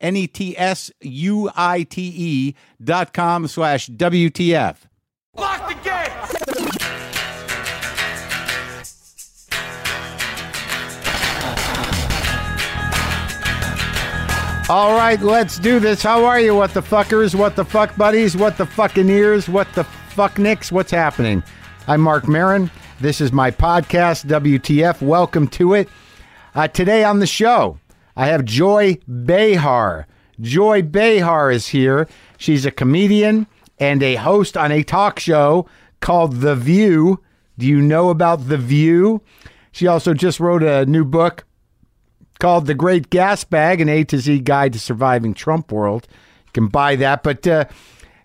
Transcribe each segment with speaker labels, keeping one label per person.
Speaker 1: N E T S U I T E dot com slash WTF.
Speaker 2: Lock the gate!
Speaker 1: All right, let's do this. How are you, what the fuckers? What the fuck buddies? What the fucking ears? What the fuck nicks? What's happening? I'm Mark Marin. This is my podcast, WTF. Welcome to it. Uh, today on the show, I have Joy Behar. Joy Behar is here. She's a comedian and a host on a talk show called The View. Do you know about The View? She also just wrote a new book called The Great Gas Bag, an A to Z guide to surviving Trump world. You can buy that. But uh,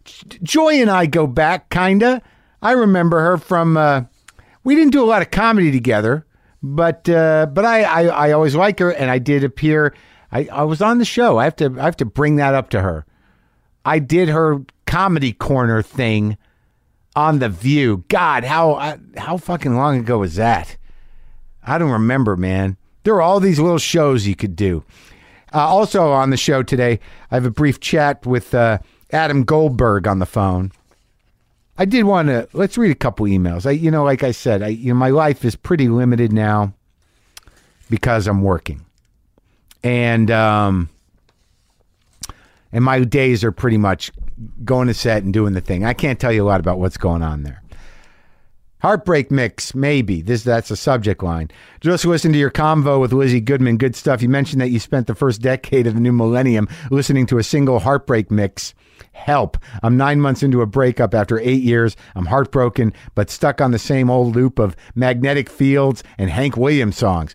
Speaker 1: J- Joy and I go back, kind of. I remember her from, uh, we didn't do a lot of comedy together, but uh, but I, I, I always like her, and I did appear. I, I was on the show. I have to I have to bring that up to her. I did her comedy corner thing on the View. God, how how fucking long ago was that? I don't remember, man. There were all these little shows you could do. Uh, also on the show today, I have a brief chat with uh, Adam Goldberg on the phone. I did want to let's read a couple emails. I, you know, like I said, I, you know, my life is pretty limited now because I'm working, and um, and my days are pretty much going to set and doing the thing. I can't tell you a lot about what's going on there. Heartbreak mix, maybe. This that's a subject line. Just listen to your convo with Lizzie Goodman. Good stuff. You mentioned that you spent the first decade of the new millennium listening to a single heartbreak mix. Help. I'm nine months into a breakup after eight years. I'm heartbroken, but stuck on the same old loop of magnetic fields and Hank Williams songs.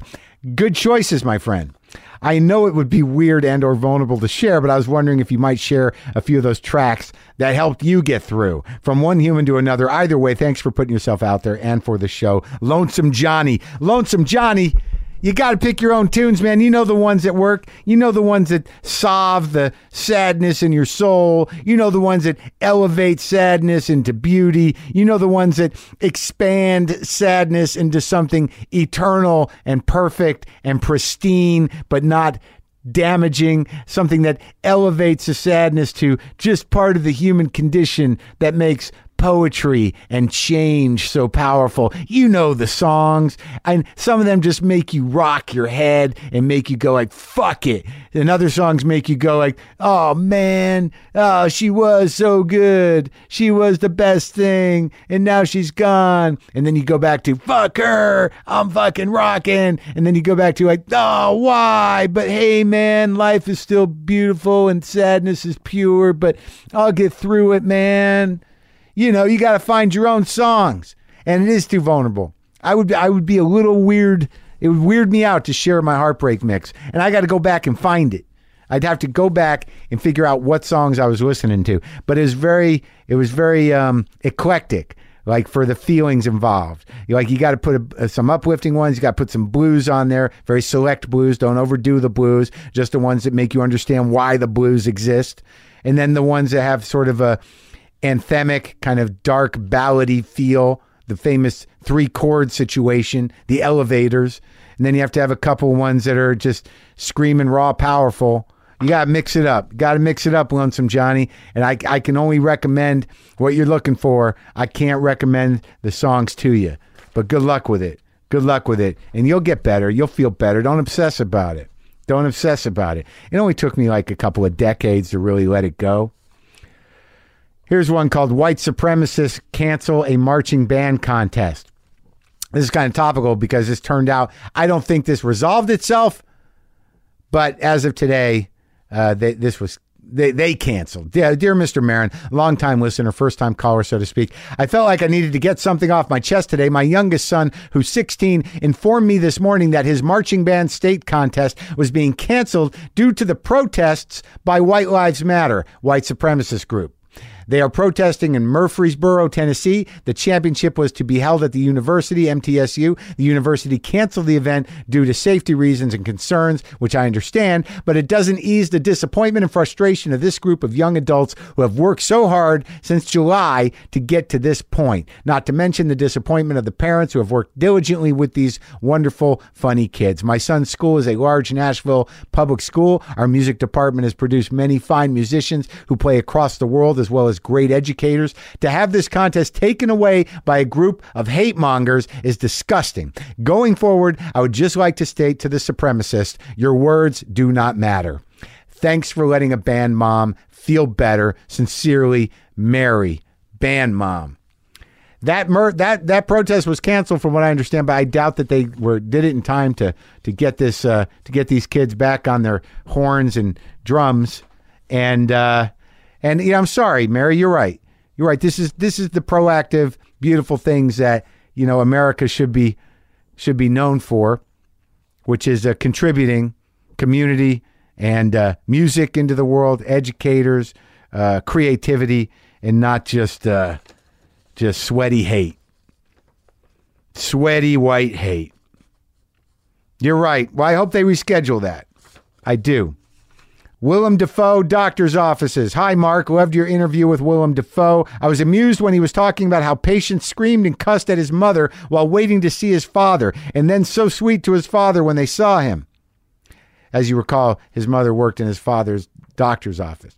Speaker 1: Good choices, my friend. I know it would be weird and or vulnerable to share, but I was wondering if you might share a few of those tracks that helped you get through from one human to another. Either way, thanks for putting yourself out there and for the show. Lonesome Johnny. Lonesome Johnny. You got to pick your own tunes, man. You know the ones that work. You know the ones that solve the sadness in your soul. You know the ones that elevate sadness into beauty. You know the ones that expand sadness into something eternal and perfect and pristine, but not damaging, something that elevates the sadness to just part of the human condition that makes poetry and change so powerful. You know the songs, and some of them just make you rock your head and make you go like fuck it. And other songs make you go like, "Oh man, oh she was so good. She was the best thing, and now she's gone." And then you go back to "fuck her, I'm fucking rocking." And then you go back to like, "Oh, why?" But hey man, life is still beautiful and sadness is pure, but I'll get through it, man you know you got to find your own songs and it is too vulnerable i would i would be a little weird it would weird me out to share my heartbreak mix and i got to go back and find it i'd have to go back and figure out what songs i was listening to but it was very it was very um eclectic like for the feelings involved You- like you got to put a, uh, some uplifting ones you got to put some blues on there very select blues don't overdo the blues just the ones that make you understand why the blues exist and then the ones that have sort of a anthemic, kind of dark ballady feel, the famous three chord situation, the elevators. And then you have to have a couple ones that are just screaming raw powerful. You got to mix it up. Got to mix it up, Lonesome Johnny. And I, I can only recommend what you're looking for. I can't recommend the songs to you, but good luck with it. Good luck with it. And you'll get better. You'll feel better. Don't obsess about it. Don't obsess about it. It only took me like a couple of decades to really let it go Here's one called White Supremacists Cancel a Marching Band Contest. This is kind of topical because this turned out, I don't think this resolved itself, but as of today, uh, they, this was. They, they canceled. Dear, dear Mr. Marin, longtime listener, first time caller, so to speak. I felt like I needed to get something off my chest today. My youngest son, who's 16, informed me this morning that his marching band state contest was being canceled due to the protests by White Lives Matter, white supremacist group. They are protesting in Murfreesboro, Tennessee. The championship was to be held at the university, MTSU. The university canceled the event due to safety reasons and concerns, which I understand, but it doesn't ease the disappointment and frustration of this group of young adults who have worked so hard since July to get to this point. Not to mention the disappointment of the parents who have worked diligently with these wonderful, funny kids. My son's school is a large Nashville public school. Our music department has produced many fine musicians who play across the world as well as great educators. To have this contest taken away by a group of hate mongers is disgusting. Going forward, I would just like to state to the supremacist your words do not matter. Thanks for letting a band mom feel better. Sincerely, Mary, band mom. That mer- that that protest was canceled, from what I understand. But I doubt that they were did it in time to to get this uh, to get these kids back on their horns and drums. And uh, and you know, I'm sorry, Mary, you're right. You're right. This is this is the proactive, beautiful things that you know America should be should be known for, which is uh, contributing community and uh, music into the world, educators, uh, creativity, and not just. Uh, just sweaty hate. Sweaty white hate. You're right. Well, I hope they reschedule that. I do. Willem Dafoe, doctor's offices. Hi, Mark. Loved your interview with Willem Dafoe. I was amused when he was talking about how patients screamed and cussed at his mother while waiting to see his father, and then so sweet to his father when they saw him. As you recall, his mother worked in his father's doctor's office.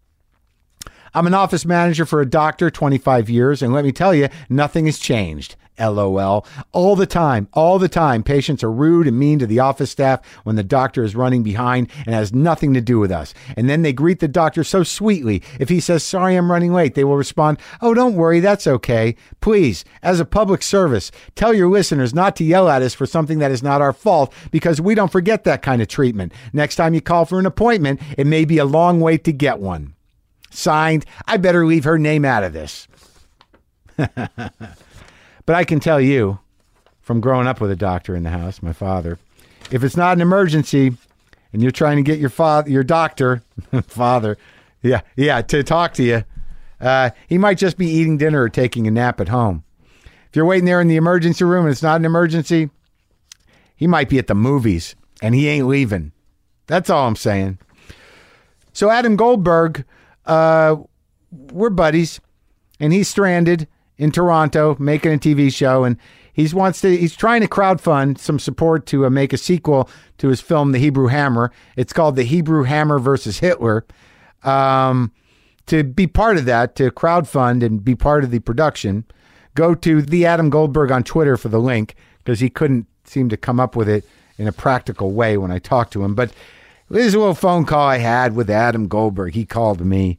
Speaker 1: I'm an office manager for a doctor 25 years, and let me tell you, nothing has changed. LOL. All the time, all the time, patients are rude and mean to the office staff when the doctor is running behind and has nothing to do with us. And then they greet the doctor so sweetly. If he says, Sorry, I'm running late, they will respond, Oh, don't worry, that's okay. Please, as a public service, tell your listeners not to yell at us for something that is not our fault because we don't forget that kind of treatment. Next time you call for an appointment, it may be a long wait to get one signed. I better leave her name out of this. but I can tell you from growing up with a doctor in the house, my father, if it's not an emergency and you're trying to get your father, your doctor, father, yeah, yeah, to talk to you, uh, he might just be eating dinner or taking a nap at home. If you're waiting there in the emergency room and it's not an emergency, he might be at the movies and he ain't leaving. That's all I'm saying. So Adam Goldberg, uh, we're buddies, and he's stranded in Toronto making a TV show, and he's wants to he's trying to crowdfund some support to uh, make a sequel to his film The Hebrew Hammer. It's called The Hebrew Hammer versus Hitler. Um, to be part of that, to crowdfund and be part of the production, go to the Adam Goldberg on Twitter for the link because he couldn't seem to come up with it in a practical way when I talked to him. But this is a little phone call I had with Adam Goldberg. He called me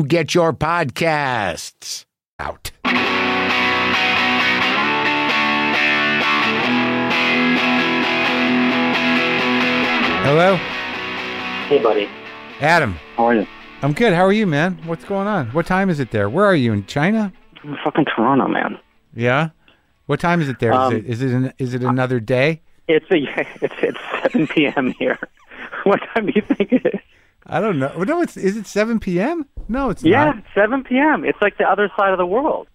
Speaker 1: get your podcasts. Out. Hello,
Speaker 3: Hey, buddy.
Speaker 1: Adam.
Speaker 3: How are you?
Speaker 1: I'm good. How are you, man? What's going on? What time is it there? Where are you in China?
Speaker 3: I'm in fucking Toronto, man.
Speaker 1: Yeah. What time is it there? Is
Speaker 3: Um,
Speaker 1: it is it an, is it another day?
Speaker 3: It's a, it's it's 7 p.m. here. What time do you think it is?
Speaker 1: I don't know. Well, No, it's is it 7 p.m.? No, it's
Speaker 3: Yeah,
Speaker 1: not.
Speaker 3: 7 p.m. It's like the other side of the world.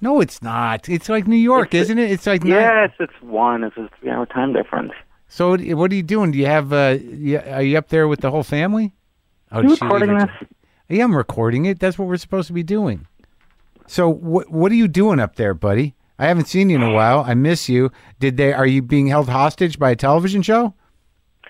Speaker 1: No, it's not. It's like New York, isn't it? It's like nine-
Speaker 3: Yes, it's one. It's a three-hour time difference.
Speaker 1: So what what are you doing? Do you have uh you, are you up there with the whole family? Oh,
Speaker 3: you
Speaker 1: gee, leave
Speaker 3: recording
Speaker 1: it to-
Speaker 3: this?
Speaker 1: Yeah, I'm recording it. That's what we're supposed to be doing. So what what are you doing up there, buddy? I haven't seen you in a while. I miss you. Did they are you being held hostage by a television show?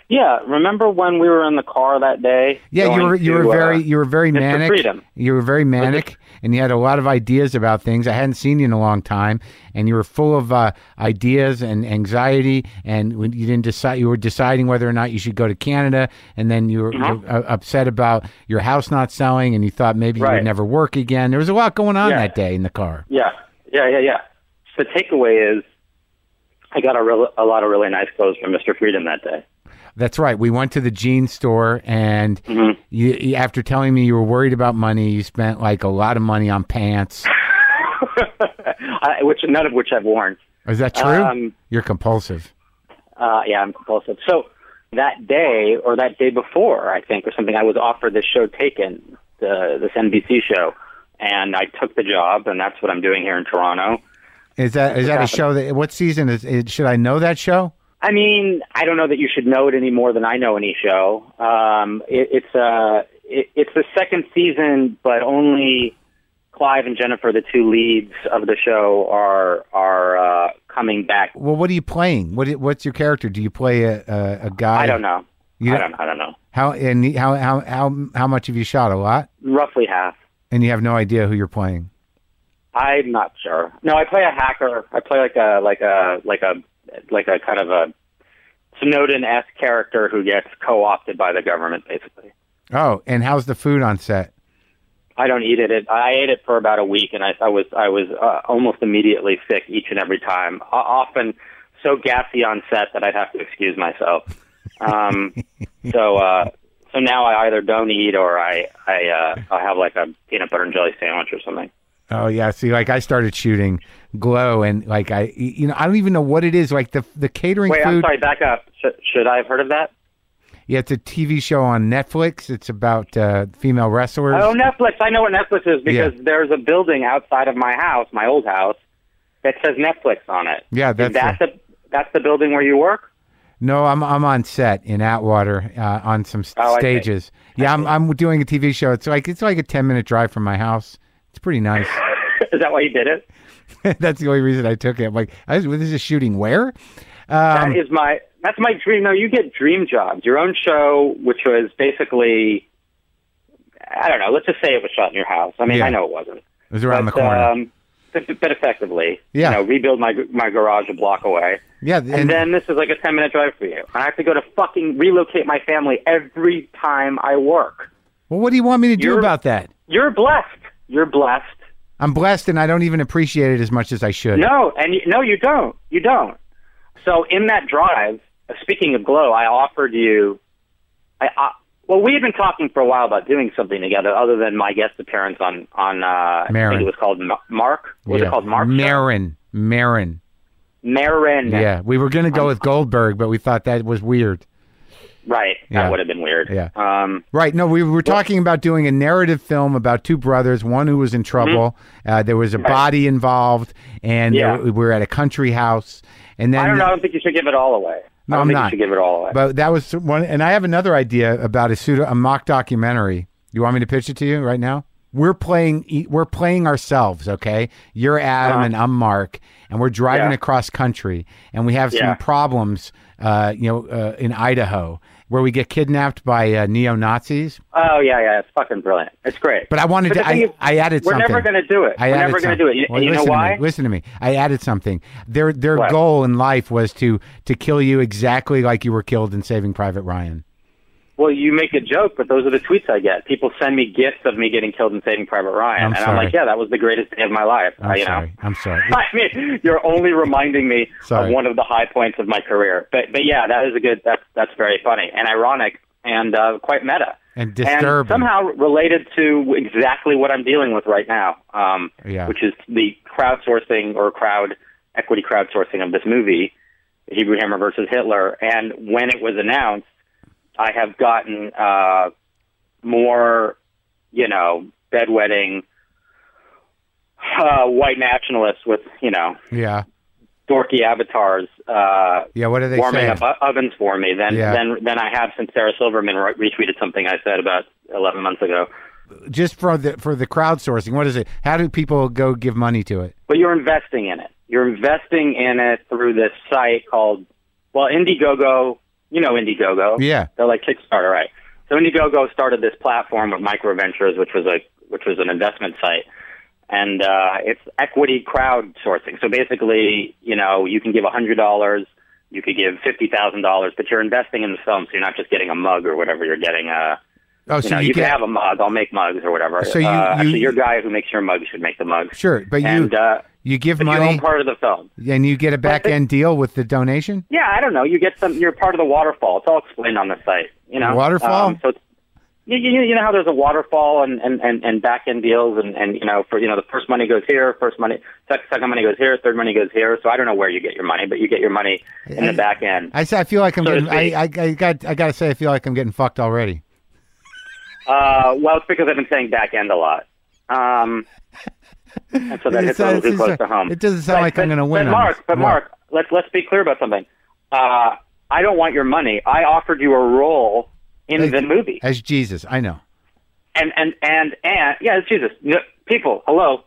Speaker 3: Yeah, remember when we were in the car that day?
Speaker 1: Yeah, you
Speaker 3: going
Speaker 1: were you
Speaker 3: to,
Speaker 1: were
Speaker 3: uh,
Speaker 1: very you were very
Speaker 3: Mr.
Speaker 1: manic.
Speaker 3: Freedom.
Speaker 1: You were very manic, and you had a lot of ideas about things. I hadn't seen you in a long time, and you were full of uh, ideas and anxiety. And when you didn't decide, you were deciding whether or not you should go to Canada, and then you were,
Speaker 3: Mm-hmm.
Speaker 1: you were, uh, upset about your house not selling, and you thought maybe you
Speaker 3: Right.
Speaker 1: would never work again. There was a lot going on
Speaker 3: Yeah.
Speaker 1: that day in the car.
Speaker 3: Yeah, yeah, yeah, yeah. The takeaway is I got a, real, a lot of really nice clothes from Mr. Freedom that day.
Speaker 1: That's right. We went to the jean store, and
Speaker 3: Mm-hmm.
Speaker 1: you, you- after telling me you were worried about money, you spent like a lot of money on pants.
Speaker 3: I, which none of which I've worn.
Speaker 1: Is that true?
Speaker 3: Um,
Speaker 1: You're compulsive.
Speaker 3: Uh, yeah, I'm compulsive. So that day or that day before, I think, or something, I was offered this show Taken, the, this NBC show, and I took the job, and that's what I'm doing here in Toronto.
Speaker 1: Is that is that a
Speaker 3: happening.
Speaker 1: show that what season is it should I know that show?
Speaker 3: I mean, I don't know that you should know it any more than I know any show. Um, it, it's uh, it, it's the second season, but only Clive and Jennifer, the two leads of the show, are are uh, coming back.
Speaker 1: Well, what are you playing? What i- what's your character? Do you play a a, a guy?
Speaker 3: I don't know.
Speaker 1: You
Speaker 3: I don't. I don't know.
Speaker 1: How and how how how how much have you shot? A lot,
Speaker 3: Roughly half.
Speaker 1: and you have no idea who you're playing.
Speaker 3: I'm not sure. No, I play a hacker. I play like a like a like a like a kind of a Snowden-esque character who gets co-opted by the government, basically.
Speaker 1: Oh, and how's the food on set?
Speaker 3: I don't eat it. it. I ate it for about a week, and I, I was I was uh, almost immediately sick each and every time. O- often so gassy on set that I'd have to excuse myself. Um, so uh, so now I either don't eat or I I uh, I have like a peanut butter and jelly sandwich or something.
Speaker 1: Oh yeah, see, like I started shooting Glow, and like I you know I don't even know what it is. Like the the catering
Speaker 3: Wait, I'm
Speaker 1: food.
Speaker 3: sorry. Back up. Sh- should I have heard of that?
Speaker 1: Yeah, it's a TV show on Netflix. It's about uh, female wrestlers.
Speaker 3: Oh, Netflix. I know what Netflix is because
Speaker 1: Yeah.
Speaker 3: there's a building outside of my house, my old house, that says Netflix on it.
Speaker 1: Yeah, that's
Speaker 3: Is that the, that's the building where you work?
Speaker 1: No, I'm I'm on set in Atwater uh, on some s-
Speaker 3: Oh, I see.
Speaker 1: stages. Yeah, I'm I'm doing a TV show. It's like it's like a 10 minute drive from my house. It's pretty nice.
Speaker 3: is that why you did it?
Speaker 1: That's the only reason I took it. I'm like, I was, this is shooting where? Um,
Speaker 3: that is my that's my dream. No, you get dream jobs. Your own show, which was basically, I don't know. Let's just say it was shot in your house. I mean,
Speaker 1: Yeah.
Speaker 3: I know it wasn't.
Speaker 1: it was around
Speaker 3: but,
Speaker 1: the corner.
Speaker 3: Um, but, but effectively,
Speaker 1: Yeah.
Speaker 3: you know, rebuild my my garage a block away.
Speaker 1: yeah,
Speaker 3: And, then this is like a 10 minute drive for you. I have to go to fucking relocate my family every time I work.
Speaker 1: well, what do you want me to do
Speaker 3: you're-
Speaker 1: about that?
Speaker 3: You're blessed. You're blessed.
Speaker 1: I'm blessed, and I don't even appreciate it as much as I should.
Speaker 3: No, and you, no, you don't. You don't. So in that drive, uh, speaking of glow, I offered you. I, I well, we had been talking for a while about doing something together, other than my guest appearance on on. Uh, I
Speaker 1: Marin.
Speaker 3: think it was called Ma- Mark. Was
Speaker 1: yeah.
Speaker 3: it called Mark?
Speaker 1: Marin, Marin.
Speaker 3: Marin.
Speaker 1: Yeah, we were gonna go with Goldberg, but we thought that was weird.
Speaker 3: Right.
Speaker 1: Yeah.
Speaker 3: That would have been weird.
Speaker 1: Yeah.
Speaker 3: Um.
Speaker 1: Right. No, we were talking about doing a narrative film about two brothers, one who
Speaker 3: Mm-hmm.
Speaker 1: was in trouble. Uh, there was a body involved, and
Speaker 3: Yeah.
Speaker 1: there- we were at a country house. And then,
Speaker 3: I don't know. I don't think you should give it all away.
Speaker 1: No,
Speaker 3: I don't
Speaker 1: I'm
Speaker 3: think
Speaker 1: not.
Speaker 3: You should give it all away.
Speaker 1: but that was one. And I have another idea about a pseudo, a mock documentary. You want me to pitch it to you right now? We're playing. e- We're playing ourselves. Okay, you're Adam and I'm Mark, and we're driving
Speaker 3: Uh-huh. Yeah.
Speaker 1: across country, and we have some
Speaker 3: Yeah.
Speaker 1: problems. Uh, you know, uh, in Idaho, where we get kidnapped by uh, neo Nazis.
Speaker 3: Oh yeah, yeah, it's fucking brilliant. It's great.
Speaker 1: But I wanted
Speaker 3: But the
Speaker 1: to. I,
Speaker 3: thing is,
Speaker 1: I added
Speaker 3: we're
Speaker 1: something.
Speaker 3: never going to do it.
Speaker 1: I
Speaker 3: we're
Speaker 1: added
Speaker 3: never going to
Speaker 1: something.
Speaker 3: do it. You,
Speaker 1: Well,
Speaker 3: you know
Speaker 1: listen To
Speaker 3: why?
Speaker 1: me, listen to me. I added something. Their their
Speaker 3: What?
Speaker 1: goal in life was to to kill you exactly like you were killed in Saving Private Ryan.
Speaker 3: Well, you make a joke, but those are the tweets I get. People send me gifts of me getting killed in Saving Private Ryan,
Speaker 1: I'm
Speaker 3: and I'm
Speaker 1: sorry.
Speaker 3: like, yeah, that was the greatest day of my life.
Speaker 1: I'm
Speaker 3: uh, you
Speaker 1: sorry.
Speaker 3: know.
Speaker 1: I'm sorry.
Speaker 3: I mean, you're only reminding me of
Speaker 1: Sorry.
Speaker 3: one of the high points of my career. But but yeah, that is a good. That's that's very funny and ironic and uh, quite meta.
Speaker 1: And disturbing.
Speaker 3: And somehow related to exactly what I'm dealing with right now, um,
Speaker 1: Yeah.
Speaker 3: which is the crowdsourcing or crowd equity crowdsourcing of this movie, Hebrew Hammer versus Hitler. And when it was announced, I have gotten uh, more, you know, bedwetting uh, white nationalists with, you know,
Speaker 1: yeah.
Speaker 3: dorky avatars uh,
Speaker 1: Yeah. What are they
Speaker 3: warming
Speaker 1: saying?
Speaker 3: up o- ovens for me than
Speaker 1: Yeah.
Speaker 3: than than I have since Sarah Silverman re- retweeted something I said about eleven months ago.
Speaker 1: Just for the for the crowdsourcing. What is it? How do people go give money to it?
Speaker 3: But you're investing in it. You're investing in it through this site called well Indiegogo. You know Indiegogo.
Speaker 1: Yeah.
Speaker 3: They're like Kickstarter, right? So Indiegogo started this platform with microventures, which was like which was an investment site, and uh, it's equity crowdsourcing. So basically, you know, you can give hundred dollars, you could give fifty thousand dollars, but you're investing in the film, so you're not just getting a mug or whatever. You're getting a
Speaker 1: Oh,
Speaker 3: you
Speaker 1: so
Speaker 3: know,
Speaker 1: you,
Speaker 3: you can
Speaker 1: get-
Speaker 3: have a mug. I'll make mugs or whatever.
Speaker 1: So you-
Speaker 3: uh,
Speaker 1: you-
Speaker 3: actually, your guy who makes your mug should make the mug.
Speaker 1: sure, but you
Speaker 3: and uh,
Speaker 1: you give
Speaker 3: but you
Speaker 1: money
Speaker 3: own part of the film.
Speaker 1: and you get a back end deal with the donation.
Speaker 3: Yeah, I don't know. You get some. You're part of the waterfall. It's all explained on the site. You know,
Speaker 1: Waterfall?
Speaker 3: Um, so it's, you, you, you know how there's a waterfall and and and, and back end deals and and you know for you know the first money goes here, first money, second, second money goes here, third money goes here. So I don't know where you get your money, but you get your money in the back end.
Speaker 1: I say I feel like I'm
Speaker 3: So to
Speaker 1: getting. I, I I got I gotta say I feel like I'm getting fucked already.
Speaker 3: Uh, well, it's because I've been saying back end a lot. Um, and so that
Speaker 1: It
Speaker 3: hits a
Speaker 1: sounds-
Speaker 3: little too
Speaker 1: it's
Speaker 3: close
Speaker 1: a-
Speaker 3: to home.
Speaker 1: it doesn't sound
Speaker 3: But-
Speaker 1: like I'm
Speaker 3: but-
Speaker 1: gonna win
Speaker 3: But
Speaker 1: on
Speaker 3: Mark,
Speaker 1: this.
Speaker 3: but
Speaker 1: What?
Speaker 3: Mark, let's let's be clear about something. Uh, I don't want your money. I offered you a role in
Speaker 1: As-
Speaker 3: the movie,
Speaker 1: As Jesus, I know.
Speaker 3: and and and and yeah, it's Jesus. No, people, hello,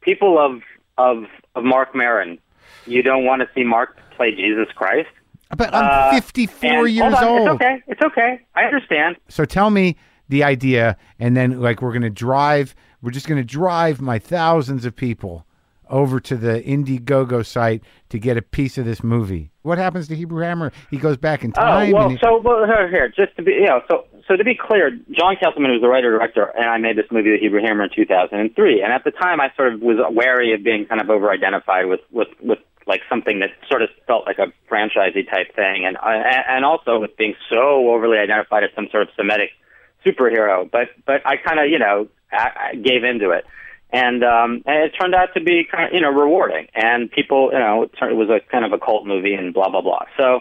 Speaker 3: people of of of Mark Maron. You don't want to see Mark play Jesus Christ.
Speaker 1: But I'm
Speaker 3: Uh,
Speaker 1: 54
Speaker 3: And- hold
Speaker 1: years
Speaker 3: on,
Speaker 1: old.
Speaker 3: It's okay. It's okay. I understand.
Speaker 1: So tell me the idea, and then like we're gonna drive. We're just gonna drive my thousands of people over to the Indiegogo site to get a piece of this movie. What happens to Hebrew Hammer? He goes back in time.
Speaker 3: Oh well,
Speaker 1: and he-
Speaker 3: so well, here, here, just to be, you know, so so to be clear, John Kesselman was the writer director, and I made this movie, The Hebrew Hammer, in 2003. And at the time, I sort of was wary of being kind of over-identified with with with like something that sort of felt like a franchisey type thing, and I- and also with being so overly identified as some sort of Semitic superhero. But but I kind of you know I, I gave into it. And, um, and it turned out to be kind of, you know, rewarding. And people, you know, it turned- it was a kind of a cult movie and blah, blah, blah. So,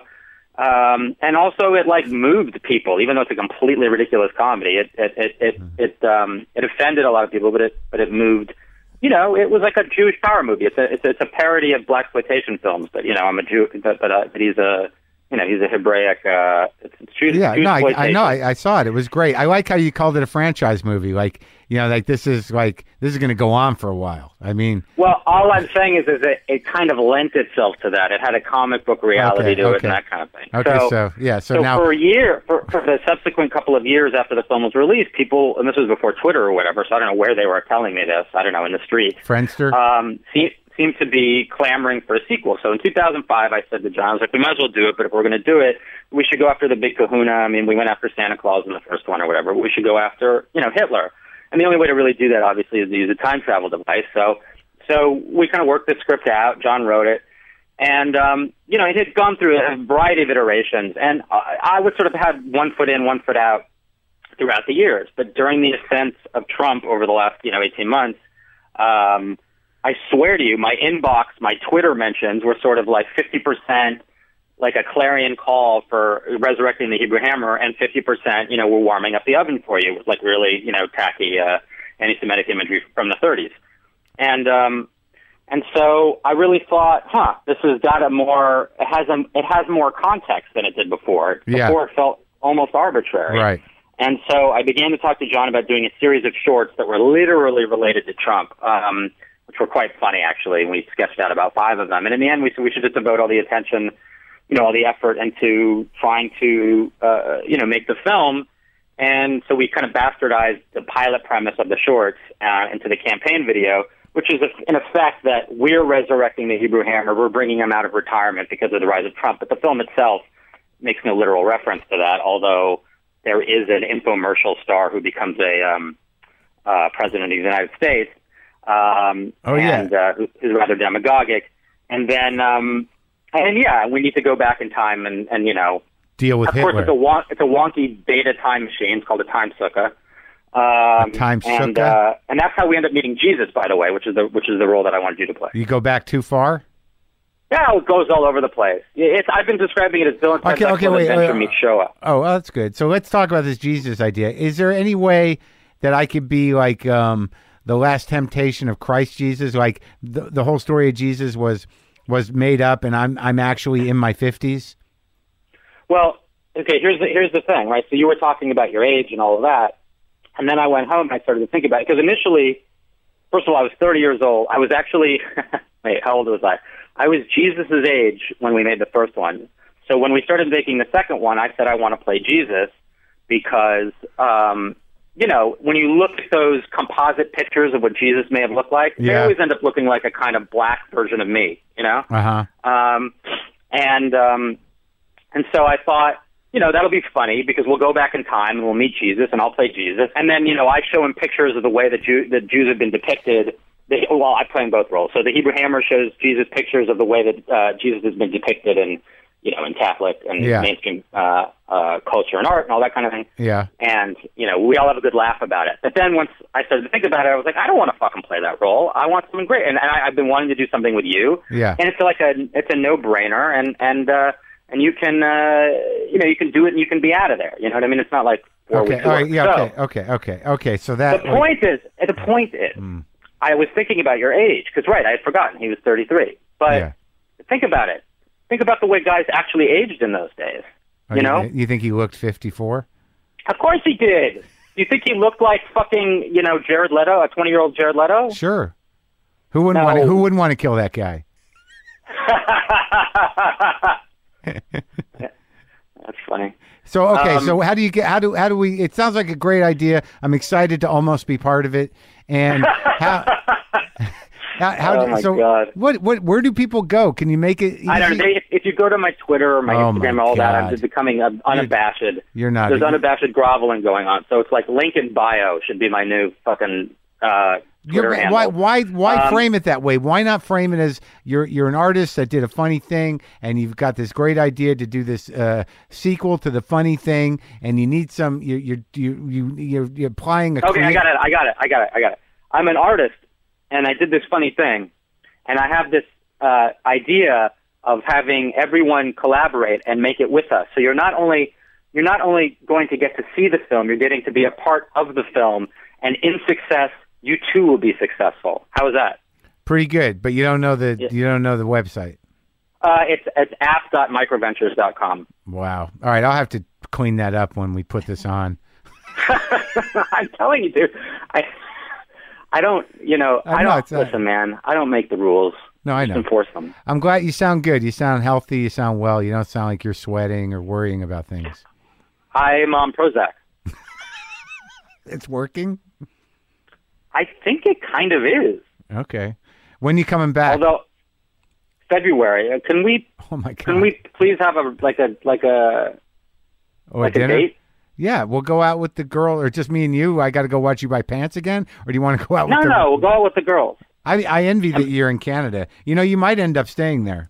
Speaker 3: um, and also it like moved people, even though it's a completely ridiculous comedy. It it it
Speaker 1: Mm-hmm.
Speaker 3: it it, um, it offended a lot of people, but it but it moved. You know, it was like a Jewish power movie. It's a it's, a- it's a parody of black exploitation films. But you know, I'm a Jew, but but, uh, but he's a you know he's a Hebraic. Uh, it's, it's Jew,
Speaker 1: Yeah,
Speaker 3: Jew
Speaker 1: no, I, I
Speaker 3: exploitation.
Speaker 1: know. I, I saw it. It was great. I like how you called it a franchise movie. Like, you know, like this is like this is going to go on for a while. I mean,
Speaker 3: Well, all I'm saying is, is it, it kind of lent itself to that. It had a comic book reality
Speaker 1: Okay,
Speaker 3: to it
Speaker 1: okay.
Speaker 3: and that kind of thing.
Speaker 1: okay, so, yeah, so,
Speaker 3: so
Speaker 1: now,
Speaker 3: for a year, for, for the subsequent couple of years after the film was released, people, and this was before Twitter or whatever, so I don't know where they were telling me this. I don't know in the street.
Speaker 1: Friendster.
Speaker 3: Um, seem, seemed to be clamoring for a sequel. So in 2005, I said to John, I was like, we might as well do it, but if we're going to do it, we should go after the big kahuna. I mean, we went after Santa Claus in the first one or whatever. But we should go after, you know, Hitler. And the only way to really do that, obviously, is to use a time travel device. So, so we kind of worked the script out. John wrote it. And, um, you know, it had gone through a variety of iterations. And I, I would sort of had one foot in, one foot out throughout the years. But during the ascent of Trump over the last, you know, 18 months, um, I swear to you, my inbox, my Twitter mentions were sort of like 50%, like a clarion call for resurrecting the Hebrew hammer, and 50%, you know, we're warming up the oven for you. It was like really, you know, tacky uh, anti Semitic imagery from the 30s. And, um, and so I really thought, huh, this has got a more, it has, a, it has more context than it did before.
Speaker 1: Yeah.
Speaker 3: Before it felt almost arbitrary.
Speaker 1: right.
Speaker 3: And so I began to talk to John about doing a series of shorts that were literally related to Trump, um, which were quite funny actually. And we sketched out about five of them. And in the end, we said we should just devote all the attention, you know, all the effort into trying to, uh, you know, make the film. And so we kind of bastardized the pilot premise of the shorts uh, into the campaign video, which is in effect that we're resurrecting the Hebrew Hammer. We're bringing him out of retirement because of the rise of Trump. But the film itself makes no literal reference to that, although there is an infomercial star who becomes a um, uh, president of the United States, um,
Speaker 1: Oh, yeah.
Speaker 3: and uh, who- who's rather demagogic. And then, um, and yeah, we need to go back in time and, and you know,
Speaker 1: deal with
Speaker 3: Of course,
Speaker 1: Hitler.
Speaker 3: it's a, won- it's a wonky data time machine. It's called a time sukkah. Um,
Speaker 1: A time
Speaker 3: and,
Speaker 1: sukkah?
Speaker 3: uh, and that's how we end up meeting Jesus, by the way, which is the which is the role that I wanted you to play.
Speaker 1: you go back too far.
Speaker 3: Yeah, it goes all over the place. It's, I've been describing it as Bill and Ted's
Speaker 1: Okay, okay,
Speaker 3: Excellent
Speaker 1: wait,
Speaker 3: Adventure
Speaker 1: wait,
Speaker 3: meets show up.
Speaker 1: Oh, well, that's good. So let's talk about this Jesus idea. Is there any way that I could be like um, the last temptation of Christ Jesus? Like the, the whole story of Jesus was was made up, and I'm I'm actually in my fifties.
Speaker 3: Well, okay, here's the here's the thing, right? So you were talking about your age and all of that, and then I went home and I started to think about it because initially, first of all, I was 30 years old. I was actually wait, how old was I? I was Jesus's age when we made the first one. So when we started making the second one, I said I want to play Jesus because um, you know when you look at those composite pictures of what Jesus may have looked like, they
Speaker 1: Yeah.
Speaker 3: always end up looking like a kind of black version of me, you know.
Speaker 1: Uh huh.
Speaker 3: Um, and um, and so I thought, you know, that'll be funny because we'll go back in time and we'll meet Jesus and I'll play Jesus. And then, you know, I show him pictures of the way that, Jew, that Jews have been depicted. They, well, I play in both roles. So the Hebrew Hammer shows Jesus pictures of the way that uh, Jesus has been depicted in, you know, in Catholic and
Speaker 1: Yeah.
Speaker 3: mainstream uh, uh, culture and art and all that kind of thing.
Speaker 1: Yeah.
Speaker 3: And, you know, we all have a good laugh about it. But then once I started to think about it, I was like, I don't want to fucking play that role. I want something great. And, and I, I've been wanting to do something with you.
Speaker 1: Yeah.
Speaker 3: And it's like a, it's a no-brainer. And, and, uh, and you can, uh, you know, you can do it and you can be out of there. You know what I mean? It's not like four
Speaker 1: Okay.
Speaker 3: weeks
Speaker 1: All
Speaker 3: work.
Speaker 1: right. Yeah.
Speaker 3: So,
Speaker 1: Okay. Uh, Okay. Okay. Okay. So
Speaker 3: the
Speaker 1: that. mm,
Speaker 3: point is, the point is, I was thinking about your age because, right, I had forgotten he was 33. But
Speaker 1: Yeah.
Speaker 3: think about it. Think about the way guys actually aged in those days.
Speaker 1: Oh,
Speaker 3: you know?
Speaker 1: You think he looked fifty-four?
Speaker 3: Of course he did. You think he looked like fucking, you know, Jared Leto, a 20 year old Jared Leto?
Speaker 1: Sure. Who wouldn't
Speaker 3: No.
Speaker 1: want? To, who wouldn't want to kill that guy?
Speaker 3: That's funny.
Speaker 1: So okay,
Speaker 3: Um,
Speaker 1: so how do you get how do how do we it sounds like a great idea. I'm excited to almost be part of it. And how how, how
Speaker 3: Oh, my
Speaker 1: so
Speaker 3: God.
Speaker 1: what what where do people go? Can you make it easy?
Speaker 3: I don't know. They, if you go to my Twitter or my
Speaker 1: Oh, my
Speaker 3: Instagram and all that, I'm
Speaker 1: God.
Speaker 3: just becoming um, unabashed.
Speaker 1: You're not
Speaker 3: There's unabashed groveling going on. So it's like Lincoln Bio should be my new fucking uh,
Speaker 1: You're-
Speaker 3: Twitter handle.
Speaker 1: why why why
Speaker 3: Um,
Speaker 1: frame it that way? Why not frame it as you're you're an artist that did a funny thing and you've got this great idea to do this uh, sequel to the funny thing and you need some you you you you you're, you're applying a
Speaker 3: Okay, I
Speaker 1: creat-
Speaker 3: got it. I got it. I got it. I got it. I'm an artist, and I did this funny thing, and I have this uh, idea of having everyone collaborate and make it with us. So you're not only you're not only going to get to see the film, you're getting to be a part of the film, and in success, you too will be successful. How is that?
Speaker 1: pretty good, but you don't know the you don't know the website.
Speaker 3: Uh, it's it's app.microventures.com.
Speaker 1: Wow. All right, I'll have to clean that up when we put this on.
Speaker 3: I'm telling you, dude. I I don't, you know,
Speaker 1: I
Speaker 3: I,
Speaker 1: know,
Speaker 3: don't
Speaker 1: it's, uh,
Speaker 3: listen, man. I don't make the rules.
Speaker 1: No, I
Speaker 3: Just
Speaker 1: know.
Speaker 3: enforce them.
Speaker 1: I'm glad you sound good. You sound healthy. You sound well. You don't sound like you're sweating or worrying about things.
Speaker 3: I'm on Prozac.
Speaker 1: It's working.
Speaker 3: I think it kind of is.
Speaker 1: Okay. When you coming back?
Speaker 3: Although February, uh, can we
Speaker 1: oh my god.
Speaker 3: can we please have a like a like a
Speaker 1: oh,
Speaker 3: like a
Speaker 1: dinner?
Speaker 3: date?
Speaker 1: Yeah, we'll go out with the girl, or just me and you. I got to go watch you buy pants again, or do you want to go out?
Speaker 3: No,
Speaker 1: with the,
Speaker 3: no, we'll go out with the girls.
Speaker 1: I I envy that you're in Canada. You know, you might end up staying there.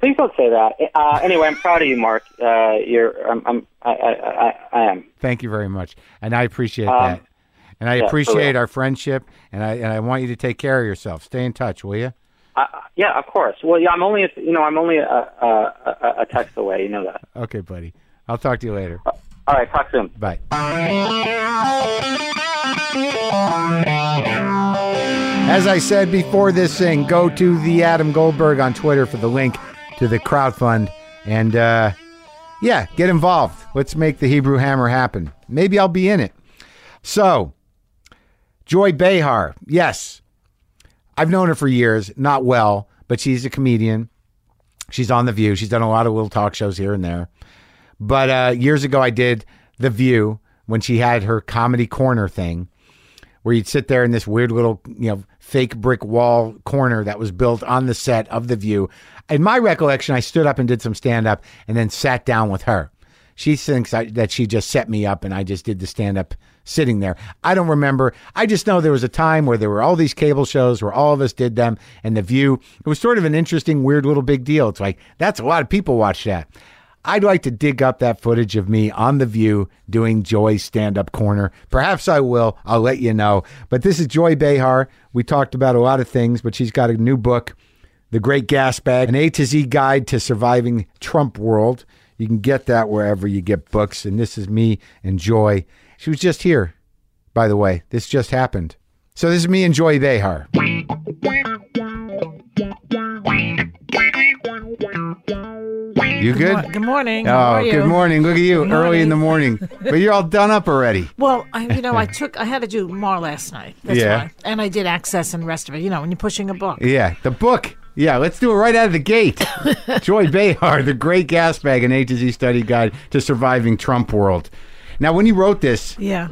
Speaker 3: Please don't say that. Uh, anyway, I'm proud of you, Mark. Uh, you're I'm, I'm I, I, I, I am.
Speaker 1: Thank you very much, and I appreciate
Speaker 3: Um,
Speaker 1: that. And I
Speaker 3: for
Speaker 1: appreciate
Speaker 3: real.
Speaker 1: our friendship, and I and I want you to take care of yourself. Stay in touch, will you?
Speaker 3: Uh, yeah, of course. Well, yeah, I'm only a, you know I'm only a, a, a, a text away. You know that.
Speaker 1: Okay, buddy. I'll talk to you later.
Speaker 3: All right, talk soon.
Speaker 1: Bye. As I said before this thing, go to the Adam Goldberg on Twitter for the link to the crowdfund. And uh, yeah, get involved. Let's make the Hebrew Hammer happen. Maybe I'll be in it. So, Joy Behar. Yes, I've known her for years, not well, but she's a comedian. She's on The View. She's done a lot of little talk shows here and there. But uh, years ago, I did The View when she had her comedy corner thing, where you'd sit there in this weird little, you know, fake brick wall corner that was built on the set of The View. In my recollection, I stood up and did some stand up and then sat down with her. She thinks I, that she just set me up and I just did the stand up sitting there. I don't remember. I just know there was a time where there were all these cable shows where all of us did them and The View. It was sort of an interesting, weird little big deal. It's like, that's a lot of people watch that. I'd like to dig up that footage of me on The View doing Joy's stand up corner. Perhaps I will. I'll let you know. But this is Joy Behar. We talked about a lot of things, but she's got a new book, The Great Gas Bag, an A to Z guide to surviving Trump world. You can get that wherever you get books. And this is me and Joy. She was just here, by the way. This just happened. So this is me and Joy Behar. You good?
Speaker 4: Good morning. How
Speaker 1: Oh,
Speaker 4: are you?
Speaker 1: good morning. Look at you,
Speaker 4: Good
Speaker 1: early in
Speaker 4: morning.
Speaker 1: the morning. But you're all done up already.
Speaker 4: Well, I, you know, I took, I had to do more last night. That's
Speaker 1: Yeah.
Speaker 4: why. And I did access and rest of it. You know, when you're pushing a book.
Speaker 1: Yeah, the book. Yeah, let's do it right out of the gate. Joy Behar, The Great Gas Bag, an A to Z E study guide to surviving Trump world. Now, when you wrote this,
Speaker 4: Yeah.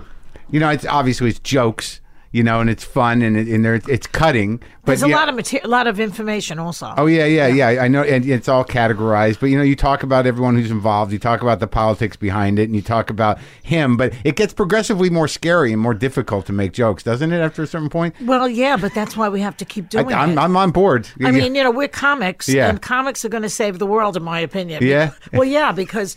Speaker 1: you know, it's obviously it's jokes, you know, and it's fun and, it, and there, it's cutting. But
Speaker 4: There's a
Speaker 1: yeah-
Speaker 4: lot of material, a lot of information also.
Speaker 1: Oh yeah, yeah, yeah, I know, and it's all categorized. But you know, you talk about everyone who's involved. You talk about the politics behind it, and you talk about him. But it gets progressively more scary and more difficult to make jokes, doesn't it? After a certain point,
Speaker 4: Well, yeah, but that's why we have to keep
Speaker 1: I,
Speaker 4: doing
Speaker 1: I'm,
Speaker 4: it.
Speaker 1: I'm on board.
Speaker 4: I mean, you know, we're comics,
Speaker 1: Yeah.
Speaker 4: and comics are going to save the world, in my opinion.
Speaker 1: Yeah?
Speaker 4: Well, yeah, because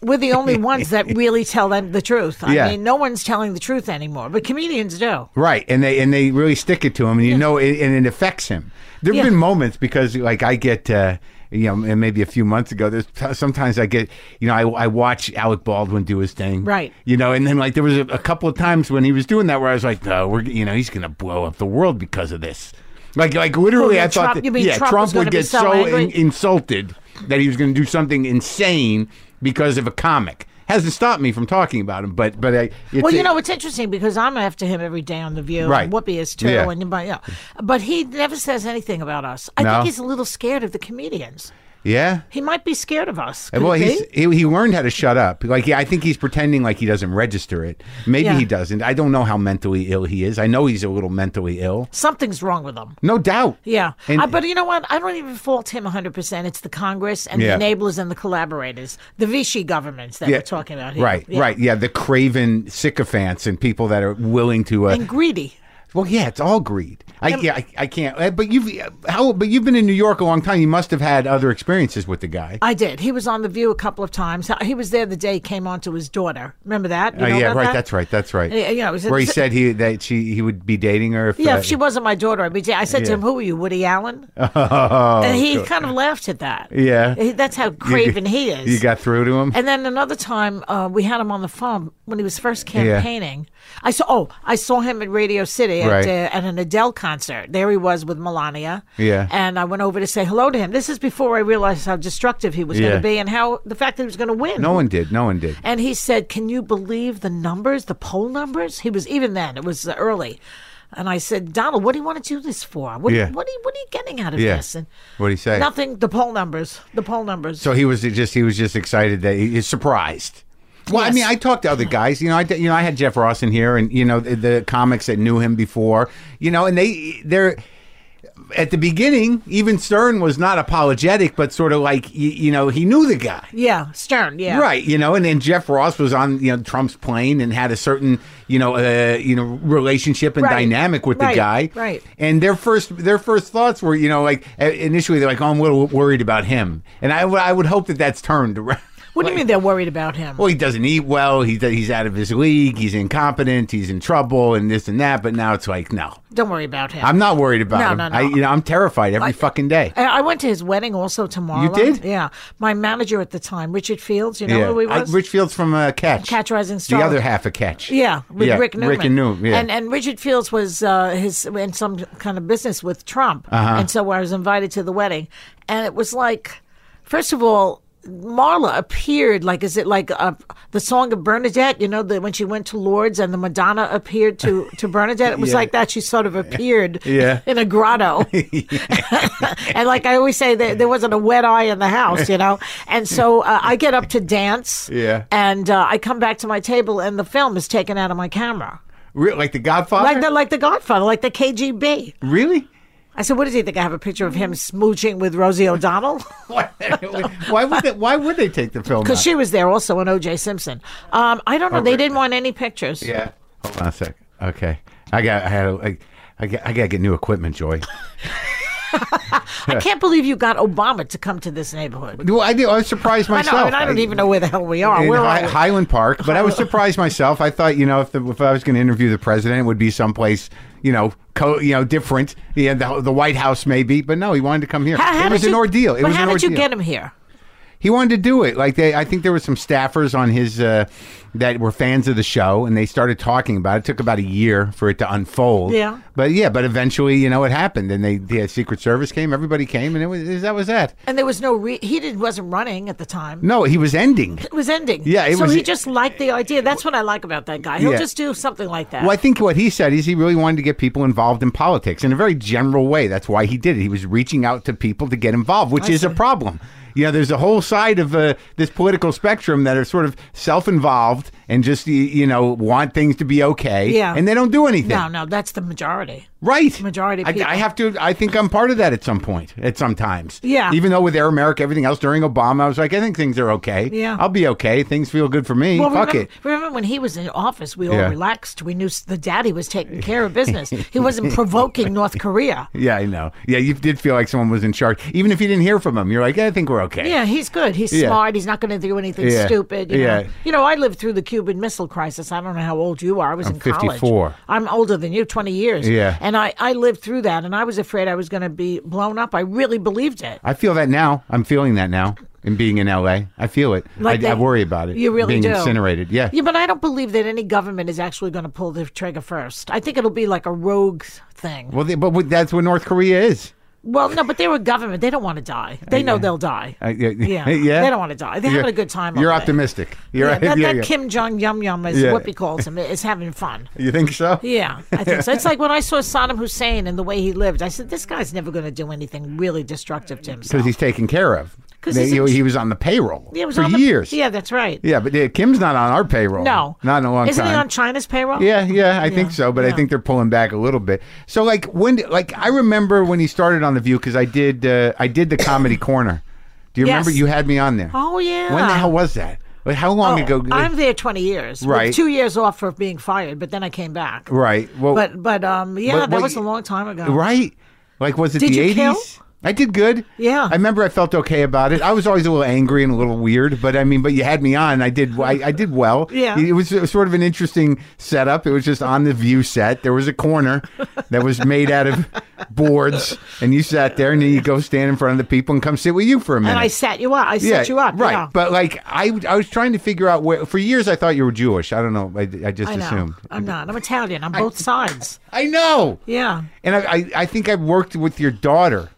Speaker 4: we're the only ones that really tell them the truth. I
Speaker 1: Yeah.
Speaker 4: mean, no one's telling the truth anymore, but comedians do.
Speaker 1: right? And they and they really stick it to him, and you know, it, and it affects him. There've
Speaker 4: Yeah.
Speaker 1: been moments because, like, I get. Uh, you know, and maybe a few months ago, there's sometimes I get, you know, I, I watch Alec Baldwin do his thing,
Speaker 4: Right.
Speaker 1: You know, and then like there was a, a couple of times when he was doing that where I was like, no, we're, you know, he's going to blow up the world because of this. Like, like literally,
Speaker 4: Who,
Speaker 1: I
Speaker 4: you Trump-
Speaker 1: thought, that,
Speaker 4: you mean
Speaker 1: yeah,
Speaker 4: Trump
Speaker 1: Trump
Speaker 4: was
Speaker 1: would
Speaker 4: gonna be
Speaker 1: get
Speaker 4: so
Speaker 1: so
Speaker 4: angry?
Speaker 1: in, insulted that he was going to do something insane because of a comic. Hasn't stopped me from talking about him, but but I, it's,
Speaker 4: Well, you know, it's interesting because I'm after him every day on The View.
Speaker 1: Right.
Speaker 4: And Whoopi is too.
Speaker 1: Yeah.
Speaker 4: And, anybody else. but he never says anything about us. I
Speaker 1: No.
Speaker 4: think he's a little scared of the comedians.
Speaker 1: yeah.
Speaker 4: He might be scared of us. Could
Speaker 1: Well,
Speaker 4: it be?
Speaker 1: he's, he he learned how to shut up. Like he, I think he's pretending like he doesn't register it. Maybe
Speaker 4: Yeah.
Speaker 1: he doesn't. I don't know how mentally ill he is. I know he's a little mentally ill,
Speaker 4: Something's wrong with him.
Speaker 1: no doubt.
Speaker 4: Yeah.
Speaker 1: And-
Speaker 4: Uh, but you know what? I don't even fault him 100%. It's the Congress and
Speaker 1: Yeah.
Speaker 4: the enablers and the collaborators, the Vichy governments that we're talking about here.
Speaker 1: Right,
Speaker 4: Yeah.
Speaker 1: right. Yeah, the craven sycophants and people that are willing to. Uh,
Speaker 4: And greedy.
Speaker 1: well, yeah, it's all greed. I, yeah, I, I can't. uh, But you've uh, how? But you've been in New York a long time. You must have had other experiences with the guy.
Speaker 4: I did. He was on The View a couple of times. He was there the day he came on to his daughter. Remember that? You
Speaker 1: Uh,
Speaker 4: know
Speaker 1: yeah,
Speaker 4: about
Speaker 1: right.
Speaker 4: that?
Speaker 1: That's right. That's right.
Speaker 4: Yeah, yeah, it was-
Speaker 1: Where he
Speaker 4: it's-
Speaker 1: said he that she he would be dating her. If,
Speaker 4: Yeah,
Speaker 1: uh,
Speaker 4: if she wasn't my daughter, I'd be. I said to him, "Who are you, Woody Allen?" and he kind of laughed at that.
Speaker 1: Oh, Yeah.
Speaker 4: He- that's how craven he is.
Speaker 1: you got through to him.
Speaker 4: And then another time, uh, we had him on the phone when he was first campaigning. I saw. Oh, I saw him at Radio City at,
Speaker 1: Right.
Speaker 4: uh, at an Adele concert. There he was with Melania.
Speaker 1: Yeah.
Speaker 4: And I went over to say hello to him. This is before I realized how destructive he was
Speaker 1: Yeah.
Speaker 4: going to be and how the fact that he was going to win.
Speaker 1: no one did. No one did.
Speaker 4: And he said, "Can you believe the numbers, the poll numbers?" He was even then; it was uh, early. And I said, "Donald, what do you want to do this for? What,
Speaker 1: Yeah.
Speaker 4: what, are, you, what are you getting out of
Speaker 1: Yeah.
Speaker 4: this?" And
Speaker 1: What'd he say?
Speaker 4: Nothing. The poll numbers. The poll numbers.
Speaker 1: So he was just he was just excited that he, he's surprised. Well, I
Speaker 4: Yes.
Speaker 1: mean, I talked to other guys. You know, I did- you know I had Jeff Ross in here, and you know the, the comics that knew him before. You know, and they they're at the beginning. Even Stern was not apologetic, but sort of like you, you know he knew the guy.
Speaker 4: yeah, Stern. Yeah,
Speaker 1: Right, you know, and then Jeff Ross was on you know Trump's plane and had a certain you know uh, you know relationship and
Speaker 4: Right.
Speaker 1: dynamic with the
Speaker 4: Right.
Speaker 1: guy.
Speaker 4: Right.
Speaker 1: And their first their first thoughts were you know like uh, initially they're like oh, I'm a little worried about him, and I would- I would hope that that's turned around.
Speaker 4: What do you mean they're worried about him?
Speaker 1: Well, he doesn't eat well. He's he's out of his league. He's incompetent. He's in trouble, and this and that. But now it's like, no,
Speaker 4: Don't worry about him.
Speaker 1: I'm not worried about
Speaker 4: No,
Speaker 1: him.
Speaker 4: no, no.
Speaker 1: I, you know, I'm terrified every fucking day.
Speaker 4: I I went to his wedding also tomorrow.
Speaker 1: did?
Speaker 4: Yeah. My manager at the time, Richard Fields, you know who he
Speaker 1: I-
Speaker 4: was?
Speaker 1: Rich Fields from uh, Catch.
Speaker 4: Catch Rising
Speaker 1: The
Speaker 4: Star.
Speaker 1: other half of Catch.
Speaker 4: Yeah, with Rick Newman.
Speaker 1: Rick and Newman. Yeah.
Speaker 4: And and Richard Fields was uh, his in some kind of business with Trump,
Speaker 1: Uh-huh.
Speaker 4: and so I was invited to the wedding, and it was like, first of all. Marla appeared like is it like uh, the song of Bernadette? You know that when she went to Lourdes and the Madonna appeared to to Bernadette, it was
Speaker 1: Yeah.
Speaker 4: like that. She sort of appeared
Speaker 1: Yeah.
Speaker 4: in a grotto, and like I always say, there, there wasn't a wet eye in the house, you know. And so uh, I get up to dance,
Speaker 1: Yeah.
Speaker 4: and uh, I come back to my table, and the film is taken out of my camera.
Speaker 1: Re- like the Godfather.
Speaker 4: Like the like the Godfather, like the KGB.
Speaker 1: Really?
Speaker 4: I said, "What does he think? I have a picture of him smooching with Rosie O'Donnell
Speaker 1: Why, why would they, why would they take the film?
Speaker 4: because
Speaker 1: out?
Speaker 4: she was there also, and O.J. Simpson. Um, I don't know. They didn't want any pictures.
Speaker 1: yeah. Hold on a sec. Okay. I got I had a, I, I got I got to get new equipment, Joy.
Speaker 4: I can't believe you got Obama to come to this neighborhood.
Speaker 1: Well, I do. I was surprised
Speaker 4: I,
Speaker 1: myself.
Speaker 4: know, I mean, I don't even know where the hell we are.
Speaker 1: in
Speaker 4: Where
Speaker 1: Hi-
Speaker 4: are we?
Speaker 1: Highland Park, but I was surprised myself. I thought, you know, if the, if I was going to interview the president, it would be someplace, you know, co- you know, different. Yeah, the, the White House maybe, but no, he wanted to come here.
Speaker 4: How- how
Speaker 1: it was
Speaker 4: did
Speaker 1: an
Speaker 4: you-
Speaker 1: ordeal. It
Speaker 4: but
Speaker 1: was
Speaker 4: how
Speaker 1: an
Speaker 4: did
Speaker 1: ordeal.
Speaker 4: you get him here?
Speaker 1: He wanted to do it. Like they, I think there were some staffers on his uh, that were fans of the show, and they started talking about it. it. Took about a year for it to unfold.
Speaker 4: Yeah.
Speaker 1: but yeah, but eventually, you know, it happened, and they the Secret Service came. Everybody came, and it was that was that.
Speaker 4: And there was no re- he didn't wasn't running at the time.
Speaker 1: No, he was ending.
Speaker 4: It was ending.
Speaker 1: Yeah, it
Speaker 4: so
Speaker 1: was- e-
Speaker 4: he just liked the idea. That's what I like about that guy. He'll
Speaker 1: Yeah.
Speaker 4: just do something like that.
Speaker 1: Well, I think what he said is he really wanted to get people involved in politics in a very general way. That's why he did it. He was reaching out to people to get involved, which is a problem. You know, there's a whole side of uh, this political spectrum that are sort of self-involved and just y- you know want things to be okay,
Speaker 4: Yeah.
Speaker 1: and they don't do anything.
Speaker 4: no, no, that's the majority.
Speaker 1: Right,
Speaker 4: Majority
Speaker 1: I,
Speaker 4: people.
Speaker 1: I have to. I think I'm part of that at some point. At sometimes,
Speaker 4: Yeah.
Speaker 1: Even though with Air America, everything else during Obama, I was like, I think things are okay.
Speaker 4: Yeah.
Speaker 1: I'll be okay. Things feel good for me.
Speaker 4: Well,
Speaker 1: Fuck
Speaker 4: remember,
Speaker 1: it.
Speaker 4: remember when he was in office, we all
Speaker 1: Yeah.
Speaker 4: relaxed. We knew s- the daddy was taking care of business. He wasn't provoking North Korea.
Speaker 1: Yeah, I know. Yeah, you did feel like someone was in charge, even if you didn't hear from him. You're like, I think we're okay.
Speaker 4: Yeah, he's good. He's
Speaker 1: Yeah.
Speaker 4: smart. He's not going to do anything
Speaker 1: Yeah.
Speaker 4: stupid. You
Speaker 1: Yeah.
Speaker 4: Know? You know, I lived through the Cuban Missile Crisis. I don't know how old you are. I was
Speaker 1: I'm
Speaker 4: in college.
Speaker 1: 54.
Speaker 4: I'm older than you, 20 years.
Speaker 1: Yeah.
Speaker 4: And I, I lived through that, and I was afraid I was going to be blown up. I really believed it.
Speaker 1: I feel that now. I'm feeling that now. In being in LA, I feel it.
Speaker 4: Like
Speaker 1: I,
Speaker 4: they-
Speaker 1: I worry about it.
Speaker 4: You really
Speaker 1: being
Speaker 4: do.
Speaker 1: incinerated. Yeah.
Speaker 4: Yeah, but I don't believe that any government is actually going to pull the trigger first. I think it'll be like a rogue thing.
Speaker 1: Well, they, but what- that's what North Korea is.
Speaker 4: Well, no, but they're a government. They don't want to die. They know they'll die.
Speaker 1: Uh, yeah,
Speaker 4: Yeah. They don't want to die. They're
Speaker 1: You're-
Speaker 4: having a good time.
Speaker 1: You're
Speaker 4: over there.
Speaker 1: optimistic. You're
Speaker 4: Yeah, that,
Speaker 1: yeah,
Speaker 4: that
Speaker 1: yeah.
Speaker 4: Kim Jong Yum Yum, as
Speaker 1: Yeah.
Speaker 4: Whoopi calls him, is having fun.
Speaker 1: You think so?
Speaker 4: Yeah, I think so. It's like when I saw Saddam Hussein and the way he lived. I said, "This guy's never going to do anything really destructive to himself."
Speaker 1: Because he's taken care of.
Speaker 4: 'Cause
Speaker 1: They-
Speaker 4: he's a-
Speaker 1: he, he was on the payroll
Speaker 4: Yeah, it was
Speaker 1: for
Speaker 4: on the-
Speaker 1: years.
Speaker 4: yeah, that's right.
Speaker 1: Yeah, but uh, Kim's not on our payroll.
Speaker 4: No,
Speaker 1: Not in a long
Speaker 4: Isn't
Speaker 1: time.
Speaker 4: he on China's payroll?
Speaker 1: Yeah, yeah, I think so, but I
Speaker 4: yeah.
Speaker 1: think they're pulling back a little bit. So like when like I remember when he started on the View because I did uh, I did the comedy corner. Do you
Speaker 4: Yes.
Speaker 1: remember you had me on there?
Speaker 4: Oh yeah.
Speaker 1: When the hell was that? Like, how long
Speaker 4: Oh,
Speaker 1: ago?
Speaker 4: I'm there 20 years. with
Speaker 1: Right.
Speaker 4: two years off for being fired, but then I came back.
Speaker 1: right. Well,
Speaker 4: But but um yeah,
Speaker 1: But
Speaker 4: that
Speaker 1: what
Speaker 4: was
Speaker 1: y-
Speaker 4: a long time ago.
Speaker 1: right. Like was it
Speaker 4: Did
Speaker 1: the
Speaker 4: you
Speaker 1: 80s?
Speaker 4: kill?
Speaker 1: I did good.
Speaker 4: Yeah.
Speaker 1: I remember I felt okay about it. I was always a little angry and a little weird, but I mean, but you had me on. I did. I, I did well.
Speaker 4: Yeah.
Speaker 1: It was, it was sort of an interesting setup. It was just on the view set. There was a corner that was made out of boards, and you sat there, and then you go stand in front of the people and come sit with you for a minute.
Speaker 4: And I set you up. I set you up.
Speaker 1: right.
Speaker 4: yeah.
Speaker 1: But like, I I was trying to figure out where. For years, I thought you were Jewish. I don't know. I, I just
Speaker 4: I know.
Speaker 1: assumed.
Speaker 4: I'm not. I'm Italian. I'm both sides.
Speaker 1: I know.
Speaker 4: Yeah.
Speaker 1: And I, I, I think I worked with your daughter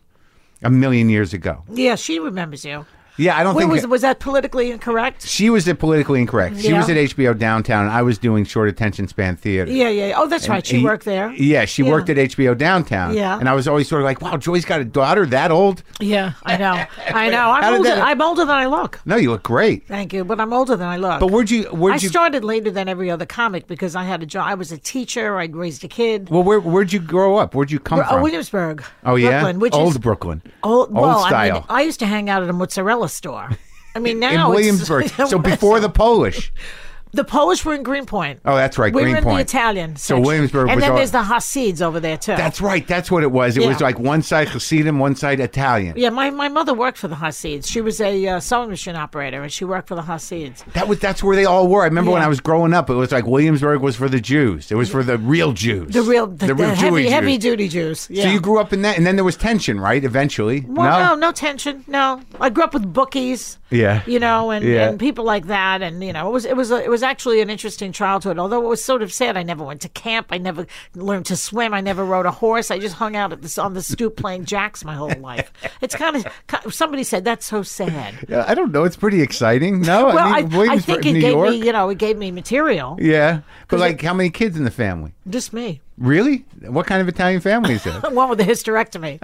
Speaker 1: a million years ago.
Speaker 4: Yeah, she remembers you.
Speaker 1: Yeah, I don't
Speaker 4: Wait,
Speaker 1: think
Speaker 4: was was that politically incorrect?
Speaker 1: she was at politically incorrect. She was
Speaker 4: Yeah.
Speaker 1: at HBO downtown. And I was doing short attention span theater.
Speaker 4: Yeah, yeah. Oh, that's right. She
Speaker 1: And-
Speaker 4: worked there.
Speaker 1: Yeah, she
Speaker 4: Yeah.
Speaker 1: worked at HBO downtown.
Speaker 4: Yeah.
Speaker 1: and I was always sort of like, "Wow, Joy's got a daughter that old."
Speaker 4: Yeah, I know. I know.
Speaker 1: How
Speaker 4: I'm
Speaker 1: did
Speaker 4: older.
Speaker 1: that-
Speaker 4: I'm older than I look.
Speaker 1: No, you look great.
Speaker 4: Thank you, but I'm older than I look.
Speaker 1: But where'd you? Where'd
Speaker 4: I
Speaker 1: you?
Speaker 4: started later than every other comic because I had a job. I was a teacher. I raised a kid.
Speaker 1: well, where, where'd you grow up? Where'd you come
Speaker 4: Oh,
Speaker 1: from?
Speaker 4: Williamsburg.
Speaker 1: oh yeah,
Speaker 4: Brooklyn, which
Speaker 1: old
Speaker 4: is
Speaker 1: Brooklyn,
Speaker 4: old, well,
Speaker 1: old
Speaker 4: I,
Speaker 1: style
Speaker 4: mean, I used to hang out at a mozzarella store. I mean, now
Speaker 1: in
Speaker 4: it's-
Speaker 1: Williamsburg. so before the Polish.
Speaker 4: the Polish were in Greenpoint.
Speaker 1: Oh, that's right,
Speaker 4: we were in the
Speaker 1: Greenpoint.
Speaker 4: Italian. section.
Speaker 1: Williamsburg
Speaker 4: and
Speaker 1: was
Speaker 4: then
Speaker 1: all-
Speaker 4: there's the Hasids over there too.
Speaker 1: That's right. That's what it was. It
Speaker 4: Yeah.
Speaker 1: was like one side Hasidim, one side Italian.
Speaker 4: yeah. My, my mother worked for the Hasids. She was a uh, sewing machine operator, and she worked for the Hasids.
Speaker 1: That was that's where they all were. I remember when
Speaker 4: Yeah.
Speaker 1: I was growing up, it was like Williamsburg was for the Jews. It was for the real Jews.
Speaker 4: The real, the, the
Speaker 1: Jewy
Speaker 4: heavy,
Speaker 1: Jews.
Speaker 4: heavy duty Jews. Yeah.
Speaker 1: So you grew up in that, and then there was tension, right? Eventually,
Speaker 4: Well, no? no, tension. No, I grew up with bookies.
Speaker 1: Yeah.
Speaker 4: you know, and,
Speaker 1: Yeah.
Speaker 4: and people like that, and you know, it was it was a, it was actually an interesting childhood. Although it was sort of sad, I never went to camp. I never learned to swim. I never rode a horse. I just hung out at this on the stoop playing jacks my whole life. It's kind of somebody said that's so sad.
Speaker 1: Yeah, I don't know. It's pretty exciting. No,
Speaker 4: Well,
Speaker 1: I
Speaker 4: I,
Speaker 1: mean
Speaker 4: I
Speaker 1: Williamsburg,
Speaker 4: think it
Speaker 1: New
Speaker 4: gave
Speaker 1: York.
Speaker 4: me you know it gave me material.
Speaker 1: yeah, but like, how many kids in the family?
Speaker 4: Just me,
Speaker 1: Really? What kind of Italian family is that?
Speaker 4: one with a hysterectomy.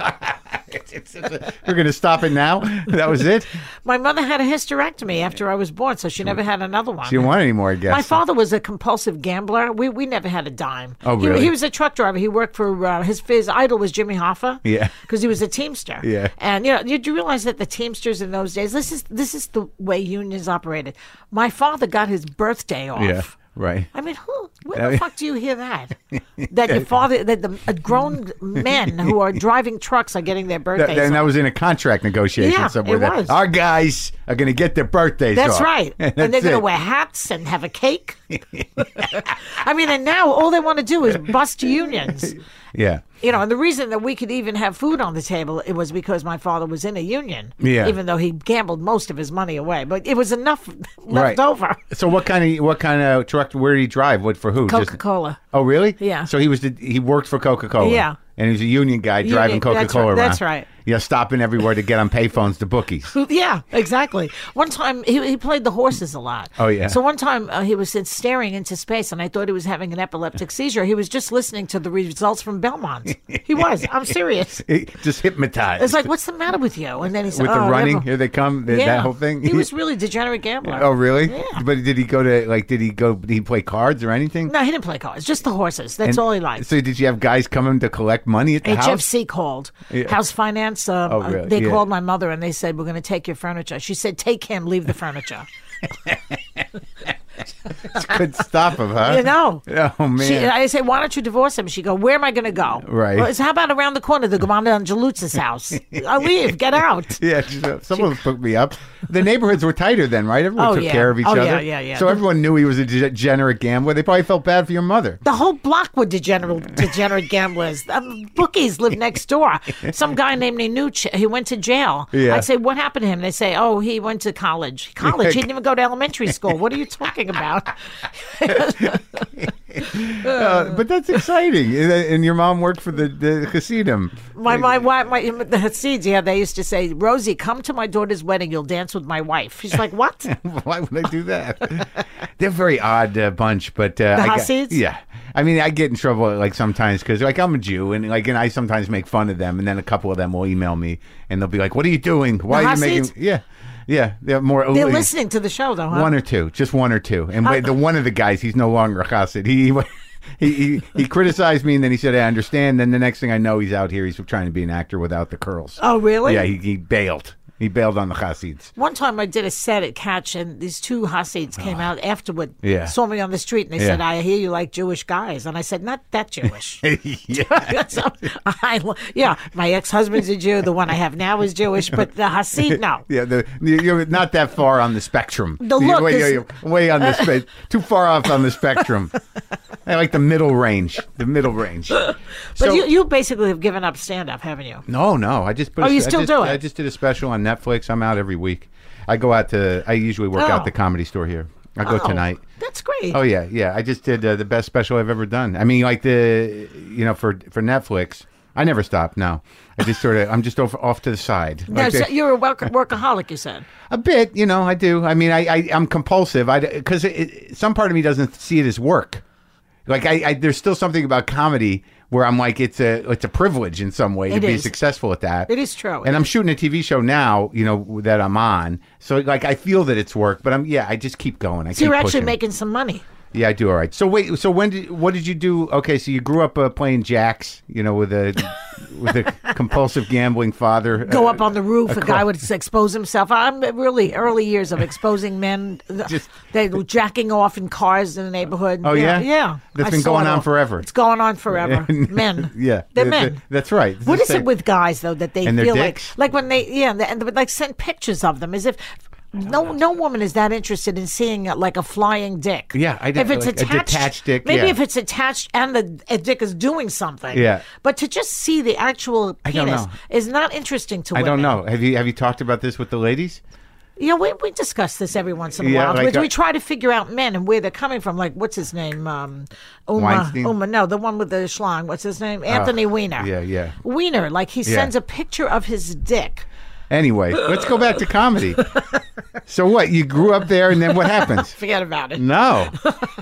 Speaker 1: uh, We're going to stop it now. That was it.
Speaker 4: my mother had a hysterectomy after I was born, so she never had another one.
Speaker 1: She didn't want any more, I guess.
Speaker 4: My father was a compulsive gambler. We we never had a dime.
Speaker 1: Oh,
Speaker 4: He-
Speaker 1: really?
Speaker 4: He, was a truck driver. He worked for uh, his his idol was Jimmy Hoffa.
Speaker 1: Yeah.
Speaker 4: because he was a Teamster.
Speaker 1: Yeah.
Speaker 4: and you know, did you realize that the Teamsters in those days? This is this is the way unions operated. My father got his birthday off.
Speaker 1: Yeah. Oh, Right.
Speaker 4: I mean, who? Where the fuck do you hear that? That your father, that the uh, grown men who are driving trucks are getting their
Speaker 1: Th-
Speaker 4: birthdays.
Speaker 1: and that
Speaker 4: off.
Speaker 1: was in a contract negotiation
Speaker 4: Yeah,
Speaker 1: somewhere.
Speaker 4: it
Speaker 1: that
Speaker 4: was.
Speaker 1: Our guys are going to get their birthdays.
Speaker 4: That's
Speaker 1: off.
Speaker 4: right. And, they're
Speaker 1: that's
Speaker 4: going to
Speaker 1: it.
Speaker 4: wear hats and have a cake. I mean, and now all they want to do is bust unions.
Speaker 1: Yeah.
Speaker 4: You know, and the reason that we could even have food on the table it was because my father was in a union.
Speaker 1: Yeah.
Speaker 4: Even though he gambled most of his money away, but it was enough
Speaker 1: Right.
Speaker 4: left over.
Speaker 1: So what kind of what kind of truck? Where did he drive? What for who? Just-
Speaker 4: Coca Cola.
Speaker 1: oh, really?
Speaker 4: Yeah.
Speaker 1: So he was the, he worked for Coca Cola.
Speaker 4: Yeah.
Speaker 1: And he was a union guy driving
Speaker 4: that's
Speaker 1: Coca Cola
Speaker 4: right-
Speaker 1: around.
Speaker 4: that's right.
Speaker 1: Yeah, stopping everywhere to get on payphones to bookies.
Speaker 4: Yeah, exactly. One time he, he played the horses a lot.
Speaker 1: Oh, yeah.
Speaker 4: So one time uh, he was sit- staring into space, and I thought he was having an epileptic seizure. He was just listening to the results from Belmont. He was. I'm serious.
Speaker 1: It just hypnotized.
Speaker 4: It's like, what's the matter with you? And then he said,
Speaker 1: with the
Speaker 4: "Oh,
Speaker 1: running,
Speaker 4: never-
Speaker 1: here they come. th-
Speaker 4: yeah.
Speaker 1: That whole thing.
Speaker 4: He was really degenerate gambler.
Speaker 1: oh, really?
Speaker 4: Yeah.
Speaker 1: But did he go to like? Did he go? Did he play cards or anything?
Speaker 4: No, he didn't play cards. Just the horses. That's
Speaker 1: And
Speaker 4: all he liked.
Speaker 1: So did you have guys coming to collect money at the house?
Speaker 4: HFC called House Finance. Um,
Speaker 1: Oh,
Speaker 4: uh,
Speaker 1: really?
Speaker 4: They
Speaker 1: Yeah.
Speaker 4: called my mother and they said, "We're going to take your furniture." She said, "Take him, leave the furniture."
Speaker 1: Could stop him, huh?
Speaker 4: You know.
Speaker 1: Oh man.
Speaker 4: She, I say, why don't you divorce him? She go, where am I going to go?
Speaker 1: Right.
Speaker 4: Well, I said, how about around the corner, the Gamanda and Jalutza's house? I leave, get out.
Speaker 1: Yeah, she- someone hooked me up. The neighborhoods were tighter then, right? Everyone
Speaker 4: Oh,
Speaker 1: took
Speaker 4: yeah.
Speaker 1: care of each
Speaker 4: Oh,
Speaker 1: other.
Speaker 4: yeah, yeah, yeah.
Speaker 1: So everyone knew he was a de- degenerate gambler. They probably felt bad for your mother.
Speaker 4: The whole block were degenerate, degenerate gamblers. Um, bookies live next door. Some guy named Nanuch, he went to jail.
Speaker 1: Yeah.
Speaker 4: I say, what happened to him? They say, oh, he went to college. College? He didn't even go to elementary school. What are you talking about?
Speaker 1: Uh, but that's exciting. And- uh, and your mom worked for the, the Hasidim.
Speaker 4: My my wife, my the Hasids, yeah, they used to say, Rosie, come to my daughter's wedding. You'll dance with my wife. She's like, what?
Speaker 1: Why would I do that? They're a very odd uh, bunch, but uh, I get-
Speaker 4: Hasids?
Speaker 1: yeah, I mean, I get in trouble like sometimes because like I'm a Jew and like and I sometimes make fun of them, and then a couple of them will email me and they'll be like, "What are you doing? Why
Speaker 4: The
Speaker 1: are you
Speaker 4: Hasids?
Speaker 1: making?" Yeah, yeah, they're more.
Speaker 4: They're listening to the show, though, huh?
Speaker 1: One or two, just one or two. And wait, the one of the guys, he's no longer a chassid. He, he he he criticized me, and then he said, "I understand." Then the next thing I know, he's out here. He's trying to be an actor without the curls.
Speaker 4: Oh, really?
Speaker 1: Yeah, he, he bailed. He bailed on the chassids.
Speaker 4: One time I did a set at Catch, and these two Hasids came out afterward,
Speaker 1: Ah. Yeah.
Speaker 4: saw me on the street, and they
Speaker 1: Yeah.
Speaker 4: said, I hear you like Jewish guys. And I said, Not that Jewish.
Speaker 1: yeah,
Speaker 4: So, I, yeah, my ex husband's a Jew. The one I have now is Jewish, but the Hasid, no.
Speaker 1: yeah. The, you're not that far on the spectrum.
Speaker 4: The
Speaker 1: You're
Speaker 4: look
Speaker 1: way,
Speaker 4: is-
Speaker 1: you're way on the spe- too far off on the spectrum. I like the middle range. The middle range. But
Speaker 4: But you, you basically have given up stand up, haven't you?
Speaker 1: No, no. I just put.
Speaker 4: Oh,
Speaker 1: a,
Speaker 4: you
Speaker 1: I
Speaker 4: still
Speaker 1: just,
Speaker 4: do it?
Speaker 1: I just did a special on Netflix. I'm out every week. I go out to. I usually work out
Speaker 4: Oh.
Speaker 1: the comedy store here. I go
Speaker 4: Oh,
Speaker 1: tonight.
Speaker 4: That's great.
Speaker 1: Oh yeah, yeah. I just did uh, the best special I've ever done. I mean, like the you know for for Netflix. I never stop. No, I just sort of. I'm just off off to the side.
Speaker 4: Now,
Speaker 1: Like
Speaker 4: so
Speaker 1: the-
Speaker 4: you're a work- workaholic, you said.
Speaker 1: a bit, you know. I do. I mean, I, I I'm compulsive. I because some part of me doesn't see it as work. Like I, I there's still something about comedy where I'm like it's a it's a privilege in some way
Speaker 4: It
Speaker 1: to be
Speaker 4: is.
Speaker 1: successful at that.
Speaker 4: It is true.
Speaker 1: And I'm shooting a TV show now, you know, that I'm on. So like I feel that it's work, but I'm yeah, I just keep going. I
Speaker 4: So
Speaker 1: keep
Speaker 4: you're actually
Speaker 1: pushing.
Speaker 4: making some money.
Speaker 1: Yeah, I do all right. So wait, so when did what did you do? Okay, so you grew up uh, playing jacks, you know, with a with a compulsive gambling father.
Speaker 4: Go
Speaker 1: Uh,
Speaker 4: up on the roof, a guy would s- expose himself. I'm really early years of exposing men.
Speaker 1: Just-
Speaker 4: they were jacking off in cars in the neighborhood.
Speaker 1: Oh, yeah?
Speaker 4: Yeah.
Speaker 1: That's
Speaker 4: I
Speaker 1: been
Speaker 4: saw
Speaker 1: going
Speaker 4: it
Speaker 1: on
Speaker 4: all.
Speaker 1: forever.
Speaker 4: It's going on forever. men.
Speaker 1: Yeah,
Speaker 4: They're
Speaker 1: Th- th-
Speaker 4: men.
Speaker 1: that's right.
Speaker 4: What
Speaker 1: It's
Speaker 4: is
Speaker 1: the
Speaker 4: it
Speaker 1: same-
Speaker 4: with guys though that they
Speaker 1: And their
Speaker 4: feel
Speaker 1: dicks?
Speaker 4: like like when they yeah and they, and they would like send pictures of them as if
Speaker 1: Uh-huh.
Speaker 4: no no woman is that interested in seeing uh, like a flying dick.
Speaker 1: Yeah, I
Speaker 4: if
Speaker 1: don't-
Speaker 4: it's
Speaker 1: like a
Speaker 4: attached,
Speaker 1: detached dick,
Speaker 4: Maybe
Speaker 1: yeah.
Speaker 4: if it's attached and the a dick is doing something.
Speaker 1: Yeah.
Speaker 4: But to just see the actual
Speaker 1: don't
Speaker 4: penis
Speaker 1: know.
Speaker 4: is not interesting to
Speaker 1: I
Speaker 4: women.
Speaker 1: don't know. Have you have you talked about this with the ladies?
Speaker 4: You know, we, we discuss this every once in a
Speaker 1: Yeah,
Speaker 4: while.
Speaker 1: like,
Speaker 4: we,
Speaker 1: uh,
Speaker 4: we try to figure out men and where they're coming from. Like, what's his name? Um, Uma,
Speaker 1: Weinstein? Ah,
Speaker 4: Uma, no, the one with the schlong. What's his name? Anthony Weiner.
Speaker 1: yeah, yeah.
Speaker 4: Weiner, like he
Speaker 1: Yeah.
Speaker 4: sends a picture of his dick.
Speaker 1: Anyway, let's go back to comedy. so what? You grew up there, and then what happens?
Speaker 4: Forget about it.
Speaker 1: No,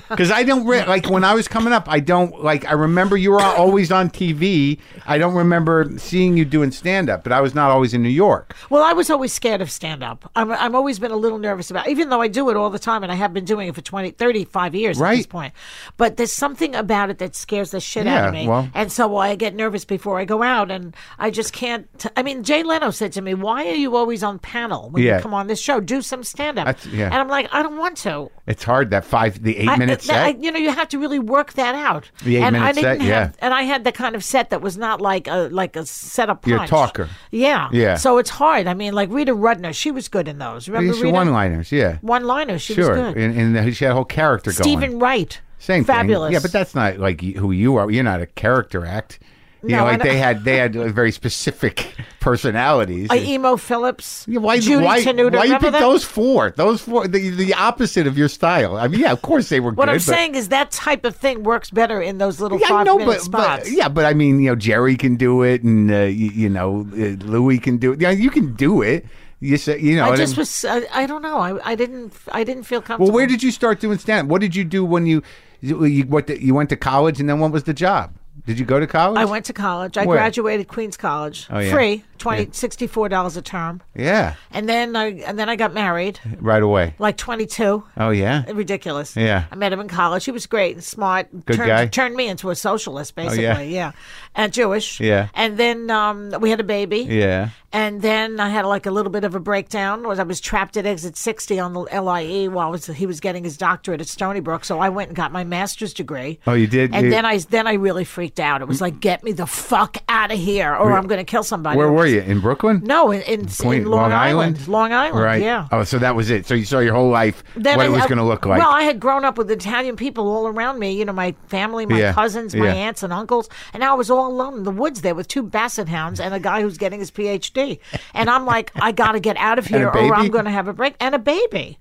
Speaker 1: because I don't re- like when I was coming up. I don't like. I remember you were always on TV. I don't remember seeing you doing stand up, but I was not always in New York.
Speaker 4: Well, I was always scared of stand up. I'm, I'm always been a little nervous about even though I do it all the time and I have been doing it for 20, 35 years at this
Speaker 1: Right.
Speaker 4: point. But there's something about it that scares the shit out
Speaker 1: Yeah,
Speaker 4: of me.
Speaker 1: well-
Speaker 4: and so I get nervous before I go out and I just can't. I mean, Jay Leno said to me, Why are you always on panel when
Speaker 1: Yeah.
Speaker 4: you come on this show? Do some stand up.
Speaker 1: That's- yeah.
Speaker 4: And I'm like, I don't want to.
Speaker 1: It's hard that five, the eight
Speaker 4: I-
Speaker 1: minute set?
Speaker 4: I, you know, you have to really work that out.
Speaker 1: The eight
Speaker 4: and I
Speaker 1: minute
Speaker 4: didn't
Speaker 1: set, yeah.
Speaker 4: have- And I had the kind of set that was not like a like a setup.
Speaker 1: You're a
Speaker 4: punch.
Speaker 1: talker.
Speaker 4: Yeah.
Speaker 1: Yeah.
Speaker 4: So it's hard. I mean, like Rita Rudner, she was good in those. Remember
Speaker 1: These
Speaker 4: Rita?
Speaker 1: one liners, yeah.
Speaker 4: One liner. She
Speaker 1: Sure,
Speaker 4: was good.
Speaker 1: and, and the- she had a whole character going.
Speaker 4: Stephen Wright.
Speaker 1: Same
Speaker 4: Fabulous.
Speaker 1: thing. Yeah, but that's not like y- who you are. You're not a character act. You know,
Speaker 4: No, I
Speaker 1: like
Speaker 4: don't-
Speaker 1: they had they had like, very specific personalities.
Speaker 4: Uh, Emo Phillips.
Speaker 1: Yeah, why,
Speaker 4: Judy
Speaker 1: why,
Speaker 4: Tenuta.
Speaker 1: why you
Speaker 4: remember
Speaker 1: pick
Speaker 4: that?
Speaker 1: those four? Those four, the, the opposite of your style. I mean, yeah, of course they were
Speaker 4: What
Speaker 1: good.
Speaker 4: I'm
Speaker 1: but-
Speaker 4: saying is that type of thing works better in those little
Speaker 1: yeah, I
Speaker 4: five
Speaker 1: know,
Speaker 4: minute
Speaker 1: but,
Speaker 4: spots.
Speaker 1: but yeah, but I mean, you know, Jerry can do it, and uh, you, you know, uh, Louis can do it. Yeah, you can do it. You say, you know,
Speaker 4: I
Speaker 1: and
Speaker 4: just
Speaker 1: then-
Speaker 4: was. I, I don't know. I, I didn't. I didn't feel comfortable.
Speaker 1: Well, where did you start doing stand? What did you do when you you, you, what the, you went to college, and then what was the job? Did you go to college?
Speaker 4: I went to college. I
Speaker 1: Where?
Speaker 4: graduated Queens College,
Speaker 1: Oh, yeah.
Speaker 4: free, twenty sixty four dollars a term,
Speaker 1: Yeah,
Speaker 4: and then I and then I got married,
Speaker 1: right away.
Speaker 4: like twenty two.
Speaker 1: Oh yeah,
Speaker 4: Ridiculous.
Speaker 1: Yeah.
Speaker 4: I met him in college. He was great and smart.
Speaker 1: Good
Speaker 4: turned,
Speaker 1: guy? Oh,
Speaker 4: Turned me into a socialist, basically.
Speaker 1: yeah.
Speaker 4: yeah. And Jewish.
Speaker 1: Yeah.
Speaker 4: And then um, we had a baby.
Speaker 1: yeah.
Speaker 4: And then I had like a little bit of a breakdown. Was I was trapped at exit sixty on the LIE while I was, he was getting his doctorate at Stony Brook. So I went and got my master's degree.
Speaker 1: Oh, you did?
Speaker 4: And
Speaker 1: You-
Speaker 4: then I then I really freaked out. It was like, get me the fuck out of here, or I'm going to kill somebody.
Speaker 1: Where were you in Brooklyn?
Speaker 4: No, in, in,
Speaker 1: Queen-
Speaker 4: in Long, Island. Long Island.
Speaker 1: right?
Speaker 4: Yeah.
Speaker 1: Oh, so that was it. So you saw your whole life
Speaker 4: Then
Speaker 1: what
Speaker 4: I-
Speaker 1: it was
Speaker 4: I-
Speaker 1: going to look like.
Speaker 4: Well, I had grown up with Italian people all around me. You know, my family, my
Speaker 1: Yeah,
Speaker 4: cousins, my
Speaker 1: yeah.
Speaker 4: aunts and uncles, and now I was all alone in the woods there with two basset hounds and a guy who's getting his PhD. And I'm like, I got to get out of
Speaker 1: And a
Speaker 4: here, or
Speaker 1: baby?
Speaker 4: I'm going to have a break and a baby.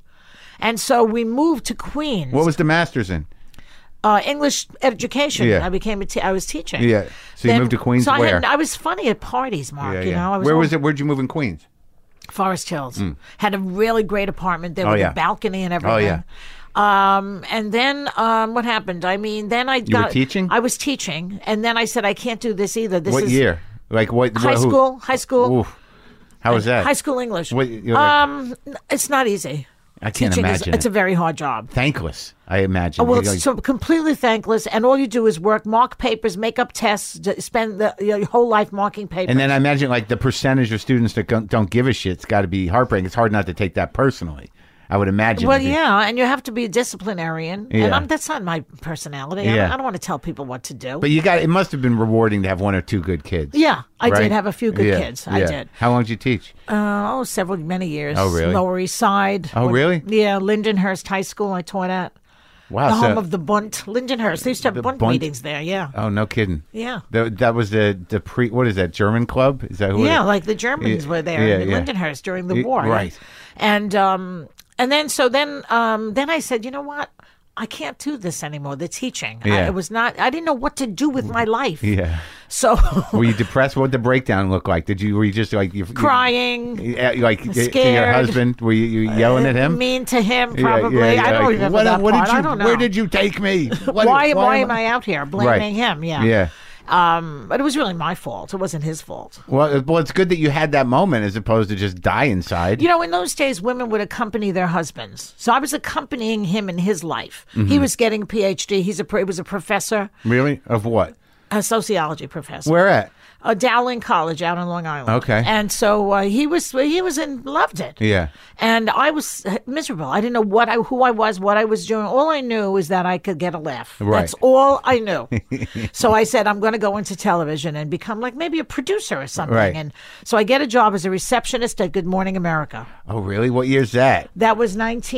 Speaker 4: And so we moved to Queens.
Speaker 1: what was the master's in?
Speaker 4: uh, English education?
Speaker 1: Yeah.
Speaker 4: I became a te- I was teaching.
Speaker 1: Yeah. So you moved to Queens.
Speaker 4: So I,
Speaker 1: where?
Speaker 4: had, I was funny at parties, Mark.
Speaker 1: Yeah,
Speaker 4: You
Speaker 1: yeah.
Speaker 4: know, I was
Speaker 1: where
Speaker 4: all-
Speaker 1: was it? Where'd you move in Queens?
Speaker 4: Forest Hills. Had a really great apartment there
Speaker 1: Mm. Oh,
Speaker 4: with
Speaker 1: yeah.
Speaker 4: a balcony and everything.
Speaker 1: Oh, yeah.
Speaker 4: Um, and then um, what happened? I mean, then I
Speaker 1: were
Speaker 4: got
Speaker 1: teaching?
Speaker 4: I was teaching, and what I said I can't do this either. This
Speaker 1: What
Speaker 4: is
Speaker 1: year? Like what?
Speaker 4: High
Speaker 1: what- who-
Speaker 4: school, high school,
Speaker 1: Oof. How was that?
Speaker 4: high school English.
Speaker 1: What- you're like-
Speaker 4: um, it's not easy.
Speaker 1: I can't
Speaker 4: Teaching
Speaker 1: imagine.
Speaker 4: Is, it's
Speaker 1: it. Oh,
Speaker 4: a very hard job.
Speaker 1: Thankless. I imagine.
Speaker 4: Oh, Well,
Speaker 1: You
Speaker 4: it's
Speaker 1: like-
Speaker 4: so completely thankless, and all you do is work, mark papers, make up tests, d- spend the, your whole life marking papers.
Speaker 1: and then I imagine like the percentage of students that don't, don't give a shit's got to be heartbreaking. It's hard not to take that personally. I would imagine.
Speaker 4: Well,
Speaker 1: if you-
Speaker 4: yeah, and you have to be a disciplinarian, and
Speaker 1: Yeah.
Speaker 4: I'm, that's not my personality. I,
Speaker 1: Yeah.
Speaker 4: don't, I don't want to tell people what to do.
Speaker 1: But you got. It must have been rewarding to have one or two good kids.
Speaker 4: yeah, I
Speaker 1: right?
Speaker 4: did have a few good
Speaker 1: Yeah,
Speaker 4: kids. I
Speaker 1: yeah.
Speaker 4: did.
Speaker 1: How long did you teach?
Speaker 4: Uh, oh, several many years.
Speaker 1: Oh, really?
Speaker 4: Lower East Side.
Speaker 1: Oh,
Speaker 4: When-
Speaker 1: really?
Speaker 4: Yeah, Lindenhurst High School. I taught at
Speaker 1: Wow.
Speaker 4: the
Speaker 1: so-
Speaker 4: home of the Bunt. Lindenhurst. They used to have Bunt,
Speaker 1: Bund?
Speaker 4: meetings there. Yeah.
Speaker 1: Oh, no kidding.
Speaker 4: Yeah.
Speaker 1: Tha- that was the the pre. What is that? German club? Is that who? it
Speaker 4: yeah,
Speaker 1: is?
Speaker 4: like the Germans
Speaker 1: Yeah,
Speaker 4: were there
Speaker 1: yeah,
Speaker 4: in
Speaker 1: yeah.
Speaker 4: Lindenhurst during the
Speaker 1: Y-
Speaker 4: war.
Speaker 1: right.
Speaker 4: And um and then so then um then I said, you know what? I can't do this anymore. The teaching.
Speaker 1: Yeah.
Speaker 4: I, it was not I didn't know what to do with my life.
Speaker 1: Yeah.
Speaker 4: So
Speaker 1: Were you depressed? What did the breakdown look like? Did you were you just like you you-
Speaker 4: crying.
Speaker 1: eh, like eh, to your
Speaker 4: Scared.
Speaker 1: husband? Were you, you yelling at him?
Speaker 4: Mean to him,
Speaker 1: Yeah, yeah,
Speaker 4: probably.
Speaker 1: yeah,
Speaker 4: I don't
Speaker 1: like,
Speaker 4: remember
Speaker 1: what,
Speaker 4: that
Speaker 1: what
Speaker 4: part.
Speaker 1: Did you,
Speaker 4: I don't know.
Speaker 1: Where did you take me? What-
Speaker 4: why, why am I out here blaming him? Yeah.
Speaker 1: Yeah.
Speaker 4: Um, but it was really my fault. It wasn't his fault.
Speaker 1: Well, it- well, it's good that you had that moment as opposed to just die inside.
Speaker 4: You know, in those days, women would accompany their husbands. So I was accompanying him in his life.
Speaker 1: Mm-hmm.
Speaker 4: He was getting a PhD. He's a pro- he was a professor,
Speaker 1: really? Of what?
Speaker 4: a sociology professor,
Speaker 1: Where at?
Speaker 4: uh, Dowling College out on Long Island.
Speaker 1: Okay.
Speaker 4: and so uh, he was he was in loved it.
Speaker 1: Yeah.
Speaker 4: and I was miserable. I didn't know what I who I was, what I was doing. All I knew was that I could get a laugh.
Speaker 1: Right.
Speaker 4: That's all I knew. so I said I'm going to go into television and become like maybe a producer or something.
Speaker 1: Right.
Speaker 4: And so I get a job as a receptionist at Good Morning America.
Speaker 1: Oh, really? What year's that?
Speaker 4: That was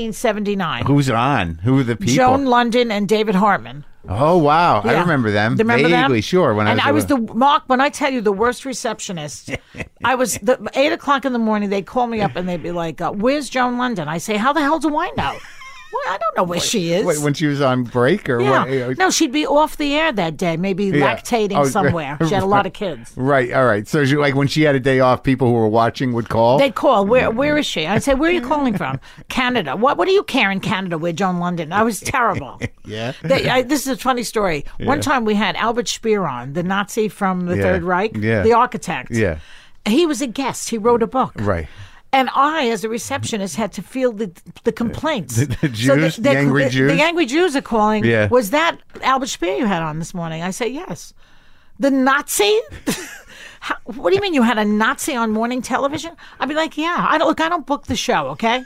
Speaker 4: 1979.
Speaker 1: Who's on? Who are the people?
Speaker 4: Joan London and David Hartman.
Speaker 1: oh, wow. I
Speaker 4: Yeah.
Speaker 1: remember them.
Speaker 4: Do you remember them?
Speaker 1: Vaguely, sure. When
Speaker 4: and
Speaker 1: I was,
Speaker 4: the Mark. When I tell you the worst receptionist, I was the eight o'clock in the morning. They'd call me up and they'd be like, uh, "Where's Joan London?" I say, "How the hell do I know? well, I don't know where she is."
Speaker 1: Wait, when she was on break or
Speaker 4: yeah.
Speaker 1: what? eh,
Speaker 4: no, she'd be off the air that day, maybe
Speaker 1: Yeah.
Speaker 4: lactating
Speaker 1: Oh,
Speaker 4: somewhere. She had a lot of kids.
Speaker 1: Right. All right. So she, like when she had a day off, people who were watching would call.
Speaker 4: They'd call. Where Where is she? I'd say, Where are you calling from? Canada. What What do you care in Canada? Where Joan London? I was terrible.
Speaker 1: yeah.
Speaker 4: They, I, this is a funny story. One time we had Albert Speer on, the Nazi from the
Speaker 1: Yeah.
Speaker 4: Third Reich,
Speaker 1: Yeah.
Speaker 4: the architect.
Speaker 1: Yeah.
Speaker 4: He was a guest. He wrote a book.
Speaker 1: Right.
Speaker 4: And I, as a receptionist, had to field the, the complaints. The,
Speaker 1: Jews? The angry Jews?
Speaker 4: The angry Jews are calling.
Speaker 1: Yeah.
Speaker 4: Was that Albert Speer you had on this morning? I say, yes. The Nazi? How, what do you mean you had a Nazi on morning television? I'd be like, yeah. I don't, look, I don't book the show, okay?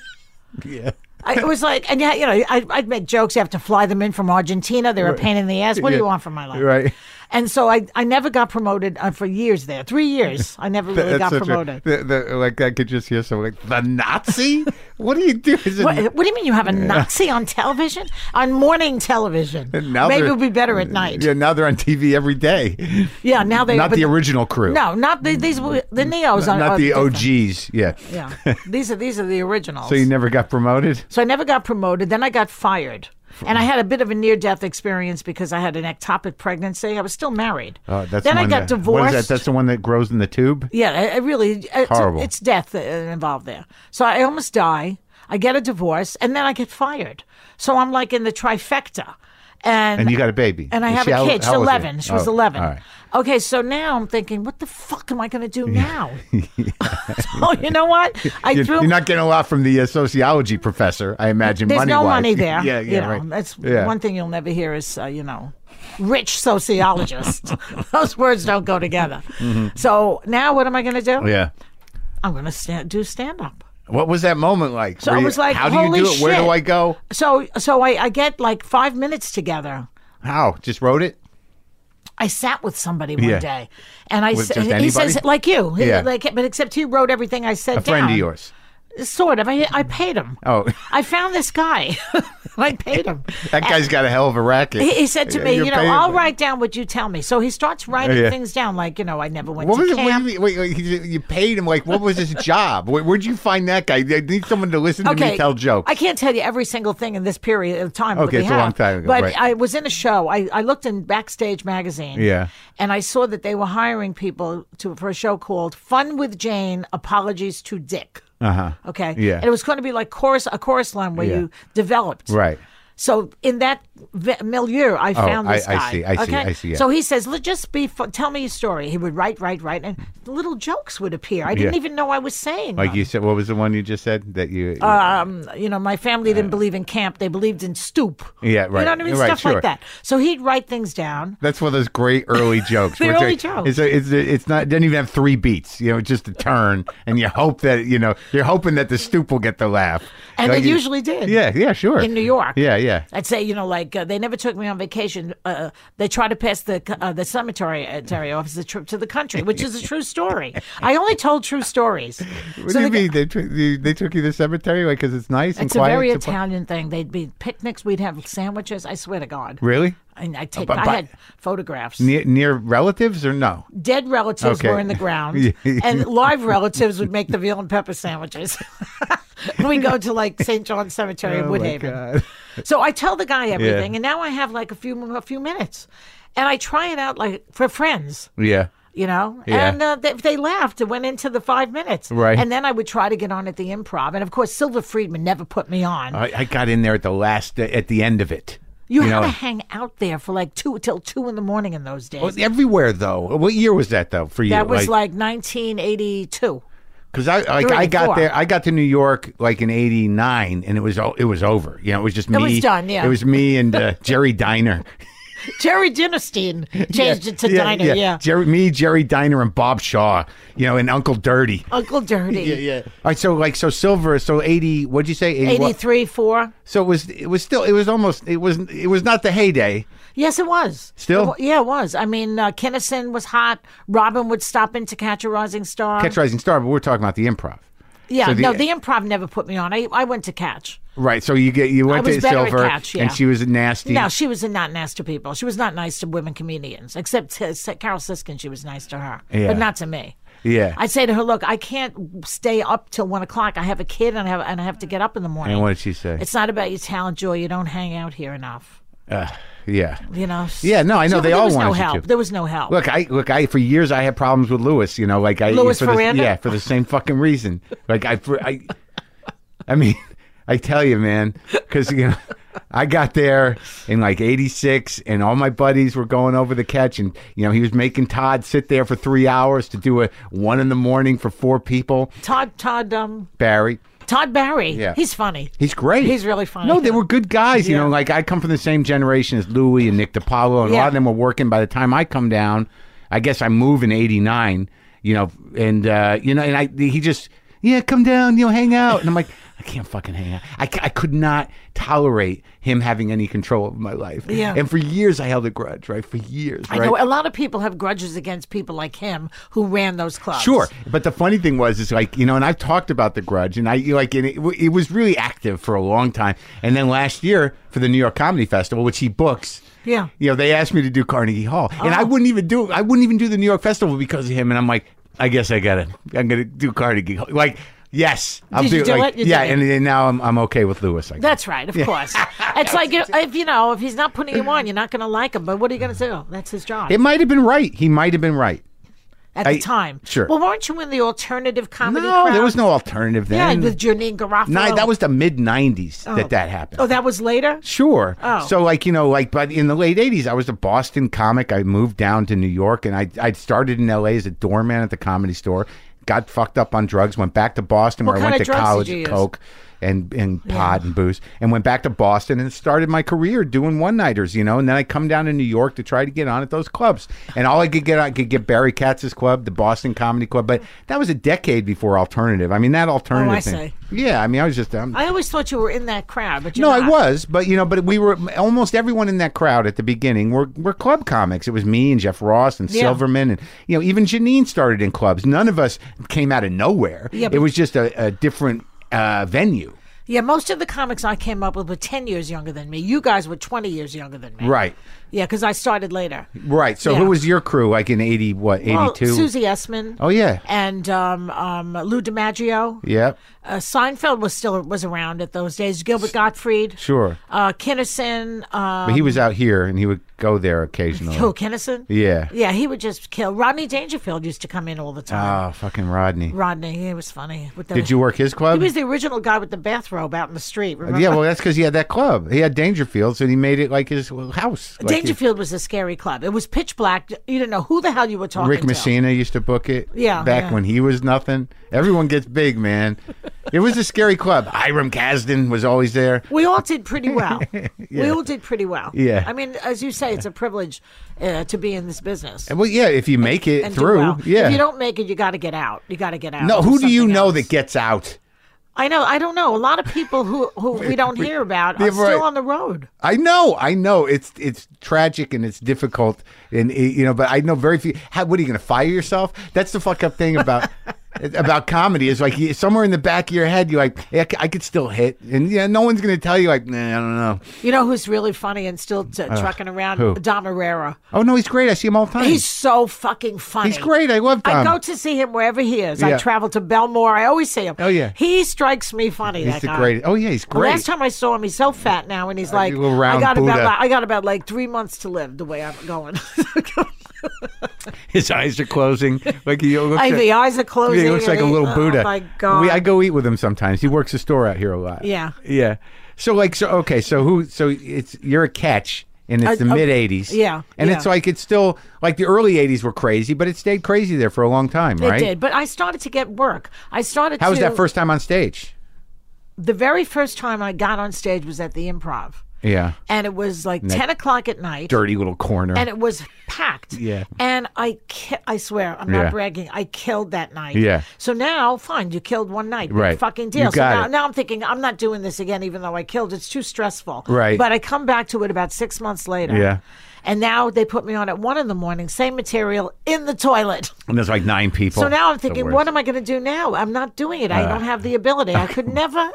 Speaker 1: Yeah.
Speaker 4: I, it was like, and yeah, you know, I, I'd make jokes. You have to fly them in from Argentina. They're a pain in the ass. What do
Speaker 1: Yeah.
Speaker 4: you want from my life?
Speaker 1: Right.
Speaker 4: And so I, I never got promoted uh, for years there. Three years, I never really got
Speaker 1: such a-
Speaker 4: promoted.
Speaker 1: the- the- like I could just hear someone like the Nazi. what do you do? Is it-
Speaker 4: What, what do you mean you have a Nazi on television? On morning television.
Speaker 1: And now
Speaker 4: Maybe
Speaker 1: they're-
Speaker 4: it'll be better at night.
Speaker 1: Yeah, now they're on TV every day.
Speaker 4: Yeah, now they
Speaker 1: Not
Speaker 4: but-
Speaker 1: the original crew.
Speaker 4: No, not the, these. were- The neos are
Speaker 1: Not
Speaker 4: are
Speaker 1: the
Speaker 4: different.
Speaker 1: OGs. Yeah.
Speaker 4: Yeah, these are these are the originals.
Speaker 1: So you never got promoted?
Speaker 4: So I never got promoted. Then I got fired. And I had a bit of a near death experience because I had an ectopic pregnancy. I was still married.
Speaker 1: Oh, that's
Speaker 4: then
Speaker 1: the
Speaker 4: I
Speaker 1: one
Speaker 4: got
Speaker 1: that-
Speaker 4: divorced.
Speaker 1: What is that? That's the one that grows in the tube?
Speaker 4: yeah, I, I really. It's,
Speaker 1: Horrible.
Speaker 4: It's death uh, involved there. So I almost die. I get a divorce and then I get fired. So I'm like in the trifecta. And,
Speaker 1: And you got a baby.
Speaker 4: And I
Speaker 1: Is
Speaker 4: have
Speaker 1: she- how-
Speaker 4: a kid. She's
Speaker 1: how old is
Speaker 4: 11. She was
Speaker 1: Oh,
Speaker 4: 11.
Speaker 1: all right.
Speaker 4: Okay, so now I'm thinking, what the fuck am I going to do now? so you know what? I
Speaker 1: You're,
Speaker 4: threw
Speaker 1: you're not getting a lot from the uh, sociology professor, I imagine.
Speaker 4: There's no
Speaker 1: money-wise.
Speaker 4: money there.
Speaker 1: yeah, yeah,
Speaker 4: you know,
Speaker 1: right.
Speaker 4: That's
Speaker 1: Yeah.
Speaker 4: one thing you'll never hear is, uh, you know, rich sociologist. Those words don't go together. So now what am I going to do?
Speaker 1: Mm-hmm. Oh, Yeah.
Speaker 4: I'm going to stand, do stand up.
Speaker 1: What was that moment like?
Speaker 4: So
Speaker 1: Were
Speaker 4: I
Speaker 1: you-
Speaker 4: was like,
Speaker 1: how do
Speaker 4: holy
Speaker 1: you do it? Where do
Speaker 4: shit.
Speaker 1: I go?
Speaker 4: So, so I, I get like five minutes together.
Speaker 1: How? Just wrote it?
Speaker 4: I sat with somebody one
Speaker 1: Yeah.
Speaker 4: day, and I
Speaker 1: With
Speaker 4: sa-
Speaker 1: just
Speaker 4: he says
Speaker 1: anybody?
Speaker 4: like you, He-
Speaker 1: Yeah.
Speaker 4: like, but except he wrote everything I said
Speaker 1: A friend
Speaker 4: down.
Speaker 1: of yours.
Speaker 4: sort of. I, I paid him.
Speaker 1: Oh.
Speaker 4: I found this guy. I paid him.
Speaker 1: That guy's got a hell of a racket.
Speaker 4: He, he said to
Speaker 1: Yeah,
Speaker 4: me,
Speaker 1: you're
Speaker 4: you know,
Speaker 1: paying
Speaker 4: I'll
Speaker 1: him.
Speaker 4: write down what you tell me. So he starts writing
Speaker 1: Yeah.
Speaker 4: things down, like, you know, I never went
Speaker 1: What
Speaker 4: to
Speaker 1: was it?
Speaker 4: camp.
Speaker 1: What, wait, wait, he- you paid him. Like, what was his job? Where, where'd you find that guy? I need someone to listen to me tell jokes.
Speaker 4: I can't tell you every single thing in this period of time. that
Speaker 1: Okay,
Speaker 4: we
Speaker 1: it's a long
Speaker 4: have,
Speaker 1: time ago,
Speaker 4: But
Speaker 1: right.
Speaker 4: I was in a show. I, I looked in Backstage magazine.
Speaker 1: Yeah.
Speaker 4: And I saw that they were hiring people to for a show called Fun with Jane Apologies to Dick. Uh
Speaker 1: Uh-huh.
Speaker 4: huh. Okay.
Speaker 1: Yeah.
Speaker 4: And it was going to be like chorus a chorus line where
Speaker 1: Yeah.
Speaker 4: you developed.
Speaker 1: Right.
Speaker 4: So in that v- milieu, I found
Speaker 1: I-
Speaker 4: this
Speaker 1: Oh, I
Speaker 4: guy.
Speaker 1: see, I see,
Speaker 4: okay?
Speaker 1: I see, yeah.
Speaker 4: So he says, "Let just be. Fun. Tell me your story." He would write, write, write, and little jokes would appear. I didn't
Speaker 1: Yeah.
Speaker 4: even know I was saying.
Speaker 1: Like
Speaker 4: them
Speaker 1: you said, what was the one you just said that you?
Speaker 4: you know, my family didn't believe in camp. They believed in stoop.
Speaker 1: uh, Yeah,
Speaker 4: You
Speaker 1: right.
Speaker 4: know what I mean?
Speaker 1: Right,
Speaker 4: Stuff
Speaker 1: sure.
Speaker 4: like that. So he'd write things down.
Speaker 1: that's one of those great early jokes.
Speaker 4: The
Speaker 1: where it's
Speaker 4: early
Speaker 1: like-
Speaker 4: jokes.
Speaker 1: It's, a, it's, a, it's not. It doesn't even have three beats. You know, it's just a turn, and you hope that you know you're hoping that the stoop will get the laugh.
Speaker 4: And
Speaker 1: Like
Speaker 4: they
Speaker 1: you-
Speaker 4: usually did.
Speaker 1: Yeah, yeah, sure.
Speaker 4: In New York.
Speaker 1: Yeah, yeah.
Speaker 4: I'd say, you know, like uh, they never took me on vacation. Uh, they tried to pass the uh, the cemetery at Terry off as a trip to the country, which is a true story. I only told true stories.
Speaker 1: What
Speaker 4: So
Speaker 1: do you
Speaker 4: the-
Speaker 1: mean they, took they, they took you to the cemetery like because it's nice and
Speaker 4: It's a
Speaker 1: quiet?
Speaker 4: very
Speaker 1: It's a pla-
Speaker 4: Italian thing. They'd be picnics. We'd have sandwiches. I swear to God.
Speaker 1: Really?
Speaker 4: And I take.
Speaker 1: but-
Speaker 4: I
Speaker 1: but-
Speaker 4: had photographs.
Speaker 1: Near, near relatives or no?
Speaker 4: dead relatives
Speaker 1: Okay.
Speaker 4: were in the ground, and live relatives would make the veal and pepper sandwiches. we go to like St. John's Cemetery in
Speaker 1: Oh, my
Speaker 4: Woodhaven.
Speaker 1: God.
Speaker 4: So I tell the guy everything, and now I have like a few mo- a few minutes, and I try it out like for friends.
Speaker 1: Yeah.
Speaker 4: You know,
Speaker 1: Yeah.
Speaker 4: and uh, they, they laughed. It went into the five minutes,
Speaker 1: Right.
Speaker 4: And then I would try to get on at the improv, and of course, Silver Friedman never put me on.
Speaker 1: I, I got in there at the last at the end of it.
Speaker 4: you had
Speaker 1: know,
Speaker 4: to hang out there for like two till two in the morning in those days.
Speaker 1: Well, everywhere though. What year was that though for you?
Speaker 4: that was like 1982.
Speaker 1: because I like
Speaker 4: three,
Speaker 1: I got
Speaker 4: four.
Speaker 1: there. I got to New York like in '89, and it was o- it was over. You know, it was just me.
Speaker 4: was done, yeah.
Speaker 1: it was me and uh, Jerry Diner.
Speaker 4: Jerry Dinnerstein changed it to Diner, yeah.
Speaker 1: Jerry, me, Jerry Diner, and Bob Shaw. You know, and Uncle Dirty.
Speaker 4: Uncle Dirty.
Speaker 1: All right, so like so silver, so eighty. What'd you say? 80 what?
Speaker 4: 83, 4.
Speaker 1: So it was it was still it was almost it was it was not the heyday.
Speaker 4: Yes, it was.
Speaker 1: Still?
Speaker 4: It wa- yeah, it was. I mean, uh, Kinnison was hot. Robin would stop in to catch a rising star.
Speaker 1: Catch Rising Star, but we're talking about the improv.
Speaker 4: yeah,
Speaker 1: so the-
Speaker 4: no, the improv never put me on. I, I went to catch.
Speaker 1: Right. So you get you went
Speaker 4: was
Speaker 1: to
Speaker 4: better at
Speaker 1: silver,
Speaker 4: catch, yeah.
Speaker 1: and she was nasty.
Speaker 4: No, she was not nice to people. She was not nice to women comedians, except uh, Se- Carol Siskin. She was nice to her,
Speaker 1: Yeah.
Speaker 4: but not to me.
Speaker 1: yeah.
Speaker 4: I'd say to her, "Look, I can't stay up till one o'clock. I have a kid, and I have and I have to get up in the morning.
Speaker 1: and what did she say?
Speaker 4: It's not about your talent, Joy. You don't hang out here enough.
Speaker 1: Yeah.
Speaker 4: You know?
Speaker 1: Yeah, no, I know
Speaker 4: So
Speaker 1: they
Speaker 4: there
Speaker 1: all
Speaker 4: was no
Speaker 1: wanted you
Speaker 4: help.
Speaker 1: to.
Speaker 4: There was no help.
Speaker 1: Look, I look, I for years I had problems with Lewis. You know, like I
Speaker 4: Louis
Speaker 1: for the,
Speaker 4: Ferrando?
Speaker 1: yeah, for the same fucking reason. Like I, for, I, I mean, I tell you, man, because you know, I got there in like '86, and all my buddies were going over the catch, and you know, he was making Todd sit there for three hours to do a one in the morning for four people.
Speaker 4: Todd Todd um
Speaker 1: Barry.
Speaker 4: Todd Barry.
Speaker 1: Yeah.
Speaker 4: He's funny.
Speaker 1: He's great.
Speaker 4: He's really funny.
Speaker 1: No, they were good guys. You
Speaker 4: Yeah.
Speaker 1: know, like I come from the same generation as Louie and Nick DiPaolo, and a
Speaker 4: Yeah.
Speaker 1: lot of them were working by the time I come down. I guess I move in '89. You know, and uh, you know, and I he just yeah, come down, you know, hang out. And I'm like, I can't fucking hang out. I, c- I could not tolerate him having any control of my life.
Speaker 4: Yeah.
Speaker 1: And for years, I held a grudge, right? For years,
Speaker 4: I
Speaker 1: right?
Speaker 4: know a lot of people have grudges against people like him who ran those clubs.
Speaker 1: Sure, but the funny thing was, is like you know, and I've talked about the Grudge, and I you know, like and it, w- it was really active for a long time, and then last year for the New York Comedy Festival, which he books.
Speaker 4: Yeah. Oh.
Speaker 1: you know, they asked me to do Carnegie Hall, and I wouldn't even do I wouldn't even do the New York Festival because of him, and I'm like, I guess I gotta I'm gonna do Carnegie Hall, like. Yes, I'll
Speaker 4: Did
Speaker 1: do,
Speaker 4: you do
Speaker 1: like,
Speaker 4: it? You
Speaker 1: yeah,
Speaker 4: did it.
Speaker 1: and, and now I'm, I'm okay with Lewis. I guess.
Speaker 4: That's right, of course. It's like if, if you know if he's not putting you on, you're not going to like him. But what are you going to do? That's his job
Speaker 1: it might have been right. He might have been right.
Speaker 4: at the
Speaker 1: I-
Speaker 4: time.
Speaker 1: sure.
Speaker 4: Well, weren't you in the alternative comedy?
Speaker 1: No,
Speaker 4: crowd?
Speaker 1: there was no alternative
Speaker 4: Yeah,
Speaker 1: then.
Speaker 4: with Janine Garofalo.
Speaker 1: Ni- that was the mid '90s that that happened.
Speaker 4: Oh, that was later.
Speaker 1: Sure.
Speaker 4: Oh.
Speaker 1: So like you know like but in the late '80s, I was a Boston comic. I moved down to New York, and I I started in L.A. as a doorman at the Comedy Store. Got fucked up on drugs. Went back to Boston
Speaker 4: What
Speaker 1: where I
Speaker 4: kind
Speaker 1: went
Speaker 4: of
Speaker 1: to
Speaker 4: drugs
Speaker 1: college.
Speaker 4: did you use?
Speaker 1: Coke and and pot and booze, and went back to Boston and started my career doing one nighters. You know, and then I come down to New York to try to get on at those clubs, and all I could get I could get Barry Katz's club, the Boston Comedy Club, but that was a decade before alternative. I mean that alternative
Speaker 4: Oh, I
Speaker 1: thing.
Speaker 4: see.
Speaker 1: Yeah, I mean I was just I'm,
Speaker 4: I always thought you were in that crowd, but you're
Speaker 1: no, I
Speaker 4: not.
Speaker 1: was, but you know, but we were almost everyone in that crowd at the beginning were were club comics. It was me and Jeff Ross and
Speaker 4: Yeah.
Speaker 1: Silverman, and you know, even Janine started in clubs. None of us came out of nowhere.
Speaker 4: Yeah,
Speaker 1: it
Speaker 4: but-
Speaker 1: was just a, a different uh, venue.
Speaker 4: Yeah, most of the comics I came up with were ten years younger than me. You guys were twenty years younger than me.
Speaker 1: Right,
Speaker 4: Yeah, because I started later.
Speaker 1: right. So
Speaker 4: Yeah.
Speaker 1: who was your crew? Like in eighty what eighty
Speaker 4: Well,
Speaker 1: two?
Speaker 4: Susie Essman.
Speaker 1: oh yeah,
Speaker 4: And um, um, Lou DiMaggio.
Speaker 1: yeah,
Speaker 4: Uh, Seinfeld was still was around at those days. Gilbert Gottfried.
Speaker 1: sure.
Speaker 4: Uh, Kinnison. Um,
Speaker 1: But he was out here, and he would go there occasionally.
Speaker 4: who, Kinnison?
Speaker 1: Yeah.
Speaker 4: Yeah, he would just kill. Rodney Dangerfield used to come in all the time.
Speaker 1: Oh, fucking Rodney.
Speaker 4: Rodney, he was funny. With the,
Speaker 1: Did you work his club?
Speaker 4: He was the original guy with the bathrobe out in the street. Remember?
Speaker 1: yeah, well, that's because he had that club. He had Dangerfields, and he made it like his house. Like he-
Speaker 4: Dangerfield was a scary club. It was pitch black. You didn't know who the hell you were talking
Speaker 1: Rick
Speaker 4: to.
Speaker 1: Messina used to book it.
Speaker 4: Yeah,
Speaker 1: Back
Speaker 4: yeah.
Speaker 1: when he was nothing. Everyone gets big, man. it was a scary club. Hiram Kasdan was always there.
Speaker 4: We all did pretty well. We all did pretty well.
Speaker 1: Yeah.
Speaker 4: I mean, as you say, it's a privilege uh, to be in this business.
Speaker 1: Well, yeah, if you make it
Speaker 4: and do
Speaker 1: through.
Speaker 4: well.
Speaker 1: Yeah.
Speaker 4: If you don't make it, you got to get out. You got to get out.
Speaker 1: no,
Speaker 4: and
Speaker 1: who do you
Speaker 4: something
Speaker 1: know
Speaker 4: else.
Speaker 1: that gets out?
Speaker 4: I know. I don't know. A lot of people who, who we don't hear about
Speaker 1: Yeah,
Speaker 4: are
Speaker 1: right.
Speaker 4: still on the road.
Speaker 1: I know, I know. It's it's tragic and it's difficult, and it- you know. But I know very few. How, what are you going to fire yourself? That's the fuck up thing about about comedy. Is like you, somewhere in the back of your head, you're like, yeah, I c- I could still hit, and yeah, no one's going to tell you like, nah, I don't know.
Speaker 4: You know who's really funny and still t- trucking around?
Speaker 1: Uh, who?
Speaker 4: Dom Herrera.
Speaker 1: Oh no, he's great. I see him all the time.
Speaker 4: He's so fucking funny.
Speaker 1: He's great. I love
Speaker 4: I
Speaker 1: Dom.
Speaker 4: go to see him wherever he is.
Speaker 1: Um, Yeah.
Speaker 4: I travel to Belmore. I always see him.
Speaker 1: Oh, yeah.
Speaker 4: He strikes me funny.
Speaker 1: He's
Speaker 4: that
Speaker 1: the
Speaker 4: guy.
Speaker 1: greatest. Oh yeah, he's
Speaker 4: The
Speaker 1: great. Uh,
Speaker 4: Last time I saw him, he's so fat now, and he's like,
Speaker 1: little round
Speaker 4: I got
Speaker 1: Buddha.
Speaker 4: about, like, I got about like three months to live. The way I'm going,
Speaker 1: His eyes are closing. Like he looks.
Speaker 4: I,
Speaker 1: at-
Speaker 4: the eyes are closing.
Speaker 1: he looks like a
Speaker 4: and he-
Speaker 1: little Buddha.
Speaker 4: Oh my god!
Speaker 1: We, I go eat with him sometimes. He works a store out here a lot.
Speaker 4: Yeah.
Speaker 1: Yeah. So like so okay so who so it's you're a catch and it's
Speaker 4: I-
Speaker 1: the
Speaker 4: I-
Speaker 1: mid '80s.
Speaker 4: yeah,
Speaker 1: And
Speaker 4: yeah.
Speaker 1: it's like it's still like the early '80s were crazy, but it stayed crazy there for a long time,
Speaker 4: it
Speaker 1: right?
Speaker 4: did, but I started to get work. I started.
Speaker 1: How was
Speaker 4: to,
Speaker 1: that first time on stage?
Speaker 4: The very first time I got on stage was at the Improv,
Speaker 1: Yeah.
Speaker 4: and it was like
Speaker 1: that
Speaker 4: ten o'clock at night.
Speaker 1: Dirty little corner.
Speaker 4: and it was packed.
Speaker 1: Yeah.
Speaker 4: And I, ki- I swear, I'm
Speaker 1: Yeah.
Speaker 4: not bragging. I killed that night.
Speaker 1: Yeah.
Speaker 4: So now, fine, you killed one night. Big
Speaker 1: Right.
Speaker 4: Fucking
Speaker 1: You
Speaker 4: deal. so
Speaker 1: got
Speaker 4: now,
Speaker 1: it.
Speaker 4: now I'm thinking I'm not doing this again, even though I killed. It's too stressful.
Speaker 1: Right.
Speaker 4: But I come back to it about six months later.
Speaker 1: Yeah.
Speaker 4: And now they put me on at one in the morning, same material in the toilet.
Speaker 1: and there's like nine people.
Speaker 4: So now I'm thinking, what am I going to do now? I'm not doing it. I
Speaker 1: Uh.
Speaker 4: don't have the ability. I could never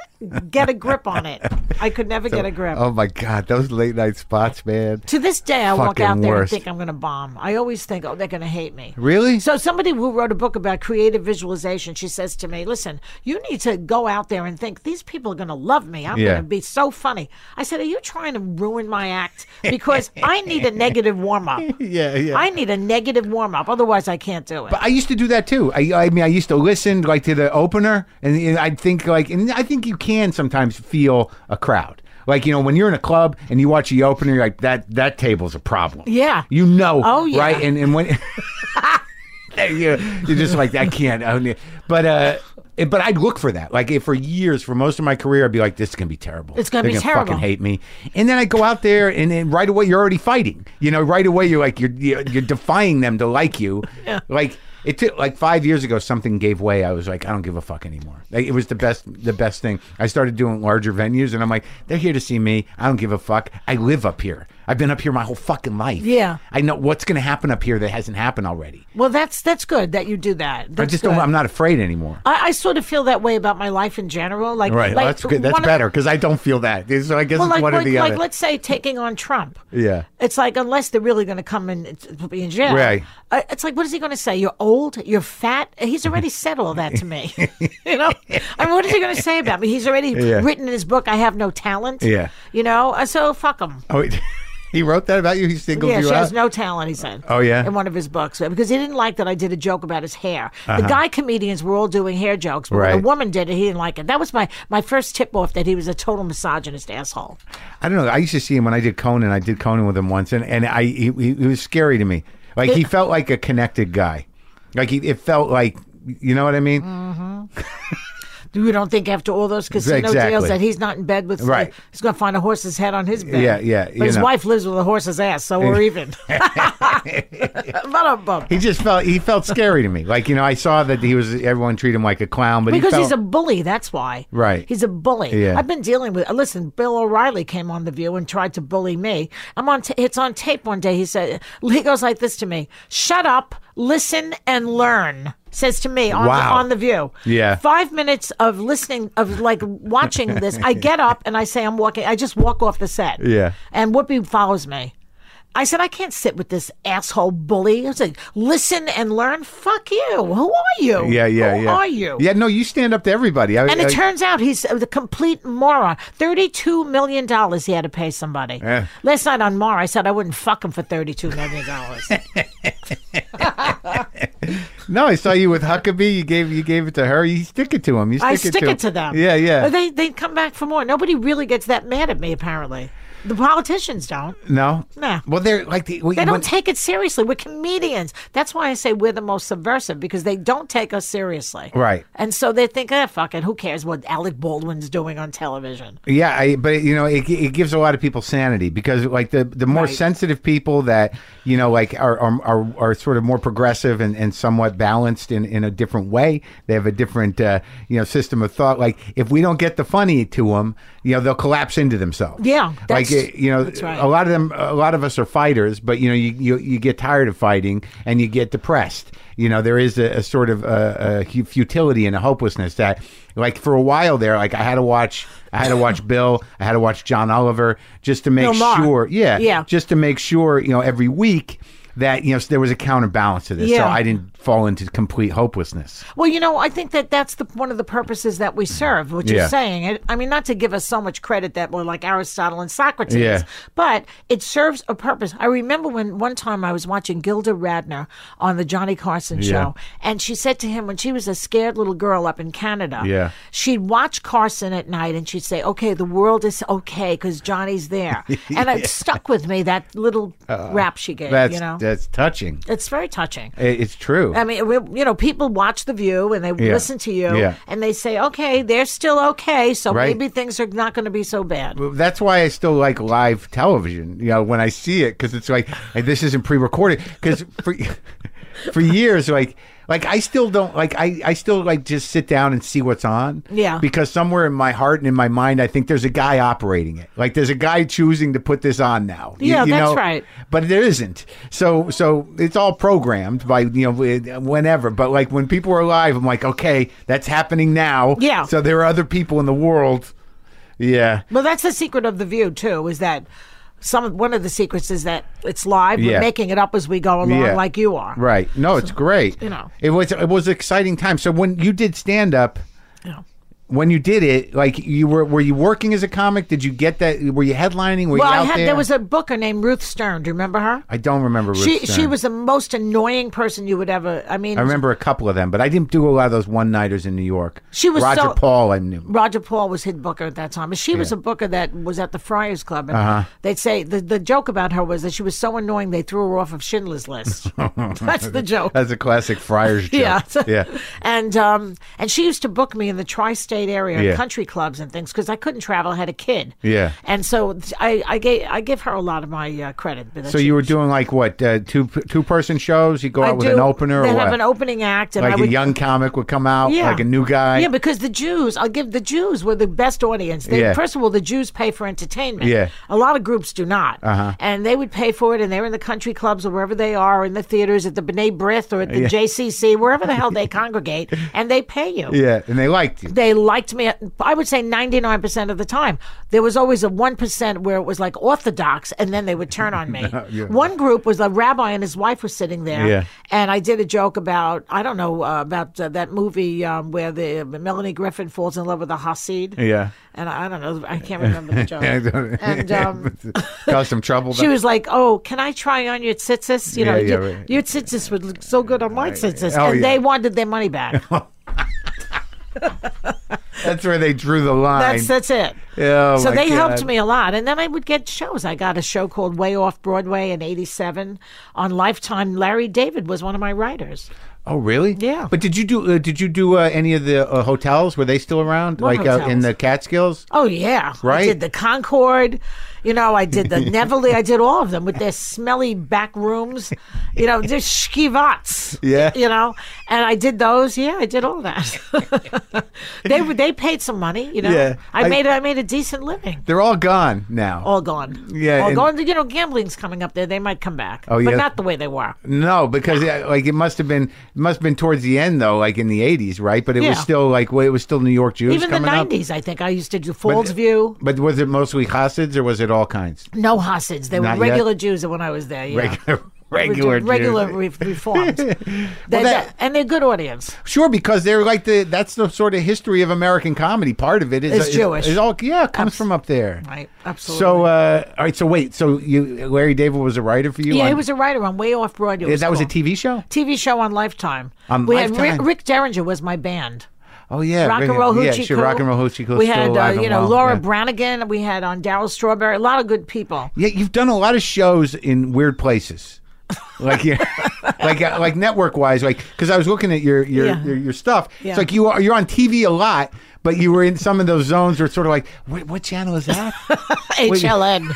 Speaker 4: get a grip on it. I could never get a grip.
Speaker 1: Oh my God, those late night spots, man.
Speaker 4: To this day, I walk
Speaker 1: Fucking
Speaker 4: out there
Speaker 1: worst.
Speaker 4: and think I'm going to bomb. I always think, oh, they're going to hate me.
Speaker 1: Really?
Speaker 4: So somebody who wrote a book about creative visualization, she says to me, "Listen, you need to go out there and think these people are going to love me. I'm
Speaker 1: Yeah.
Speaker 4: going to be so funny." I said, "Are you trying to ruin my act? Because I need a negative warm up.
Speaker 1: yeah, yeah.
Speaker 4: I need a negative warm up. Otherwise, I can't do it."
Speaker 1: I used to do that too. I, I mean, I used to listen like to the opener, and, and I'd think like, and I think you can sometimes feel a crowd. Like you know, when you're in a club and you watch the opener, you're like that that table's a problem.
Speaker 4: Yeah.
Speaker 1: you know.
Speaker 4: Oh, yeah.
Speaker 1: right. And and when you you're just like I can't. I don't- but uh, it- but I'd look for that. Like if for years, for most of my career, I'd be like, this is gonna be terrible.
Speaker 4: It's gonna
Speaker 1: They're
Speaker 4: be
Speaker 1: gonna
Speaker 4: terrible.
Speaker 1: Fucking hate me. And then I go out there, and then right away you're already fighting. You know, right away you're like you're you're, you're defying them to like you. Like It took like five years ago. Something gave way. I was like, I don't give a fuck anymore. Like, it was the best, the best thing. I started doing larger venues, and I'm like, they're here to see me. I don't give a fuck. I live up here. I've been up here my whole fucking life.
Speaker 4: Yeah.
Speaker 1: I know what's going to happen up here that hasn't happened already.
Speaker 4: Well, that's that's good that you do that.
Speaker 1: I
Speaker 4: That's
Speaker 1: just
Speaker 4: good.
Speaker 1: don't. I'm not afraid anymore.
Speaker 4: I, I sort of feel that way about my life in general. Like,
Speaker 1: Right.
Speaker 4: like,
Speaker 1: Well, that's good. That's
Speaker 4: one of-
Speaker 1: better because I don't feel that. So I guess
Speaker 4: well,
Speaker 1: it's
Speaker 4: like,
Speaker 1: one
Speaker 4: like,
Speaker 1: or the
Speaker 4: like,
Speaker 1: other.
Speaker 4: let's say taking on Trump.
Speaker 1: Yeah.
Speaker 4: It's like unless they're really going to come and it's- put me in jail.
Speaker 1: Right.
Speaker 4: Uh, it's like, what is he going to say? You're old. You're fat. He's already said all that to me. you know. I mean, what is he going to say about me? He's already
Speaker 1: Yeah.
Speaker 4: written in his book, "I have no talent."
Speaker 1: Yeah.
Speaker 4: You know. Uh, so fuck him.
Speaker 1: Oh, wait. he wrote that about you. He singled
Speaker 4: Yeah,
Speaker 1: you
Speaker 4: she
Speaker 1: out.
Speaker 4: has no talent, he said.
Speaker 1: Oh, yeah?
Speaker 4: In one of his books. Because he didn't like that I did a joke about his hair. The guy comedians were all doing hair jokes, but when
Speaker 1: Uh-huh. Right.
Speaker 4: a woman did it, he didn't like it. That was my, my first tip off that he was a total misogynist asshole.
Speaker 1: I don't know. I used to see him when I did Conan. I did Conan with him once, and and I he, he, he was scary to me. Like he felt like a connected guy. Like he, it felt like you know what I mean.
Speaker 4: You don't think after all those casino
Speaker 1: Exactly.
Speaker 4: deals that he's not in bed with uh,
Speaker 1: Right.
Speaker 4: he's gonna find a horse's head on his bed.
Speaker 1: Yeah, yeah, you
Speaker 4: But his
Speaker 1: know.
Speaker 4: wife lives with a horse's ass, so we're even. but a bum.
Speaker 1: He just felt he felt scary to me. Like you know, I saw that he was everyone treated him like a clown, but
Speaker 4: Because
Speaker 1: he felt,
Speaker 4: he's a bully, that's why.
Speaker 1: Right.
Speaker 4: He's a bully.
Speaker 1: Yeah.
Speaker 4: I've been dealing with. Listen, Bill O'Reilly came on the View and tried to bully me. I'm on. T- it's on tape. One day he said he goes like this to me: "Shut up, listen, and learn." Says to me on the,
Speaker 1: Wow.
Speaker 4: on the View.
Speaker 1: Yeah.
Speaker 4: Five minutes of listening of like watching this. I get up and I say I'm walking. I just walk off the set.
Speaker 1: Yeah.
Speaker 4: And Whoopi follows me. I said, I can't sit with this asshole bully. I was like, listen and learn. Fuck you. Who are you?
Speaker 1: yeah, yeah,
Speaker 4: Who
Speaker 1: yeah.
Speaker 4: are you?
Speaker 1: Yeah, no, you stand up to everybody. I,
Speaker 4: And it
Speaker 1: I-
Speaker 4: turns out he's the complete moron. Thirty-two million dollars he had to pay somebody.
Speaker 1: Yeah.
Speaker 4: Last night on Mar, I said I wouldn't fuck him for thirty-two million dollars.
Speaker 1: no, I saw you with Huckabee. You gave you gave it to her. You stick it to him. You stick
Speaker 4: I
Speaker 1: it
Speaker 4: stick
Speaker 1: to
Speaker 4: it to them.
Speaker 1: Yeah, yeah.
Speaker 4: But They they come back for more. Nobody really gets that mad at me. Apparently, the politicians don't.
Speaker 1: no,
Speaker 4: Nah.
Speaker 1: Well, they're like the,
Speaker 4: They don't
Speaker 1: when-
Speaker 4: take it seriously. We're comedians. That's why I say we're the most subversive because they don't take us seriously.
Speaker 1: Right.
Speaker 4: And so they think, ah, fuck it. Who cares what Alec Baldwin's doing on television?
Speaker 1: Yeah, I, but you know, it, it gives a lot of people sanity because like the, the more
Speaker 4: Right.
Speaker 1: sensitive people that you know like are are, are, are sort of more progressive and, and somewhat balanced in, in a different way. They have a different uh, you know system of thought. Like if we don't get the funny to them, you know, they'll collapse into themselves.
Speaker 4: Yeah,
Speaker 1: like
Speaker 4: that's-
Speaker 1: it- you know,
Speaker 4: that's right.
Speaker 1: a lot of them, a lot of us are fighters, but you know, you you, you get tired of fighting and you get depressed. You know, there is a, a sort of uh, a, a futility and a hopelessness that, like for a while there, like I had to watch, I had to watch Bill, I had to watch John Oliver just to make
Speaker 4: Bill Maher.
Speaker 1: sure, yeah,
Speaker 4: Yeah.
Speaker 1: just to make sure, you know, every week that you know there was a counterbalance to this, so
Speaker 4: Yeah.
Speaker 1: I didn't fall into complete hopelessness.
Speaker 4: Well, you know, I think that that's the one of the purposes that we serve, which
Speaker 1: Yeah.
Speaker 4: is saying it. I mean, not to give us so much credit that we're like Aristotle and Socrates,
Speaker 1: Yeah.
Speaker 4: but it serves a purpose. I remember when one time I was watching Gilda Radner on the Johnny Carson show, and she said to him when she was a scared little girl up in Canada,
Speaker 1: Yeah.
Speaker 4: she'd watch Carson at night and she'd say, "Okay, the world is okay because Johnny's there," and it stuck with me that little rap she gave.
Speaker 1: Uh, That's
Speaker 4: you know,
Speaker 1: that's touching.
Speaker 4: it's very touching.
Speaker 1: It- It's true.
Speaker 4: I mean, we, you know, people watch The View and they
Speaker 1: Yeah.
Speaker 4: listen to you
Speaker 1: Yeah.
Speaker 4: and they say, okay, they're still okay, so
Speaker 1: Right.
Speaker 4: maybe things are not going to be so bad.
Speaker 1: that's why I still like live television. You know, when I see it, because it's like hey, this isn't pre-recorded. Because for for years, like like I still don't like I I still like just sit down and see what's on.
Speaker 4: Yeah.
Speaker 1: Because somewhere in my heart and in my mind, I think there's a guy operating it. Like there's a guy choosing to put this on now. Y-
Speaker 4: Yeah, that's right.
Speaker 1: But there isn't. So so it's all programmed by you know it- whenever. But like when people are alive, I'm like, okay, that's happening now.
Speaker 4: Yeah.
Speaker 1: So there are other people in the world. Yeah.
Speaker 4: Well, that's the secret of The View, too, is that some one of the secrets is that it's live.
Speaker 1: Yeah.
Speaker 4: We're making it up as we go along,
Speaker 1: Yeah.
Speaker 4: like you are.
Speaker 1: Right. No, it's great.
Speaker 4: you know.
Speaker 1: it was it was an exciting time. So when you did stand up,
Speaker 4: You know.
Speaker 1: when you did it, like you were were you working as a comic? Did you get that? Were you headlining? Were
Speaker 4: Well,
Speaker 1: you out
Speaker 4: I had
Speaker 1: there?
Speaker 4: there? was a booker named Ruth Stern. Do you remember her?
Speaker 1: I don't remember. Ruth
Speaker 4: she she
Speaker 1: Stern.
Speaker 4: was the most annoying person you would ever. I mean,
Speaker 1: I remember a couple of them, but I didn't do a lot of those one nighters in New York.
Speaker 4: She was
Speaker 1: Roger
Speaker 4: so-
Speaker 1: Paul. I knew.
Speaker 4: Roger Paul was his booker at that time. But she was a booker that was at the Friars Club. And
Speaker 1: Uh-huh.
Speaker 4: They'd say the, the joke about her was that she was so annoying they threw her off of Schindler's List. That's the joke.
Speaker 1: That's a classic Friars joke.
Speaker 4: yeah.
Speaker 1: yeah.
Speaker 4: and um, and she used to book me in the tri-state State area,
Speaker 1: Yeah.
Speaker 4: country clubs and things, because I couldn't travel. I had a kid.
Speaker 1: Yeah.
Speaker 4: And so I, I, gave, I give her a lot of my uh, credit. but
Speaker 1: So
Speaker 4: she-
Speaker 1: you were doing like what uh, two two person shows? You go
Speaker 4: I
Speaker 1: out with
Speaker 4: do-
Speaker 1: an opener or
Speaker 4: They
Speaker 1: what?
Speaker 4: have an opening act, and
Speaker 1: like
Speaker 4: I would
Speaker 1: a young comic would come out,
Speaker 4: Yeah.
Speaker 1: like a new guy.
Speaker 4: Yeah, because the Jews, I'll give the Jews were the best audience. They,
Speaker 1: Yeah.
Speaker 4: First of all, the Jews pay for entertainment.
Speaker 1: Yeah.
Speaker 4: A lot of groups do not. Uh-huh. And they would pay for it, and they're in the country clubs or wherever they are, in the theaters, at the B'nai B'rith or at the JCC, wherever the hell they congregate, and they pay you.
Speaker 1: Yeah, and they liked you.
Speaker 4: They liked me, I would say 99% of the time. There was always a 1% where it was like orthodox, and then they would turn on me.
Speaker 1: Yeah.
Speaker 4: One group was a rabbi and his wife were sitting there,
Speaker 1: Yeah.
Speaker 4: and I did a joke about, I don't know, uh, about uh, that movie um, where the Melanie Griffin falls in love with a Hasid.
Speaker 1: Yeah.
Speaker 4: And I, I don't know, I can't remember the joke.
Speaker 1: I don't-
Speaker 4: and um,
Speaker 1: Caused some trouble.
Speaker 4: she was like, "Oh, can I try on your tzitzis? You know,
Speaker 1: Yeah, yeah,
Speaker 4: your,
Speaker 1: right.
Speaker 4: your tzitzis would look so good on my tzitzis."
Speaker 1: Oh,
Speaker 4: and
Speaker 1: yeah.
Speaker 4: they wanted their money back.
Speaker 1: that's where they drew the line.
Speaker 4: That's that's it.
Speaker 1: Oh,
Speaker 4: so
Speaker 1: my
Speaker 4: they helped
Speaker 1: God.
Speaker 4: me a lot and then i would get shows i got a show called way off broadway in 87 on lifetime larry david was one of my writers
Speaker 1: Oh, really?
Speaker 4: Yeah.
Speaker 1: But did you do? Uh, did you do uh, any of the uh, hotels? Were they still around?
Speaker 4: What
Speaker 1: like Uh, in
Speaker 4: hotels?
Speaker 1: the Catskills?
Speaker 4: oh yeah
Speaker 1: Right.
Speaker 4: i did the concord you know i did the Neverly. i did all of them with their smelly back rooms you know there's schivats
Speaker 1: Yeah.
Speaker 4: you know and i did those yeah i did all that they were- they paid some money you know
Speaker 1: Yeah.
Speaker 4: i
Speaker 1: I-
Speaker 4: made i made a decent living
Speaker 1: They're all gone now.
Speaker 4: all gone.
Speaker 1: Yeah,
Speaker 4: all
Speaker 1: and-
Speaker 4: gone. You know, gambling's coming up there. They might come back,
Speaker 1: Oh,
Speaker 4: but
Speaker 1: yeah.
Speaker 4: not the way they were.
Speaker 1: No, because uh, like it must have been it must have been towards the end though, like in the eighties, right? But it was
Speaker 4: Yeah.
Speaker 1: still like well, it was still New York Jews
Speaker 4: Even the
Speaker 1: coming up.
Speaker 4: nineties, I think I used to do Falls View.
Speaker 1: But was it mostly Hasids or was it all kinds?
Speaker 4: No hostage. They were
Speaker 1: Not yet?
Speaker 4: regular Jews when I was there. Yeah.
Speaker 1: Regular, regular, Jews.
Speaker 4: regular re- reformed. They-
Speaker 1: that-
Speaker 4: they- and they're good audience.
Speaker 1: Sure, because they're like the that's the sort of history of American comedy. Part of it is
Speaker 4: It's
Speaker 1: is-
Speaker 4: Jewish.
Speaker 1: Is all yeah, it comes from up there.
Speaker 4: Right. Absolutely.
Speaker 1: So uh, all right, so wait, so you Larry David was a writer for you?
Speaker 4: yeah,
Speaker 1: on-
Speaker 4: he was a writer on Way Off Broadway. It
Speaker 1: that was a
Speaker 4: cool.
Speaker 1: TV show.
Speaker 4: TV show on Lifetime.
Speaker 1: On
Speaker 4: we had
Speaker 1: Lifetime?
Speaker 4: Rick, Rick Derringer was my band.
Speaker 1: Oh yeah,
Speaker 4: Rock and
Speaker 1: really.
Speaker 4: Roll Hoochie
Speaker 1: yeah, sure,
Speaker 4: Coo.
Speaker 1: Rock and Roll Hoochie Coo.
Speaker 4: We
Speaker 1: still
Speaker 4: had,
Speaker 1: alive
Speaker 4: uh, you
Speaker 1: and
Speaker 4: know,
Speaker 1: well,
Speaker 4: Laura
Speaker 1: yeah.
Speaker 4: Branigan. We had on Daryl Strawberry. A lot of good people.
Speaker 1: Yeah, you've done a lot of shows in weird places. like yeah, like uh, like network wise, like because I was looking at your your
Speaker 4: Yeah.
Speaker 1: your, your stuff.
Speaker 4: Yeah.
Speaker 1: It's like you are you're on TV a lot, but you were in some of those zones where it's sort of like, what, what channel is that?
Speaker 4: HLN.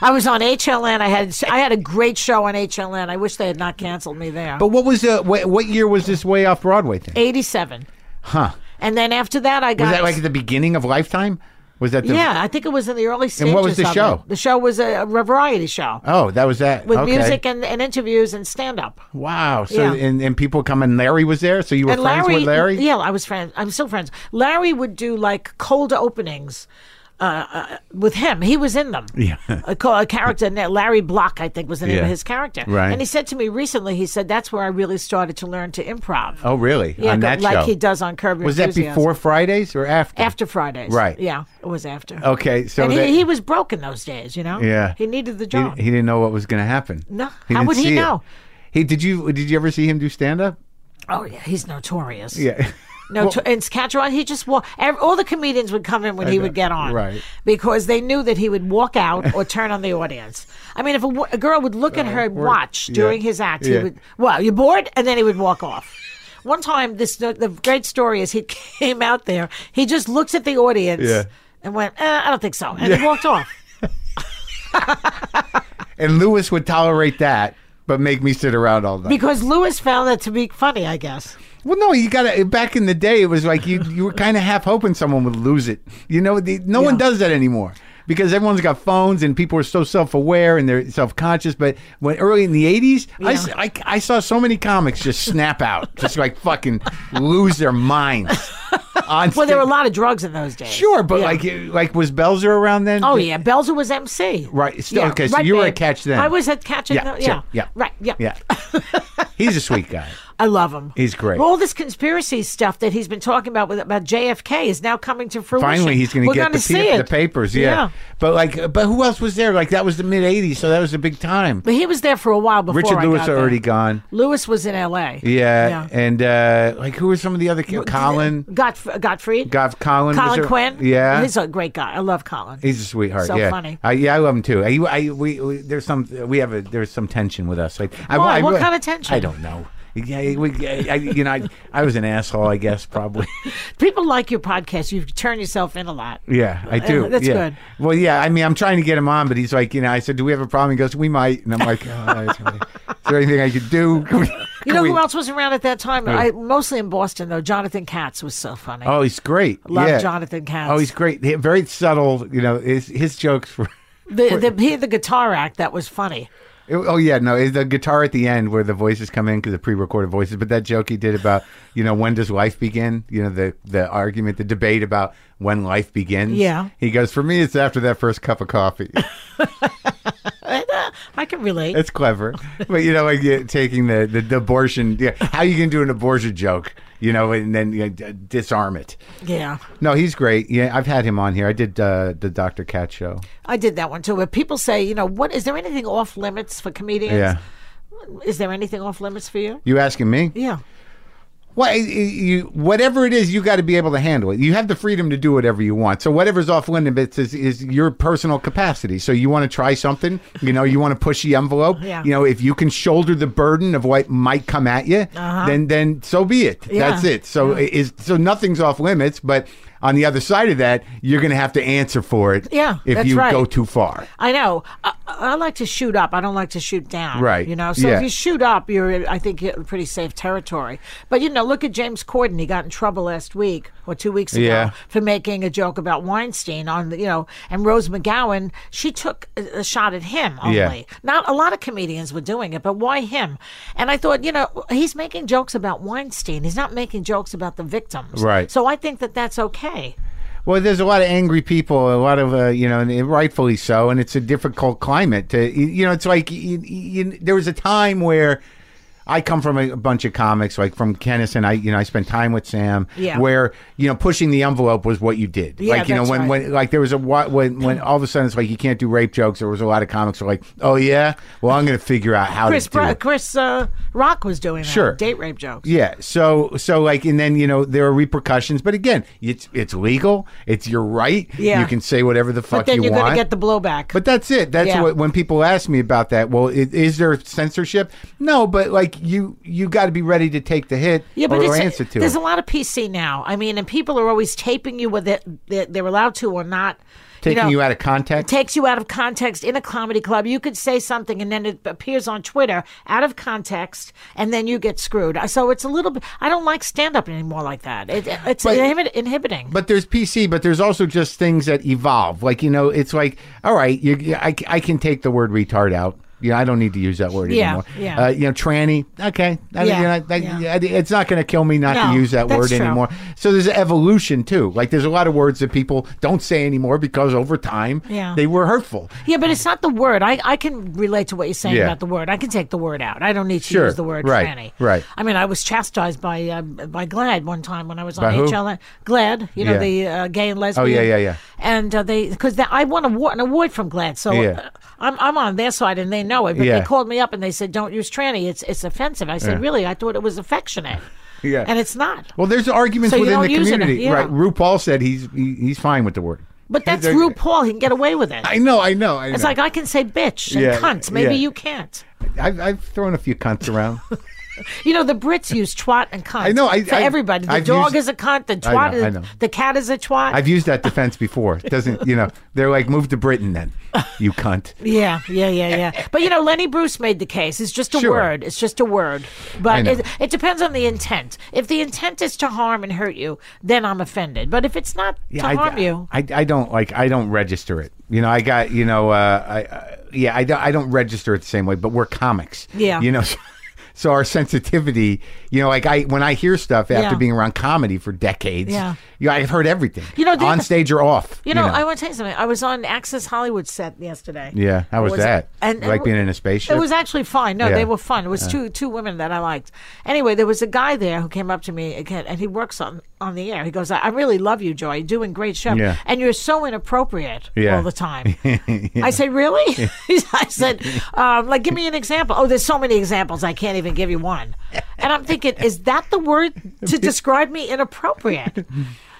Speaker 4: I was on HLN. I had I had a great show on HLN. I wish they had not canceled me there.
Speaker 1: but what was the what, what year was this way off Broadway thing?
Speaker 4: 87.
Speaker 1: Huh?
Speaker 4: And then after that, I got.
Speaker 1: Was that like at the beginning of Lifetime? Was that the
Speaker 4: yeah, I think it was in the early stages.
Speaker 1: And what was the
Speaker 4: of
Speaker 1: show?
Speaker 4: it. The show was a, a variety show
Speaker 1: Oh, that was that
Speaker 4: with
Speaker 1: Okay.
Speaker 4: music and, and interviews and stand up.
Speaker 1: Wow. So
Speaker 4: Yeah.
Speaker 1: and, and people come and Larry was there. So you were
Speaker 4: and
Speaker 1: friends
Speaker 4: Larry,
Speaker 1: with Larry.
Speaker 4: Yeah, I was friends. I'm still friends. Larry would do like cold openings. Uh, uh, with him, he was in them. Yeah, a, co- a character, na- Larry Block, I think, was the name
Speaker 1: Yeah.
Speaker 4: of his character.
Speaker 1: Right.
Speaker 4: And he said to me recently, he said that's where I really started to learn to improv.
Speaker 1: Oh, really?
Speaker 4: yeah,
Speaker 1: on
Speaker 4: go-
Speaker 1: that
Speaker 4: like
Speaker 1: show.
Speaker 4: he does on Curb Your
Speaker 1: was that
Speaker 4: Enthusiasm.
Speaker 1: before Fridays or after?
Speaker 4: After Fridays,
Speaker 1: Right.
Speaker 4: Yeah, it was after.
Speaker 1: Okay, so
Speaker 4: and
Speaker 1: that-
Speaker 4: he, he was broken those days, you know.
Speaker 1: Yeah.
Speaker 4: he needed the
Speaker 1: He,
Speaker 4: job.
Speaker 1: he didn't know what was going to happen.
Speaker 4: No.
Speaker 1: He
Speaker 4: How
Speaker 1: didn't
Speaker 4: would he
Speaker 1: see it.
Speaker 4: know?
Speaker 1: He did you did you ever see him do stand up?
Speaker 4: oh yeah, he's notorious.
Speaker 1: Yeah.
Speaker 4: No, to, and Scatron, he just walk. ev- All the comedians would come in when he would get on,
Speaker 1: right.
Speaker 4: Because they knew that he would walk out or turn on the audience. I mean, if a, wo- a girl would look at her and watch
Speaker 1: yeah,
Speaker 4: during his act,
Speaker 1: yeah.
Speaker 4: he would. Well, you're bored, and then he would walk off. One time, this the, the great story is he came out there. He just looked at the audience
Speaker 1: Yeah.
Speaker 4: and went, eh, "I don't think so," and he walked off.
Speaker 1: And Lewis would tolerate that, but make me sit around all night.
Speaker 4: Because Lewis found that to be funny, I guess.
Speaker 1: well, no, you got to back in the day. It was like you you were kind of half hoping someone would lose it. You know, the, no one
Speaker 4: Yeah.
Speaker 1: does that anymore. Because everyone's got phones and people are so self aware and they're self conscious. But when early in the 80s, I s I I I, saw so many comics just snap out, just like fucking lose their minds. On
Speaker 4: Well, there were a
Speaker 1: stage.
Speaker 4: lot of drugs in those days.
Speaker 1: Sure, but
Speaker 4: Yeah.
Speaker 1: like you- like was Belzer around then?
Speaker 4: Oh yeah, Belzer was MC.
Speaker 1: Right, still- okay, so you were at Catch then.
Speaker 4: I was at Catch. and
Speaker 1: Yeah,
Speaker 4: the-
Speaker 1: sure, yeah.
Speaker 4: yeah, Right. Yeah.
Speaker 1: Yeah. He's a sweet guy.
Speaker 4: I love him.
Speaker 1: He's great.
Speaker 4: All this conspiracy stuff that he's been talking about with about JFK is now coming to fruition.
Speaker 1: Finally, he's going
Speaker 4: We're
Speaker 1: to get
Speaker 4: gonna
Speaker 1: the,
Speaker 4: see
Speaker 1: pa-
Speaker 4: it.
Speaker 1: the papers. Yeah. But like, but who else was there? Like that was the mid '80s, so that was a big time.
Speaker 4: But he was there for a while before
Speaker 1: Richard
Speaker 4: I
Speaker 1: Lewis
Speaker 4: got there.
Speaker 1: already gone.
Speaker 4: Lewis was in L.A.
Speaker 1: Yeah.
Speaker 4: Yeah.
Speaker 1: And uh like, who were some of the other kids? Colin.
Speaker 4: Got Gottfried.
Speaker 1: Got Colin. was
Speaker 4: Colin
Speaker 1: there-
Speaker 4: Quinn.
Speaker 1: Yeah.
Speaker 4: He's a great guy. I love Colin.
Speaker 1: He's a sweetheart.
Speaker 4: So
Speaker 1: yeah.
Speaker 4: funny.
Speaker 1: I, yeah, I love him too. I, I- we, we, there's some we have a there's some tension with us. Like, I,
Speaker 4: Why?
Speaker 1: I-
Speaker 4: What kind of tension?
Speaker 1: I don't know. Yeah, we, I, you know, I, I was an asshole, I guess, probably.
Speaker 4: People like your podcast. You turn yourself in a lot.
Speaker 1: Yeah, I do.
Speaker 4: that's
Speaker 1: yeah.
Speaker 4: good.
Speaker 1: Well, yeah, I mean, I'm trying to get him on, but he's like, you know, I said, do we have a problem? He goes, we might. And I'm like, oh, that's right. is there anything I could do? Can we-
Speaker 4: You
Speaker 1: can
Speaker 4: know
Speaker 1: we-
Speaker 4: who else was around at that time? I mostly in Boston though. Jonathan Katz was so funny.
Speaker 1: Oh, he's great.
Speaker 4: Love
Speaker 1: yeah.
Speaker 4: Jonathan Katz.
Speaker 1: Oh, he's great. He- Very subtle, you know, his, his jokes were.
Speaker 4: the, the he had the guitar act that was funny.
Speaker 1: It- Oh yeah, no, it's the guitar at the end where the voices come in because the pre-recorded voices. But that joke he did about you know when does life begin? You know the the argument, the debate about when life begins.
Speaker 4: Yeah.
Speaker 1: he goes for me, it's after that first cup of coffee.
Speaker 4: I can relate.
Speaker 1: That's clever, but you know like you taking the the, the abortion. Yeah, how you can do an abortion joke? You know, and then you know, d- disarm it.
Speaker 4: yeah.
Speaker 1: No, he's great. Yeah, I've had him on here. I did uh, the Doctor Cat show.
Speaker 4: I did that one too. Where people say, you know, what is there anything off limits for comedians?
Speaker 1: Yeah,
Speaker 4: Is there anything off limits for you?
Speaker 1: you asking me?
Speaker 4: Yeah.
Speaker 1: Well, it- it- you whatever it is, you got to be able to handle it. You have the freedom to do whatever you want. So whatever's off limits is, is your personal capacity. So you want to try something, you know, you want to push the envelope.
Speaker 4: Yeah.
Speaker 1: You know, if you can shoulder the burden of what might come at you, then then so be it.
Speaker 4: Uh-huh. Yeah.
Speaker 1: That's it. So it is so nothing's off limits, but on the other side of that, you're going to have to answer for it.
Speaker 4: Yeah,
Speaker 1: if
Speaker 4: that's
Speaker 1: you
Speaker 4: right.
Speaker 1: go too far.
Speaker 4: I know. I, I like to shoot up. I don't like to shoot down.
Speaker 1: Right.
Speaker 4: You know. So
Speaker 1: Yeah.
Speaker 4: if you shoot up, you're, in- I think, you're in pretty safe territory. But you know, look at James Corden. He got in trouble last week or two weeks ago
Speaker 1: Yeah.
Speaker 4: for making a joke about Weinstein on the, you know, and Rose McGowan. She took a, a shot at him only.
Speaker 1: Yeah.
Speaker 4: Not a lot of comedians were doing it, but why him? And I thought, you know, he's making jokes about Weinstein. He's not making jokes about the victims.
Speaker 1: Right.
Speaker 4: So I think that that's okay.
Speaker 1: Well, there's a lot of angry people, a lot of uh, you know, and rightfully so, and it's a difficult climate. To you you know, it's like you, you, there was a time where I come from a, bunch of comics, like from Kennison. I you know, I spent time with Sam,
Speaker 4: Yeah.
Speaker 1: where you know, pushing the envelope was what you did.
Speaker 4: Yeah,
Speaker 1: like you know,
Speaker 4: that's
Speaker 1: when
Speaker 4: right.
Speaker 1: when like there was a wa- when when all of a sudden it's like you can't do rape jokes. There was a lot of comics who were like, oh yeah, well I'm going to figure out how
Speaker 4: Chris,
Speaker 1: to do
Speaker 4: Bra-
Speaker 1: it.
Speaker 4: Chris uh, Rock was doing that.
Speaker 1: Sure.
Speaker 4: Date rape jokes.
Speaker 1: Yeah. So so like and then you know there are repercussions, but again, it's it's legal. It's your right.
Speaker 4: Yeah.
Speaker 1: You can say whatever the fuck
Speaker 4: But then
Speaker 1: you
Speaker 4: you're
Speaker 1: want.
Speaker 4: going to get the blowback.
Speaker 1: but that's it. That's
Speaker 4: Yeah.
Speaker 1: what when people ask me about that. Well, i- is there censorship? No, but like you, you got to be ready to take the hit
Speaker 4: yeah, but
Speaker 1: or
Speaker 4: it's-
Speaker 1: answer to
Speaker 4: there's
Speaker 1: it.
Speaker 4: a lot of PC now. I mean, and people are always taping you whether they're, they're allowed to or not.
Speaker 1: Taking you,
Speaker 4: know,
Speaker 1: out of context.
Speaker 4: takes you out of context in a comedy club. You could say something and then it appears on Twitter out of context, and then you get screwed. So it's a little bit. I don't like stand up anymore like that. It, it's
Speaker 1: But-
Speaker 4: inhibit, inhibiting.
Speaker 1: but there's PC, but there's also just things that evolve. Like you know, it's like all right, you, I, I can take the word retard out. You know, I don't need to use that word
Speaker 4: Yeah,
Speaker 1: anymore.
Speaker 4: yeah.
Speaker 1: Uh, you know, tranny. Okay, I,
Speaker 4: Yeah,
Speaker 1: you know, I-
Speaker 4: yeah.
Speaker 1: I- it's not going to kill me not
Speaker 4: No,
Speaker 1: to use that
Speaker 4: that's
Speaker 1: word
Speaker 4: true.
Speaker 1: anymore. So there's an evolution too. Like there's a lot of words that people don't say anymore because over time
Speaker 4: Yeah.
Speaker 1: they were hurtful.
Speaker 4: yeah, but it's not the word. I, I can relate to what you're saying
Speaker 1: Um, Yeah.
Speaker 4: about the word. I can take the word out. I don't need to
Speaker 1: Sure,
Speaker 4: use the word
Speaker 1: right,
Speaker 4: tranny.
Speaker 1: right.
Speaker 4: I mean, I was chastised by uh, by Glad one time when I was
Speaker 1: By
Speaker 4: on
Speaker 1: who?
Speaker 4: HLN. Glad, you know,
Speaker 1: Yeah. Oh,
Speaker 4: the uh, gay and lesbian.
Speaker 1: yeah, yeah.
Speaker 4: And uh, they because I won a wa- an award from Glad, so
Speaker 1: Yeah.
Speaker 4: uh, I'm I'm on their side and they know it. But
Speaker 1: Yeah.
Speaker 4: they called me up and they said, "Don't use tranny. It's it's offensive." I said, "Really? I thought it was affectionate."
Speaker 1: Yeah.
Speaker 4: And it's not.
Speaker 1: Well, there's arguments
Speaker 4: So you
Speaker 1: within
Speaker 4: don't
Speaker 1: the
Speaker 4: use it,
Speaker 1: community,
Speaker 4: yeah.
Speaker 1: right? RuPaul said he's he, he's fine with the word.
Speaker 4: But that's
Speaker 1: They're-
Speaker 4: RuPaul. He can get away with it.
Speaker 1: I know, I know. I know.
Speaker 4: it's like I can say bitch and
Speaker 1: Yeah,
Speaker 4: cunt. Maybe
Speaker 1: yeah.
Speaker 4: you can't.
Speaker 1: I've, I've thrown a few cunts around.
Speaker 4: You know, the Brits use twat and cunt.
Speaker 1: I know, I-
Speaker 4: for
Speaker 1: I-
Speaker 4: everybody. The
Speaker 1: I've
Speaker 4: dog
Speaker 1: used-
Speaker 4: is a cunt. The
Speaker 1: I know,
Speaker 4: twat.
Speaker 1: I
Speaker 4: is,
Speaker 1: know.
Speaker 4: The cat is a twat.
Speaker 1: I've used that defense before. It doesn't you know? They're like, move to Britain then, you cunt.
Speaker 4: yeah, yeah, yeah, yeah. But you know, Lenny Bruce made the case. It's just a
Speaker 1: Sure.
Speaker 4: word. It's just a word.
Speaker 1: I
Speaker 4: But
Speaker 1: know.
Speaker 4: it, it depends on the intent. If the intent is to harm and hurt you, then I'm offended. But if it's not to
Speaker 1: I,
Speaker 4: harm you,
Speaker 1: I, I don't like. I don't register it. You know, I got you know. Uh, I uh, yeah. I don't, I don't register it the same way. But we're comics.
Speaker 4: Yeah.
Speaker 1: You know. So, so our sensitivity, you know, like I when I hear stuff after
Speaker 4: Yeah.
Speaker 1: being around comedy for decades,
Speaker 4: Yeah.
Speaker 1: you know, I've heard everything.
Speaker 4: You know, the
Speaker 1: on
Speaker 4: other-
Speaker 1: stage or off.
Speaker 4: you know, I want to tell you something. I was on Access Hollywood set yesterday.
Speaker 1: yeah. How was,
Speaker 4: Was-
Speaker 1: that?
Speaker 4: and-
Speaker 1: like
Speaker 4: and-
Speaker 1: being in a spaceship.
Speaker 4: It was actually fun. No,
Speaker 1: Yeah.
Speaker 4: they were fun. It was two two women that I liked. Anyway, there was a guy there who came up to me again, and he works on on the air. He goes, "I, I really love you, Joy. You're doing great show,
Speaker 1: Yeah.
Speaker 4: and you're so inappropriate
Speaker 1: Yeah.
Speaker 4: all the time." I said, "Really?" I said, um, "Like, give me an example." Oh, there's so many examples. I can't even give you one. And I'm thinking, is that the word to describe me inappropriate?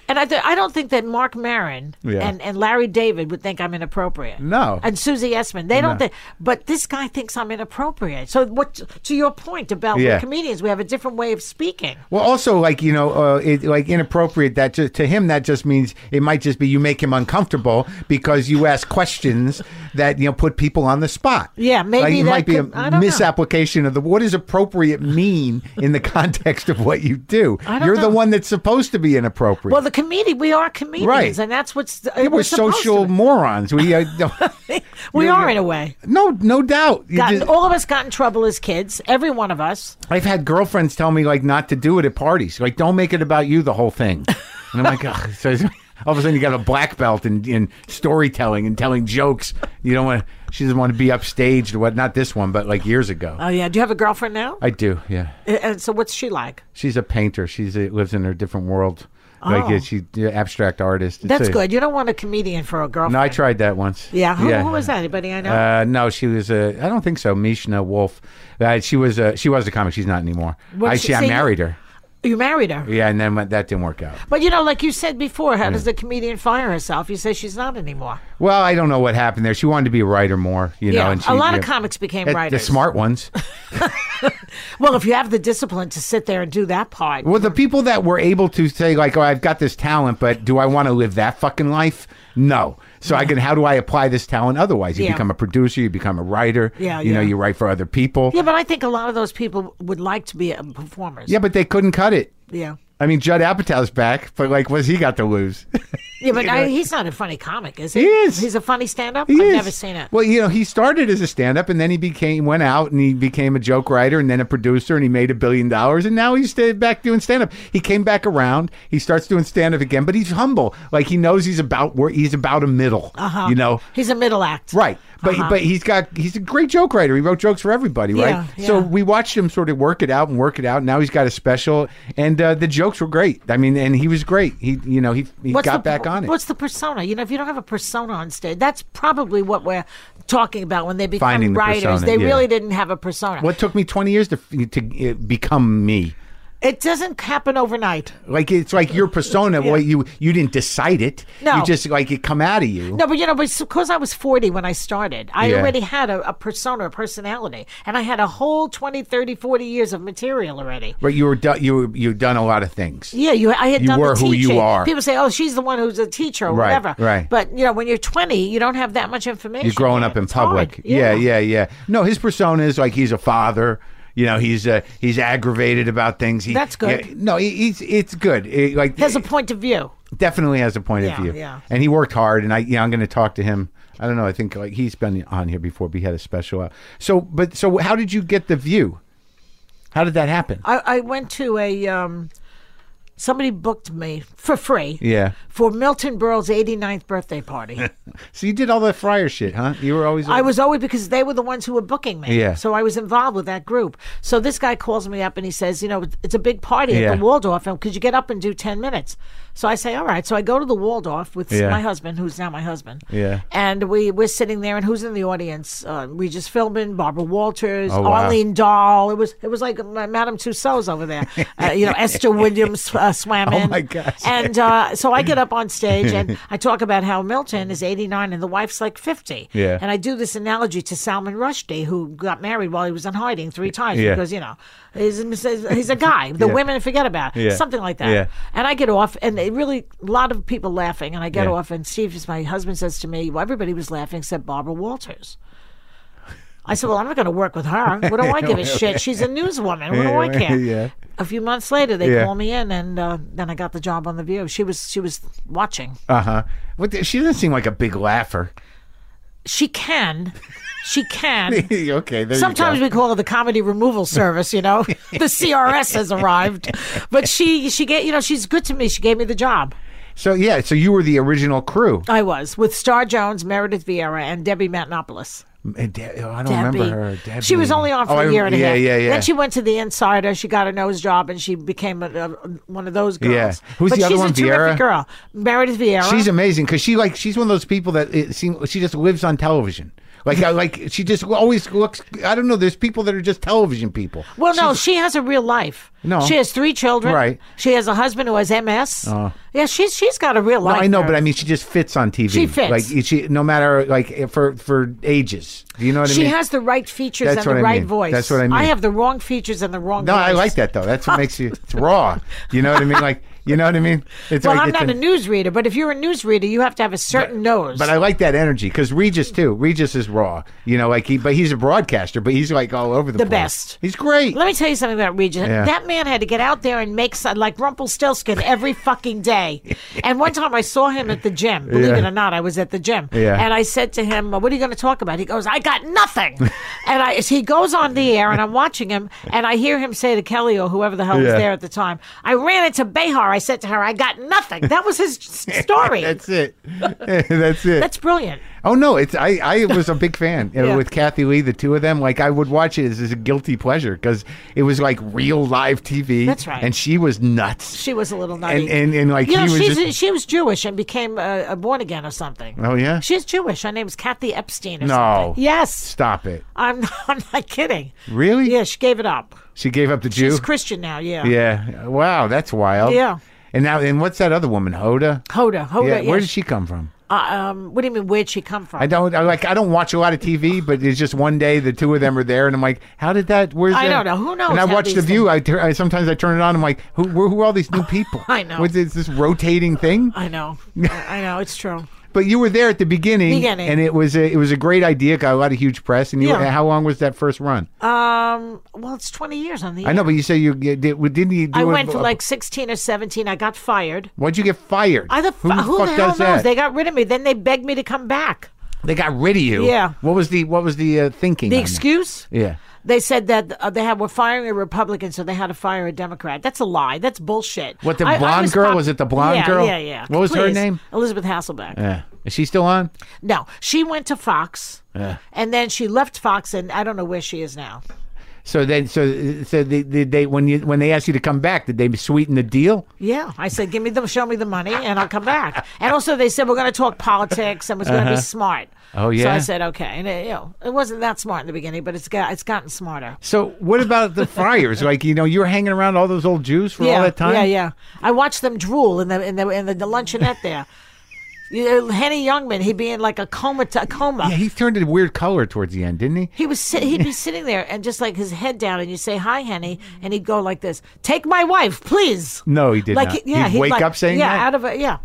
Speaker 4: And I, th- I don't think that Mark Marin
Speaker 1: Yeah.
Speaker 4: and, and Larry David would think I'm inappropriate.
Speaker 1: No.
Speaker 4: And Susie Essman, they don't think. But this guy thinks I'm inappropriate. So what? To your point about we're
Speaker 1: Yeah.
Speaker 4: comedians, we have a different way of speaking.
Speaker 1: Well, also like you know, uh, it, like inappropriate. That ju- to him, that just means it might just be you make him uncomfortable because you ask questions that you know put people on the spot.
Speaker 4: Yeah,
Speaker 1: like, it
Speaker 4: maybe that
Speaker 1: might be
Speaker 4: could- I
Speaker 1: a
Speaker 4: don't know.
Speaker 1: misapplication of the what does appropriate mean in the context of what you do.
Speaker 4: I don't
Speaker 1: You're the
Speaker 4: know.
Speaker 1: one that's supposed to be inappropriate.
Speaker 4: Well, the comedian, we are comedians,
Speaker 1: Right.
Speaker 4: and that's what's
Speaker 1: we're, social morons. We uh, no-
Speaker 4: We
Speaker 1: you're-
Speaker 4: are
Speaker 1: you're-
Speaker 4: in a way.
Speaker 1: no no doubt. You
Speaker 4: Gotten,
Speaker 1: just-
Speaker 4: all of us got in trouble as kids. Every one of us.
Speaker 1: I've had girlfriends tell me like not to do it at parties. Like, don't make it about you the whole thing. And I'm like, Ugh. so it's- all of a sudden you got a black belt in, in storytelling and telling jokes. You don't want. She doesn't want to be upstaged or what. Not this one, but like years ago.
Speaker 4: Oh yeah. Do you have a girlfriend now?
Speaker 1: I do. Yeah,
Speaker 4: Uh, and so what's she like?
Speaker 1: she's a painter. She's a, lives in her different world. Like
Speaker 4: Oh.
Speaker 1: yeah, she yeah, abstract artist. It's
Speaker 4: That's
Speaker 1: a-
Speaker 4: good. You don't want a comedian for a girlfriend.
Speaker 1: No, I tried that once.
Speaker 4: yeah. Who, who was that? Anybody I know?
Speaker 1: Uh, no, she was a. I don't think so. Mishna Wolf. Uh, she was a. She was a comic. She's not anymore.
Speaker 4: What
Speaker 1: I,
Speaker 4: she-
Speaker 1: she, I
Speaker 4: so you-
Speaker 1: married her.
Speaker 4: you married her.
Speaker 1: Yeah, and then when- that didn't work out.
Speaker 4: But you know, like you said before, how does the comedian fire herself? You say she's not anymore.
Speaker 1: Well, I don't know what happened there. She wanted to be a writer more, you know.
Speaker 4: Yeah,
Speaker 1: And she,
Speaker 4: a lot of
Speaker 1: yeah.
Speaker 4: comics became
Speaker 1: Uh,
Speaker 4: writers.
Speaker 1: The smart ones.
Speaker 4: Well, if you have the discipline to sit there and do that part,
Speaker 1: Well, the people that were able to say like, "Oh, I've got this talent, but do I want to live that fucking life?" No. So I can. How do I apply this talent otherwise? You
Speaker 4: Yeah.
Speaker 1: become a producer. You become a writer.
Speaker 4: Yeah,
Speaker 1: You know,
Speaker 4: yeah.
Speaker 1: you write for other people.
Speaker 4: yeah. But I think a lot of those people would like to be um, performers.
Speaker 1: Yeah, but they couldn't cut it.
Speaker 4: Yeah.
Speaker 1: I mean, Judd Apatow's back, but like, what's he got to lose?
Speaker 4: Yeah, but I, he's not a funny comic, is he?
Speaker 1: He is.
Speaker 4: He's a funny stand-up.
Speaker 1: He
Speaker 4: I've
Speaker 1: is.
Speaker 4: never seen it.
Speaker 1: Well, you know, he started as a stand-up, and then he became went out and he became a joke writer, and then a producer, and he made a billion dollars, and now he's stayed back doing stand-up. He came back around. He starts doing stand-up again, but he's humble. Like he knows he's about where he's about a middle. Uh-huh. You know.
Speaker 4: he's a middle act.
Speaker 1: Right, but but he's got he's a great joke writer. He wrote jokes for everybody, right?
Speaker 4: Uh-huh. Yeah, yeah.
Speaker 1: So we watched him sort of work it out and work it out. Now he's got a special, and uh, the jokes were great. I mean, and he was great. He you know he, he
Speaker 4: What's
Speaker 1: got
Speaker 4: the-
Speaker 1: back on it.
Speaker 4: What's the persona? You know, if you don't have a persona on stage, that's probably what we're talking about when they become
Speaker 1: Finding the
Speaker 4: writers.
Speaker 1: persona,
Speaker 4: they
Speaker 1: yeah.
Speaker 4: really didn't have a persona.
Speaker 1: What took me 20 years to to uh, become me?
Speaker 4: It doesn't happen overnight.
Speaker 1: Like it's like your persona. Well, you you didn't decide it.
Speaker 4: No.
Speaker 1: you just like it come out of you.
Speaker 4: No, but you know, because I was 40 when I started, I
Speaker 1: Yeah.
Speaker 4: already had a, a persona, a personality, and I had a whole 20, 30, 40 years of material already.
Speaker 1: But you were done. You were, you've done a lot of things.
Speaker 4: Yeah, you. I had
Speaker 1: You
Speaker 4: done
Speaker 1: were
Speaker 4: the
Speaker 1: who you
Speaker 4: teaching.
Speaker 1: are.
Speaker 4: People say, "Oh, she's the one who's a teacher or
Speaker 1: Right,
Speaker 4: whatever."
Speaker 1: right.
Speaker 4: But you know, when you're 20, you don't have that much information.
Speaker 1: You're growing
Speaker 4: yet.
Speaker 1: up in
Speaker 4: It's hard.
Speaker 1: public. Yeah. yeah, yeah, No, his persona is like he's a father. You know, he's uh, he's aggravated about things. He,
Speaker 4: That's good.
Speaker 1: yeah, no, he, he's it's good. It, like
Speaker 4: He has a point of view.
Speaker 1: definitely has a point
Speaker 4: Yeah,
Speaker 1: of view.
Speaker 4: yeah.
Speaker 1: And he worked hard. And I, you know, I'm going to talk to him. I don't know. I think like he's been on here before. But he had a special. Out. So, but so how did you get the view? How did that happen?
Speaker 4: I, I went to a um, somebody booked me for free.
Speaker 1: Yeah.
Speaker 4: For Milton Berle's 89th birthday party.
Speaker 1: So you did all the Fryer shit, huh? You were always.
Speaker 4: I was always because they were the ones who were booking me.
Speaker 1: Yeah.
Speaker 4: So I was involved with that group. So this guy calls me up and he says, you know, it's a big party
Speaker 1: Yeah.
Speaker 4: at the Waldorf, and could you get up and do ten minutes? So I say, all right. So I go to the Waldorf with
Speaker 1: Yeah.
Speaker 4: my husband, who's now my husband.
Speaker 1: Yeah.
Speaker 4: And we we're sitting there, and who's in the audience? Uh, we just filming Barbara Walters,
Speaker 1: Oh, wow.
Speaker 4: Arlene Dahl. It was it was like Ma- Madame Tussauds over there. uh, you know, Esther Williams uh, swam in.
Speaker 1: Oh, my gosh.
Speaker 4: And uh, so I get up on stage and I talk about how Milton is 89 and the wife's like 50.
Speaker 1: Yeah.
Speaker 4: And I do this analogy to Salman Rushdie, who got married while he was in hiding three times
Speaker 1: Yeah.
Speaker 4: because, you know, he's, he's a guy. The women forget about it.
Speaker 1: Yeah.
Speaker 4: Something like that.
Speaker 1: Yeah.
Speaker 4: And I get off, and it really, a lot of people laughing. And I get
Speaker 1: Yeah.
Speaker 4: off, and Steve, is- my husband, says to me, well, everybody was laughing except Barbara Walters. I said, "Well, I'm not going to work with her. What do I give a shit? She's a newswoman. What do I care?"
Speaker 1: Yeah.
Speaker 4: A few months later, they
Speaker 1: Yeah.
Speaker 4: call me in, and uh, then I got the job on the View. She was she was watching.
Speaker 1: Uh huh. What the, she doesn't seem like a big laugher.
Speaker 4: She can, she can.
Speaker 1: okay. There
Speaker 4: Sometimes
Speaker 1: you
Speaker 4: we call her the comedy removal service. You know, the CRS has arrived, but she she get you know she's good to me. She gave me the job.
Speaker 1: go. So yeah. So you were the original crew.
Speaker 4: I was with Star Jones, Meredith Vieira, and Debbie Matenopoulos.
Speaker 1: Uh, De- oh, I don't
Speaker 4: Debbie.
Speaker 1: remember her. Debbie.
Speaker 4: She was only on for
Speaker 1: Oh, I-
Speaker 4: a year and a
Speaker 1: yeah,
Speaker 4: half.
Speaker 1: Yeah, yeah,
Speaker 4: Then she went to the Insider. She got a nose job, and she became a, a, one of those girls.
Speaker 1: Yeah. Who's
Speaker 4: but
Speaker 1: the other
Speaker 4: she's
Speaker 1: one,
Speaker 4: a terrific
Speaker 1: Vieira?
Speaker 4: girl, Meredith Vieira.
Speaker 1: She's amazing because she like she's one of those people that it seems she just lives on television. Like I, like she just always looks. I don't know. There's people that are just television people.
Speaker 4: well, no, she has a real life.
Speaker 1: No.
Speaker 4: she has three children.
Speaker 1: Right. Oh.
Speaker 4: She has a husband who has MS. Yeah, she's she's got a real
Speaker 1: No,
Speaker 4: life.
Speaker 1: I know,
Speaker 4: there.
Speaker 1: but I mean, she just fits on TV.
Speaker 4: She fits.
Speaker 1: like she, no matter like for for ages. Do you know what I
Speaker 4: she
Speaker 1: mean?
Speaker 4: has the right features
Speaker 1: That's
Speaker 4: and
Speaker 1: what
Speaker 4: the
Speaker 1: I
Speaker 4: right
Speaker 1: mean.
Speaker 4: voice.
Speaker 1: That's what I mean.
Speaker 4: I have the wrong features and the wrong.
Speaker 1: No,
Speaker 4: voice.
Speaker 1: I like that though. That's what makes you it's raw. You know what I mean? Like you know what I mean? It's
Speaker 4: Well,
Speaker 1: like
Speaker 4: I'm
Speaker 1: it's
Speaker 4: not
Speaker 1: an-
Speaker 4: a newsreader, but if you're a newsreader, you have to have a certain nose.
Speaker 1: But I like that energy because Regis too. Regis is raw. You know, like he, but he's a broadcaster, but he's like all over the,
Speaker 4: The
Speaker 1: place.
Speaker 4: best.
Speaker 1: He's great.
Speaker 4: Let me tell you something about Regis.
Speaker 1: Yeah.
Speaker 4: That man had to get out there and make some, like Rumpelstiltskin every fucking day. And one time I saw him at the gym. Believe
Speaker 1: Yeah.
Speaker 4: it or not, I was at the gym.
Speaker 1: Yeah.
Speaker 4: And I said to him, "What are you going to talk about?" He goes, "I got nothing." and I, he goes on the air, and I'm watching him, and I hear him say to Kelly or whoever the hell was
Speaker 1: Yeah.
Speaker 4: there at the time, "I ran into Behar. I said to her, I got nothing." That was his s- story.
Speaker 1: That's it. That's it.
Speaker 4: That's brilliant.
Speaker 1: oh no, it's I. I was a big fan you know,
Speaker 4: Yeah.
Speaker 1: with Kathy Lee. The two of them, like I would watch it as, as a guilty pleasure because it was like real live TV.
Speaker 4: That's right.
Speaker 1: And she was nuts.
Speaker 4: She was a little nutty.
Speaker 1: And and, and like
Speaker 4: you
Speaker 1: he
Speaker 4: know,
Speaker 1: was
Speaker 4: she's,
Speaker 1: just.
Speaker 4: she was Jewish and became uh, a born again or something.
Speaker 1: oh yeah.
Speaker 4: She's Jewish. Her name's Kathy Epstein. Or
Speaker 1: No.
Speaker 4: Something. Yes.
Speaker 1: Stop it.
Speaker 4: I'm not, I'm not kidding.
Speaker 1: Really?
Speaker 4: Yeah, she gave it up.
Speaker 1: She gave up the Jew.
Speaker 4: She's Christian now. Yeah.
Speaker 1: Yeah. Wow, that's wild.
Speaker 4: Yeah.
Speaker 1: And now, and what's that other woman, Hoda?
Speaker 4: Hoda. Hoda.
Speaker 1: Yeah.
Speaker 4: Yeah.
Speaker 1: Where did she come from?
Speaker 4: Uh, um, what do you mean? Where'd she come from?
Speaker 1: I don't I, like. I don't watch a lot of TV, but it's just one day the two of them are there, and I'm like, how did that? Where's
Speaker 4: I
Speaker 1: that?
Speaker 4: don't know. Who knows
Speaker 1: And I
Speaker 4: how
Speaker 1: watch
Speaker 4: these
Speaker 1: the View. I, tur- I sometimes I turn it on. I'm like, who who who are all these new people?
Speaker 4: I know.
Speaker 1: What's this, this rotating thing?
Speaker 4: I know. I I know. It's true.
Speaker 1: But you were there at the beginning,
Speaker 4: Beginning.
Speaker 1: and it was a, it was a great idea. Got a lot of huge press. And you,
Speaker 4: Yeah.
Speaker 1: how long was that first run?
Speaker 4: Um, well, it's 20 years on the
Speaker 1: I know, but you say you you did. Didn't you? Do
Speaker 4: I
Speaker 1: a-
Speaker 4: went for like 16 or 17. I got fired.
Speaker 1: Why'd you get fired?
Speaker 4: I the,
Speaker 1: who the
Speaker 4: who
Speaker 1: fuck
Speaker 4: the hell
Speaker 1: does
Speaker 4: knows?
Speaker 1: that?
Speaker 4: They got rid of me. Then they begged me to come back.
Speaker 1: They got rid of you.
Speaker 4: Yeah.
Speaker 1: What was the What was the uh, thinking?
Speaker 4: The
Speaker 1: on that?
Speaker 4: excuse?
Speaker 1: Yeah.
Speaker 4: They said that uh, they had were firing a Republican, so they had to fire a Democrat. That's a lie. That's bullshit.
Speaker 1: What, the
Speaker 4: I- I
Speaker 1: blonde
Speaker 4: was
Speaker 1: girl? Was it the blonde
Speaker 4: yeah,
Speaker 1: girl?
Speaker 4: Yeah, yeah.
Speaker 1: What was her
Speaker 4: Please.
Speaker 1: name?
Speaker 4: Elizabeth Hasselbeck.
Speaker 1: Yeah. Is she still on?
Speaker 4: No, she went to Fox, and then she left Fox, and I don't know where she is now.
Speaker 1: So then, so so they, they, they when you when they asked you to come back, did they sweeten the deal?
Speaker 4: Yeah, I said, give me the, show me the money, and I'll come back. And also, they said we're going to talk politics and was going to be smart.
Speaker 1: Oh,
Speaker 4: So
Speaker 1: yeah?
Speaker 4: I said, okay, and it, you know, it wasn't that smart in the beginning, but it's got it's gotten smarter.
Speaker 1: So what about the friars? like you know, you were hanging around all those old Jews for all that time.
Speaker 4: Yeah, yeah. I watched them drool in the in the in the, the luncheonette there. You know, Henny Youngman, he'd be in like a coma, a coma.
Speaker 1: Yeah, he turned a weird color towards the end, didn't he?
Speaker 4: He was sit- he'd be sitting there and just like his head down, and you say hi, Henny, and he'd go like this: "Take my wife, please."
Speaker 1: No, he did
Speaker 4: like
Speaker 1: not.
Speaker 4: he- yeah,
Speaker 1: He'd wake
Speaker 4: like-
Speaker 1: up saying
Speaker 4: yeah,
Speaker 1: that?
Speaker 4: out of a yeah,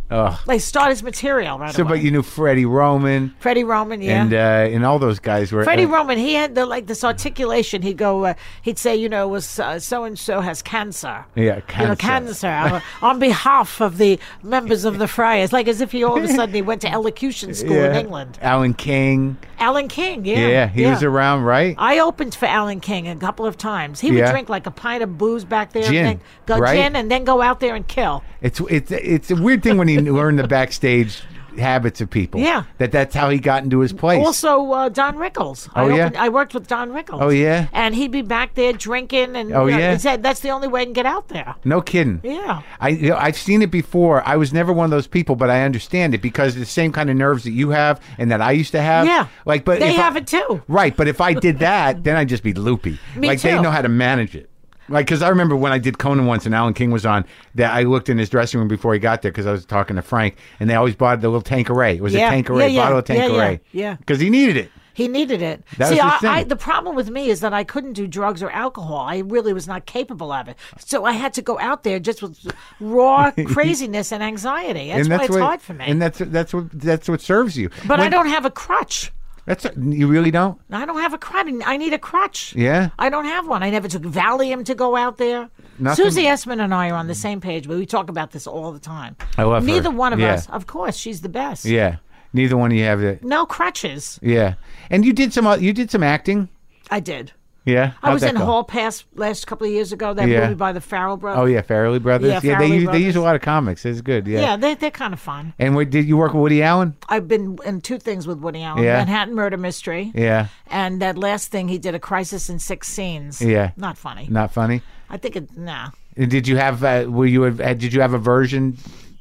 Speaker 4: like start his material right
Speaker 1: So,
Speaker 4: away.
Speaker 1: but you knew Freddie Roman
Speaker 4: Freddie Roman, yeah.
Speaker 1: and uh, and all those guys were.
Speaker 4: Freddie
Speaker 1: uh,
Speaker 4: Roman, he had the like this articulation. He'd go, uh, he'd say, you know, was so and so has cancer.
Speaker 1: Yeah,
Speaker 4: You
Speaker 1: cancer.
Speaker 4: know, cancer uh, on behalf of the members of the Friars, like as if he all of a sudden he went to elocution school in
Speaker 1: yeah,
Speaker 4: England.
Speaker 1: Alan King.
Speaker 4: Alan King, yeah,
Speaker 1: Yeah, he was around, right?
Speaker 4: I opened for Alan King a couple of times. He would
Speaker 1: Yeah.
Speaker 4: drink like a pint of booze back there,
Speaker 1: Gin,
Speaker 4: and then go
Speaker 1: right?
Speaker 4: gin, and then go out there and kill.
Speaker 1: It's it's it's a weird thing when you learn the backstage habits of people.
Speaker 4: Yeah.
Speaker 1: that that's how he got into his place.
Speaker 4: Also, uh, Don Rickles. I
Speaker 1: Oh, yeah?
Speaker 4: I worked with Don Rickles.
Speaker 1: Oh, yeah?
Speaker 4: and he'd be back there drinking, and
Speaker 1: Oh,
Speaker 4: you know,
Speaker 1: yeah?
Speaker 4: he said that's the only way I can get out there.
Speaker 1: no kidding.
Speaker 4: Yeah.
Speaker 1: I you know, I've seen it before. I was never one of those people, but I understand it because the same kind of nerves that you have and that I used to have.
Speaker 4: Yeah.
Speaker 1: Um, like but
Speaker 4: They
Speaker 1: if
Speaker 4: have
Speaker 1: I,
Speaker 4: it too.
Speaker 1: Right, but if I did that, then I'd just be loopy.
Speaker 4: Me
Speaker 1: like they
Speaker 4: too.
Speaker 1: know how to manage it. Like, because I remember when I did Conan once and Alan King was on, that I looked in his dressing room before he got there because I was talking to Frank, and they always bought the little Tanqueray. It was
Speaker 4: Yeah.
Speaker 1: a Tanqueray,
Speaker 4: Yeah, yeah.
Speaker 1: bottle of
Speaker 4: Yeah, yeah.
Speaker 1: Tanqueray.
Speaker 4: Yeah.
Speaker 1: Because he needed it.
Speaker 4: He needed it.
Speaker 1: That
Speaker 4: See,
Speaker 1: was his
Speaker 4: I, I,
Speaker 1: thing.
Speaker 4: the problem with me is that I couldn't do drugs or alcohol. I really was not capable of it. So I had to go out there just with raw craziness and anxiety. That's, why it's
Speaker 1: what,
Speaker 4: hard for me.
Speaker 1: And that's that's what that's what serves you.
Speaker 4: but I
Speaker 1: When-
Speaker 4: don't have a crutch.
Speaker 1: That's you really don't.
Speaker 4: I don't have a crutch. I need a crutch.
Speaker 1: Yeah.
Speaker 4: I don't have one. I never took Valium to go out there.
Speaker 1: Nothing-
Speaker 4: Susie Essman and I are on the same page, but we talk about this all the time.
Speaker 1: I love her.
Speaker 4: Neither one of
Speaker 1: Yeah.
Speaker 4: us, of course, she's the best.
Speaker 1: Yeah. Neither one of you have it.
Speaker 4: No crutches.
Speaker 1: Yeah. And you did some uh, you did some acting.
Speaker 4: I did.
Speaker 1: Yeah.
Speaker 4: I was in
Speaker 1: Hall.
Speaker 4: Hall Pass last couple of years ago. That
Speaker 1: Yeah.
Speaker 4: movie by the Farrell brothers.
Speaker 1: Oh yeah, Farrelly Brothers.
Speaker 4: Yeah,
Speaker 1: they
Speaker 4: Farrelly
Speaker 1: use they use
Speaker 4: Brothers.
Speaker 1: a lot of comics. It's good. Yeah.
Speaker 4: Yeah, they're, they're kind of fun.
Speaker 1: And where, did you work with Woody Allen?
Speaker 4: I've been in two things with Woody Allen
Speaker 1: Yeah.
Speaker 4: Manhattan Murder Mystery.
Speaker 1: Yeah.
Speaker 4: And that last thing he did, A Crisis in Six Scenes.
Speaker 1: Yeah.
Speaker 4: Not funny.
Speaker 1: Not funny.
Speaker 4: I think it, nah.
Speaker 1: And Did you have uh, were you uh, did you have aversion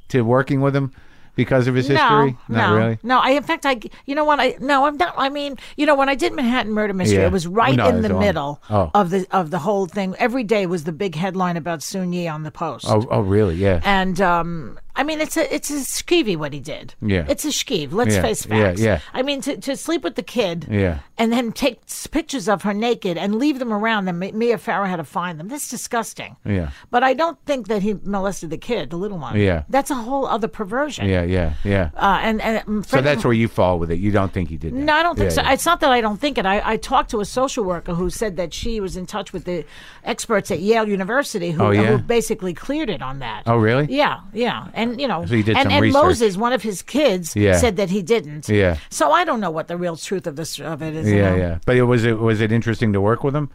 Speaker 1: to working with him because of his history?
Speaker 4: No,
Speaker 1: Not
Speaker 4: no,
Speaker 1: really.
Speaker 4: no. I, in fact, I, you know what? I no, I'm not. I mean, you know, when I did Manhattan Murder Mystery,
Speaker 1: Yeah.
Speaker 4: it was right
Speaker 1: No,
Speaker 4: in
Speaker 1: it's
Speaker 4: the
Speaker 1: on-
Speaker 4: middle
Speaker 1: oh.
Speaker 4: of the of the whole thing. Every day was the big headline about Sun Yi on the Post.
Speaker 1: Oh, oh really? Yeah.
Speaker 4: And um, I mean, it's a it's a skeevy what he did.
Speaker 1: Yeah.
Speaker 4: it's a skeeve. Let's
Speaker 1: Yeah,
Speaker 4: face
Speaker 1: yeah,
Speaker 4: facts.
Speaker 1: yeah.
Speaker 4: I mean, to, to sleep with the kid.
Speaker 1: Yeah.
Speaker 4: and then take s- pictures of her naked and leave them around. Then Ma- Mia Farrow had to find them. That's disgusting.
Speaker 1: Yeah.
Speaker 4: but I don't think that he molested the kid, the little one.
Speaker 1: Yeah.
Speaker 4: that's a whole other perversion.
Speaker 1: Yeah, yeah, yeah.
Speaker 4: uh, and and um,
Speaker 1: so
Speaker 4: Fred-
Speaker 1: that's where you fall with it. You don't think he did that.
Speaker 4: no, I don't think
Speaker 1: Yeah,
Speaker 4: so.
Speaker 1: yeah.
Speaker 4: It's not that I don't think it. I, I talked to a social worker who said that she was in touch with the experts at Yale University who,
Speaker 1: Oh, yeah?
Speaker 4: who basically cleared it on that.
Speaker 1: Oh, really?
Speaker 4: Yeah, yeah. And, you know,
Speaker 1: So you did
Speaker 4: and,
Speaker 1: some
Speaker 4: and
Speaker 1: research.
Speaker 4: Moses, one of his kids,
Speaker 1: Yeah.
Speaker 4: said that he didn't.
Speaker 1: Yeah.
Speaker 4: So I don't know what the real truth of this of it is. you
Speaker 1: Yeah,
Speaker 4: know.
Speaker 1: yeah. But it was it was it interesting to work with him?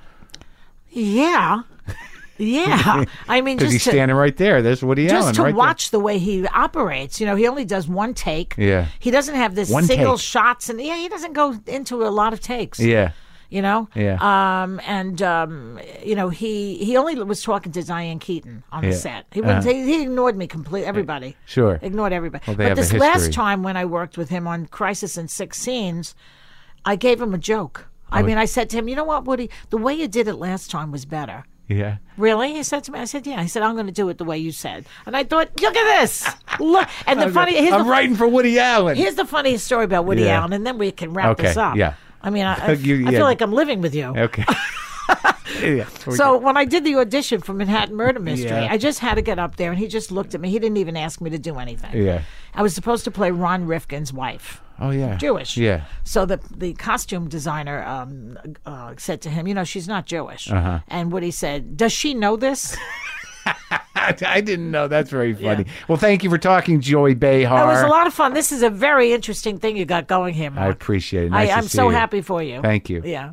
Speaker 4: Yeah. Yeah. I mean,
Speaker 1: Because
Speaker 4: just
Speaker 1: he's
Speaker 4: to,
Speaker 1: standing right there. There's Woody Allen
Speaker 4: just to
Speaker 1: right there.
Speaker 4: watch the way he operates. You know, he only does one take.
Speaker 1: Yeah.
Speaker 4: He doesn't have this
Speaker 1: One
Speaker 4: single
Speaker 1: take.
Speaker 4: shots, and yeah, he doesn't go into a lot of takes.
Speaker 1: Yeah.
Speaker 4: you know
Speaker 1: Yeah.
Speaker 4: um and um you know he he only was talking to diane keaton on the
Speaker 1: Yeah. Uh-huh.
Speaker 4: set he wouldn't he, he ignored me completely everybody
Speaker 1: Sure.
Speaker 4: ignored everybody
Speaker 1: they
Speaker 4: but
Speaker 1: have a
Speaker 4: this last
Speaker 1: history.
Speaker 4: time when i worked with him on crisis in six scenes i gave him a joke
Speaker 1: Oh,
Speaker 4: i mean i said to him you know what woody the way you did it last time was better
Speaker 1: Yeah.
Speaker 4: Really? He said to me, I said, Yeah. He said, I'm going to do it the way you said. And I thought, Look at this. Look. And the funny, here's
Speaker 1: I'm
Speaker 4: the,
Speaker 1: writing for Woody Allen.
Speaker 4: here's the funniest story about Woody
Speaker 1: Yeah.
Speaker 4: Allen, and then we can wrap
Speaker 1: Okay,
Speaker 4: this up.
Speaker 1: yeah.
Speaker 4: I mean, I, I,
Speaker 1: You-
Speaker 4: I
Speaker 1: yeah.
Speaker 4: feel like I'm living with you.
Speaker 1: okay. yeah.
Speaker 4: So when I did the audition for Manhattan Murder Mystery,
Speaker 1: Yeah.
Speaker 4: I just had to get up there, and he just looked at me. He didn't even ask me to do anything.
Speaker 1: Yeah.
Speaker 4: I was supposed to play Ron Rifkin's wife.
Speaker 1: Oh yeah.
Speaker 4: Jewish.
Speaker 1: Yeah.
Speaker 4: So the the costume designer um, uh, said to him, "You know, she's not Jewish."
Speaker 1: Uh-huh.
Speaker 4: And Woody said, "Does she know this?"
Speaker 1: I, I didn't know. That's very funny. Well, thank you for talking, Joey Behar.
Speaker 4: It was a lot of fun. This is a very interesting thing you got going here,
Speaker 1: I
Speaker 4: Mark.
Speaker 1: appreciate it. Nice to
Speaker 4: I, am
Speaker 1: see
Speaker 4: so
Speaker 1: you.
Speaker 4: happy for you.
Speaker 1: Thank you.
Speaker 4: Yeah.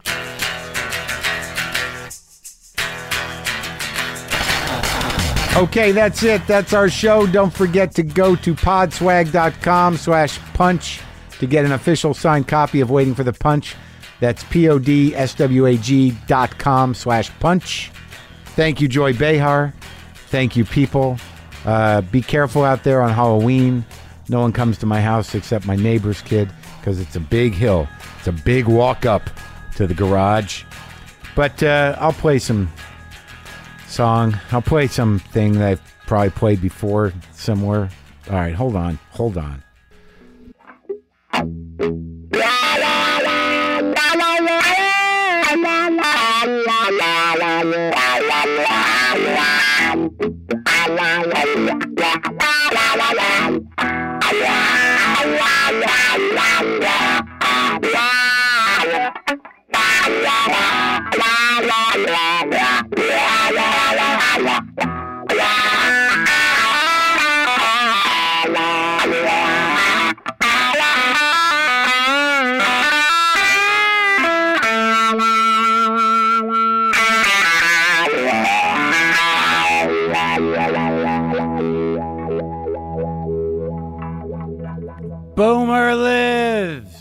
Speaker 1: Okay, that's it. That's our show. Don't forget to go to podswag.com slash punch to get an official signed copy of Waiting for the Punch. That's P-O-D-S-W-A-G dot com slash punch. Thank you, Joy Behar. Thank you, people. Uh, be careful out there on Halloween. No one comes to my house except my neighbor's kid because it's a big hill. It's a big walk up to the garage. But uh, I'll play some song. I'll play something that I've probably played before somewhere. All right, hold on, hold on.
Speaker 5: Boomer lives.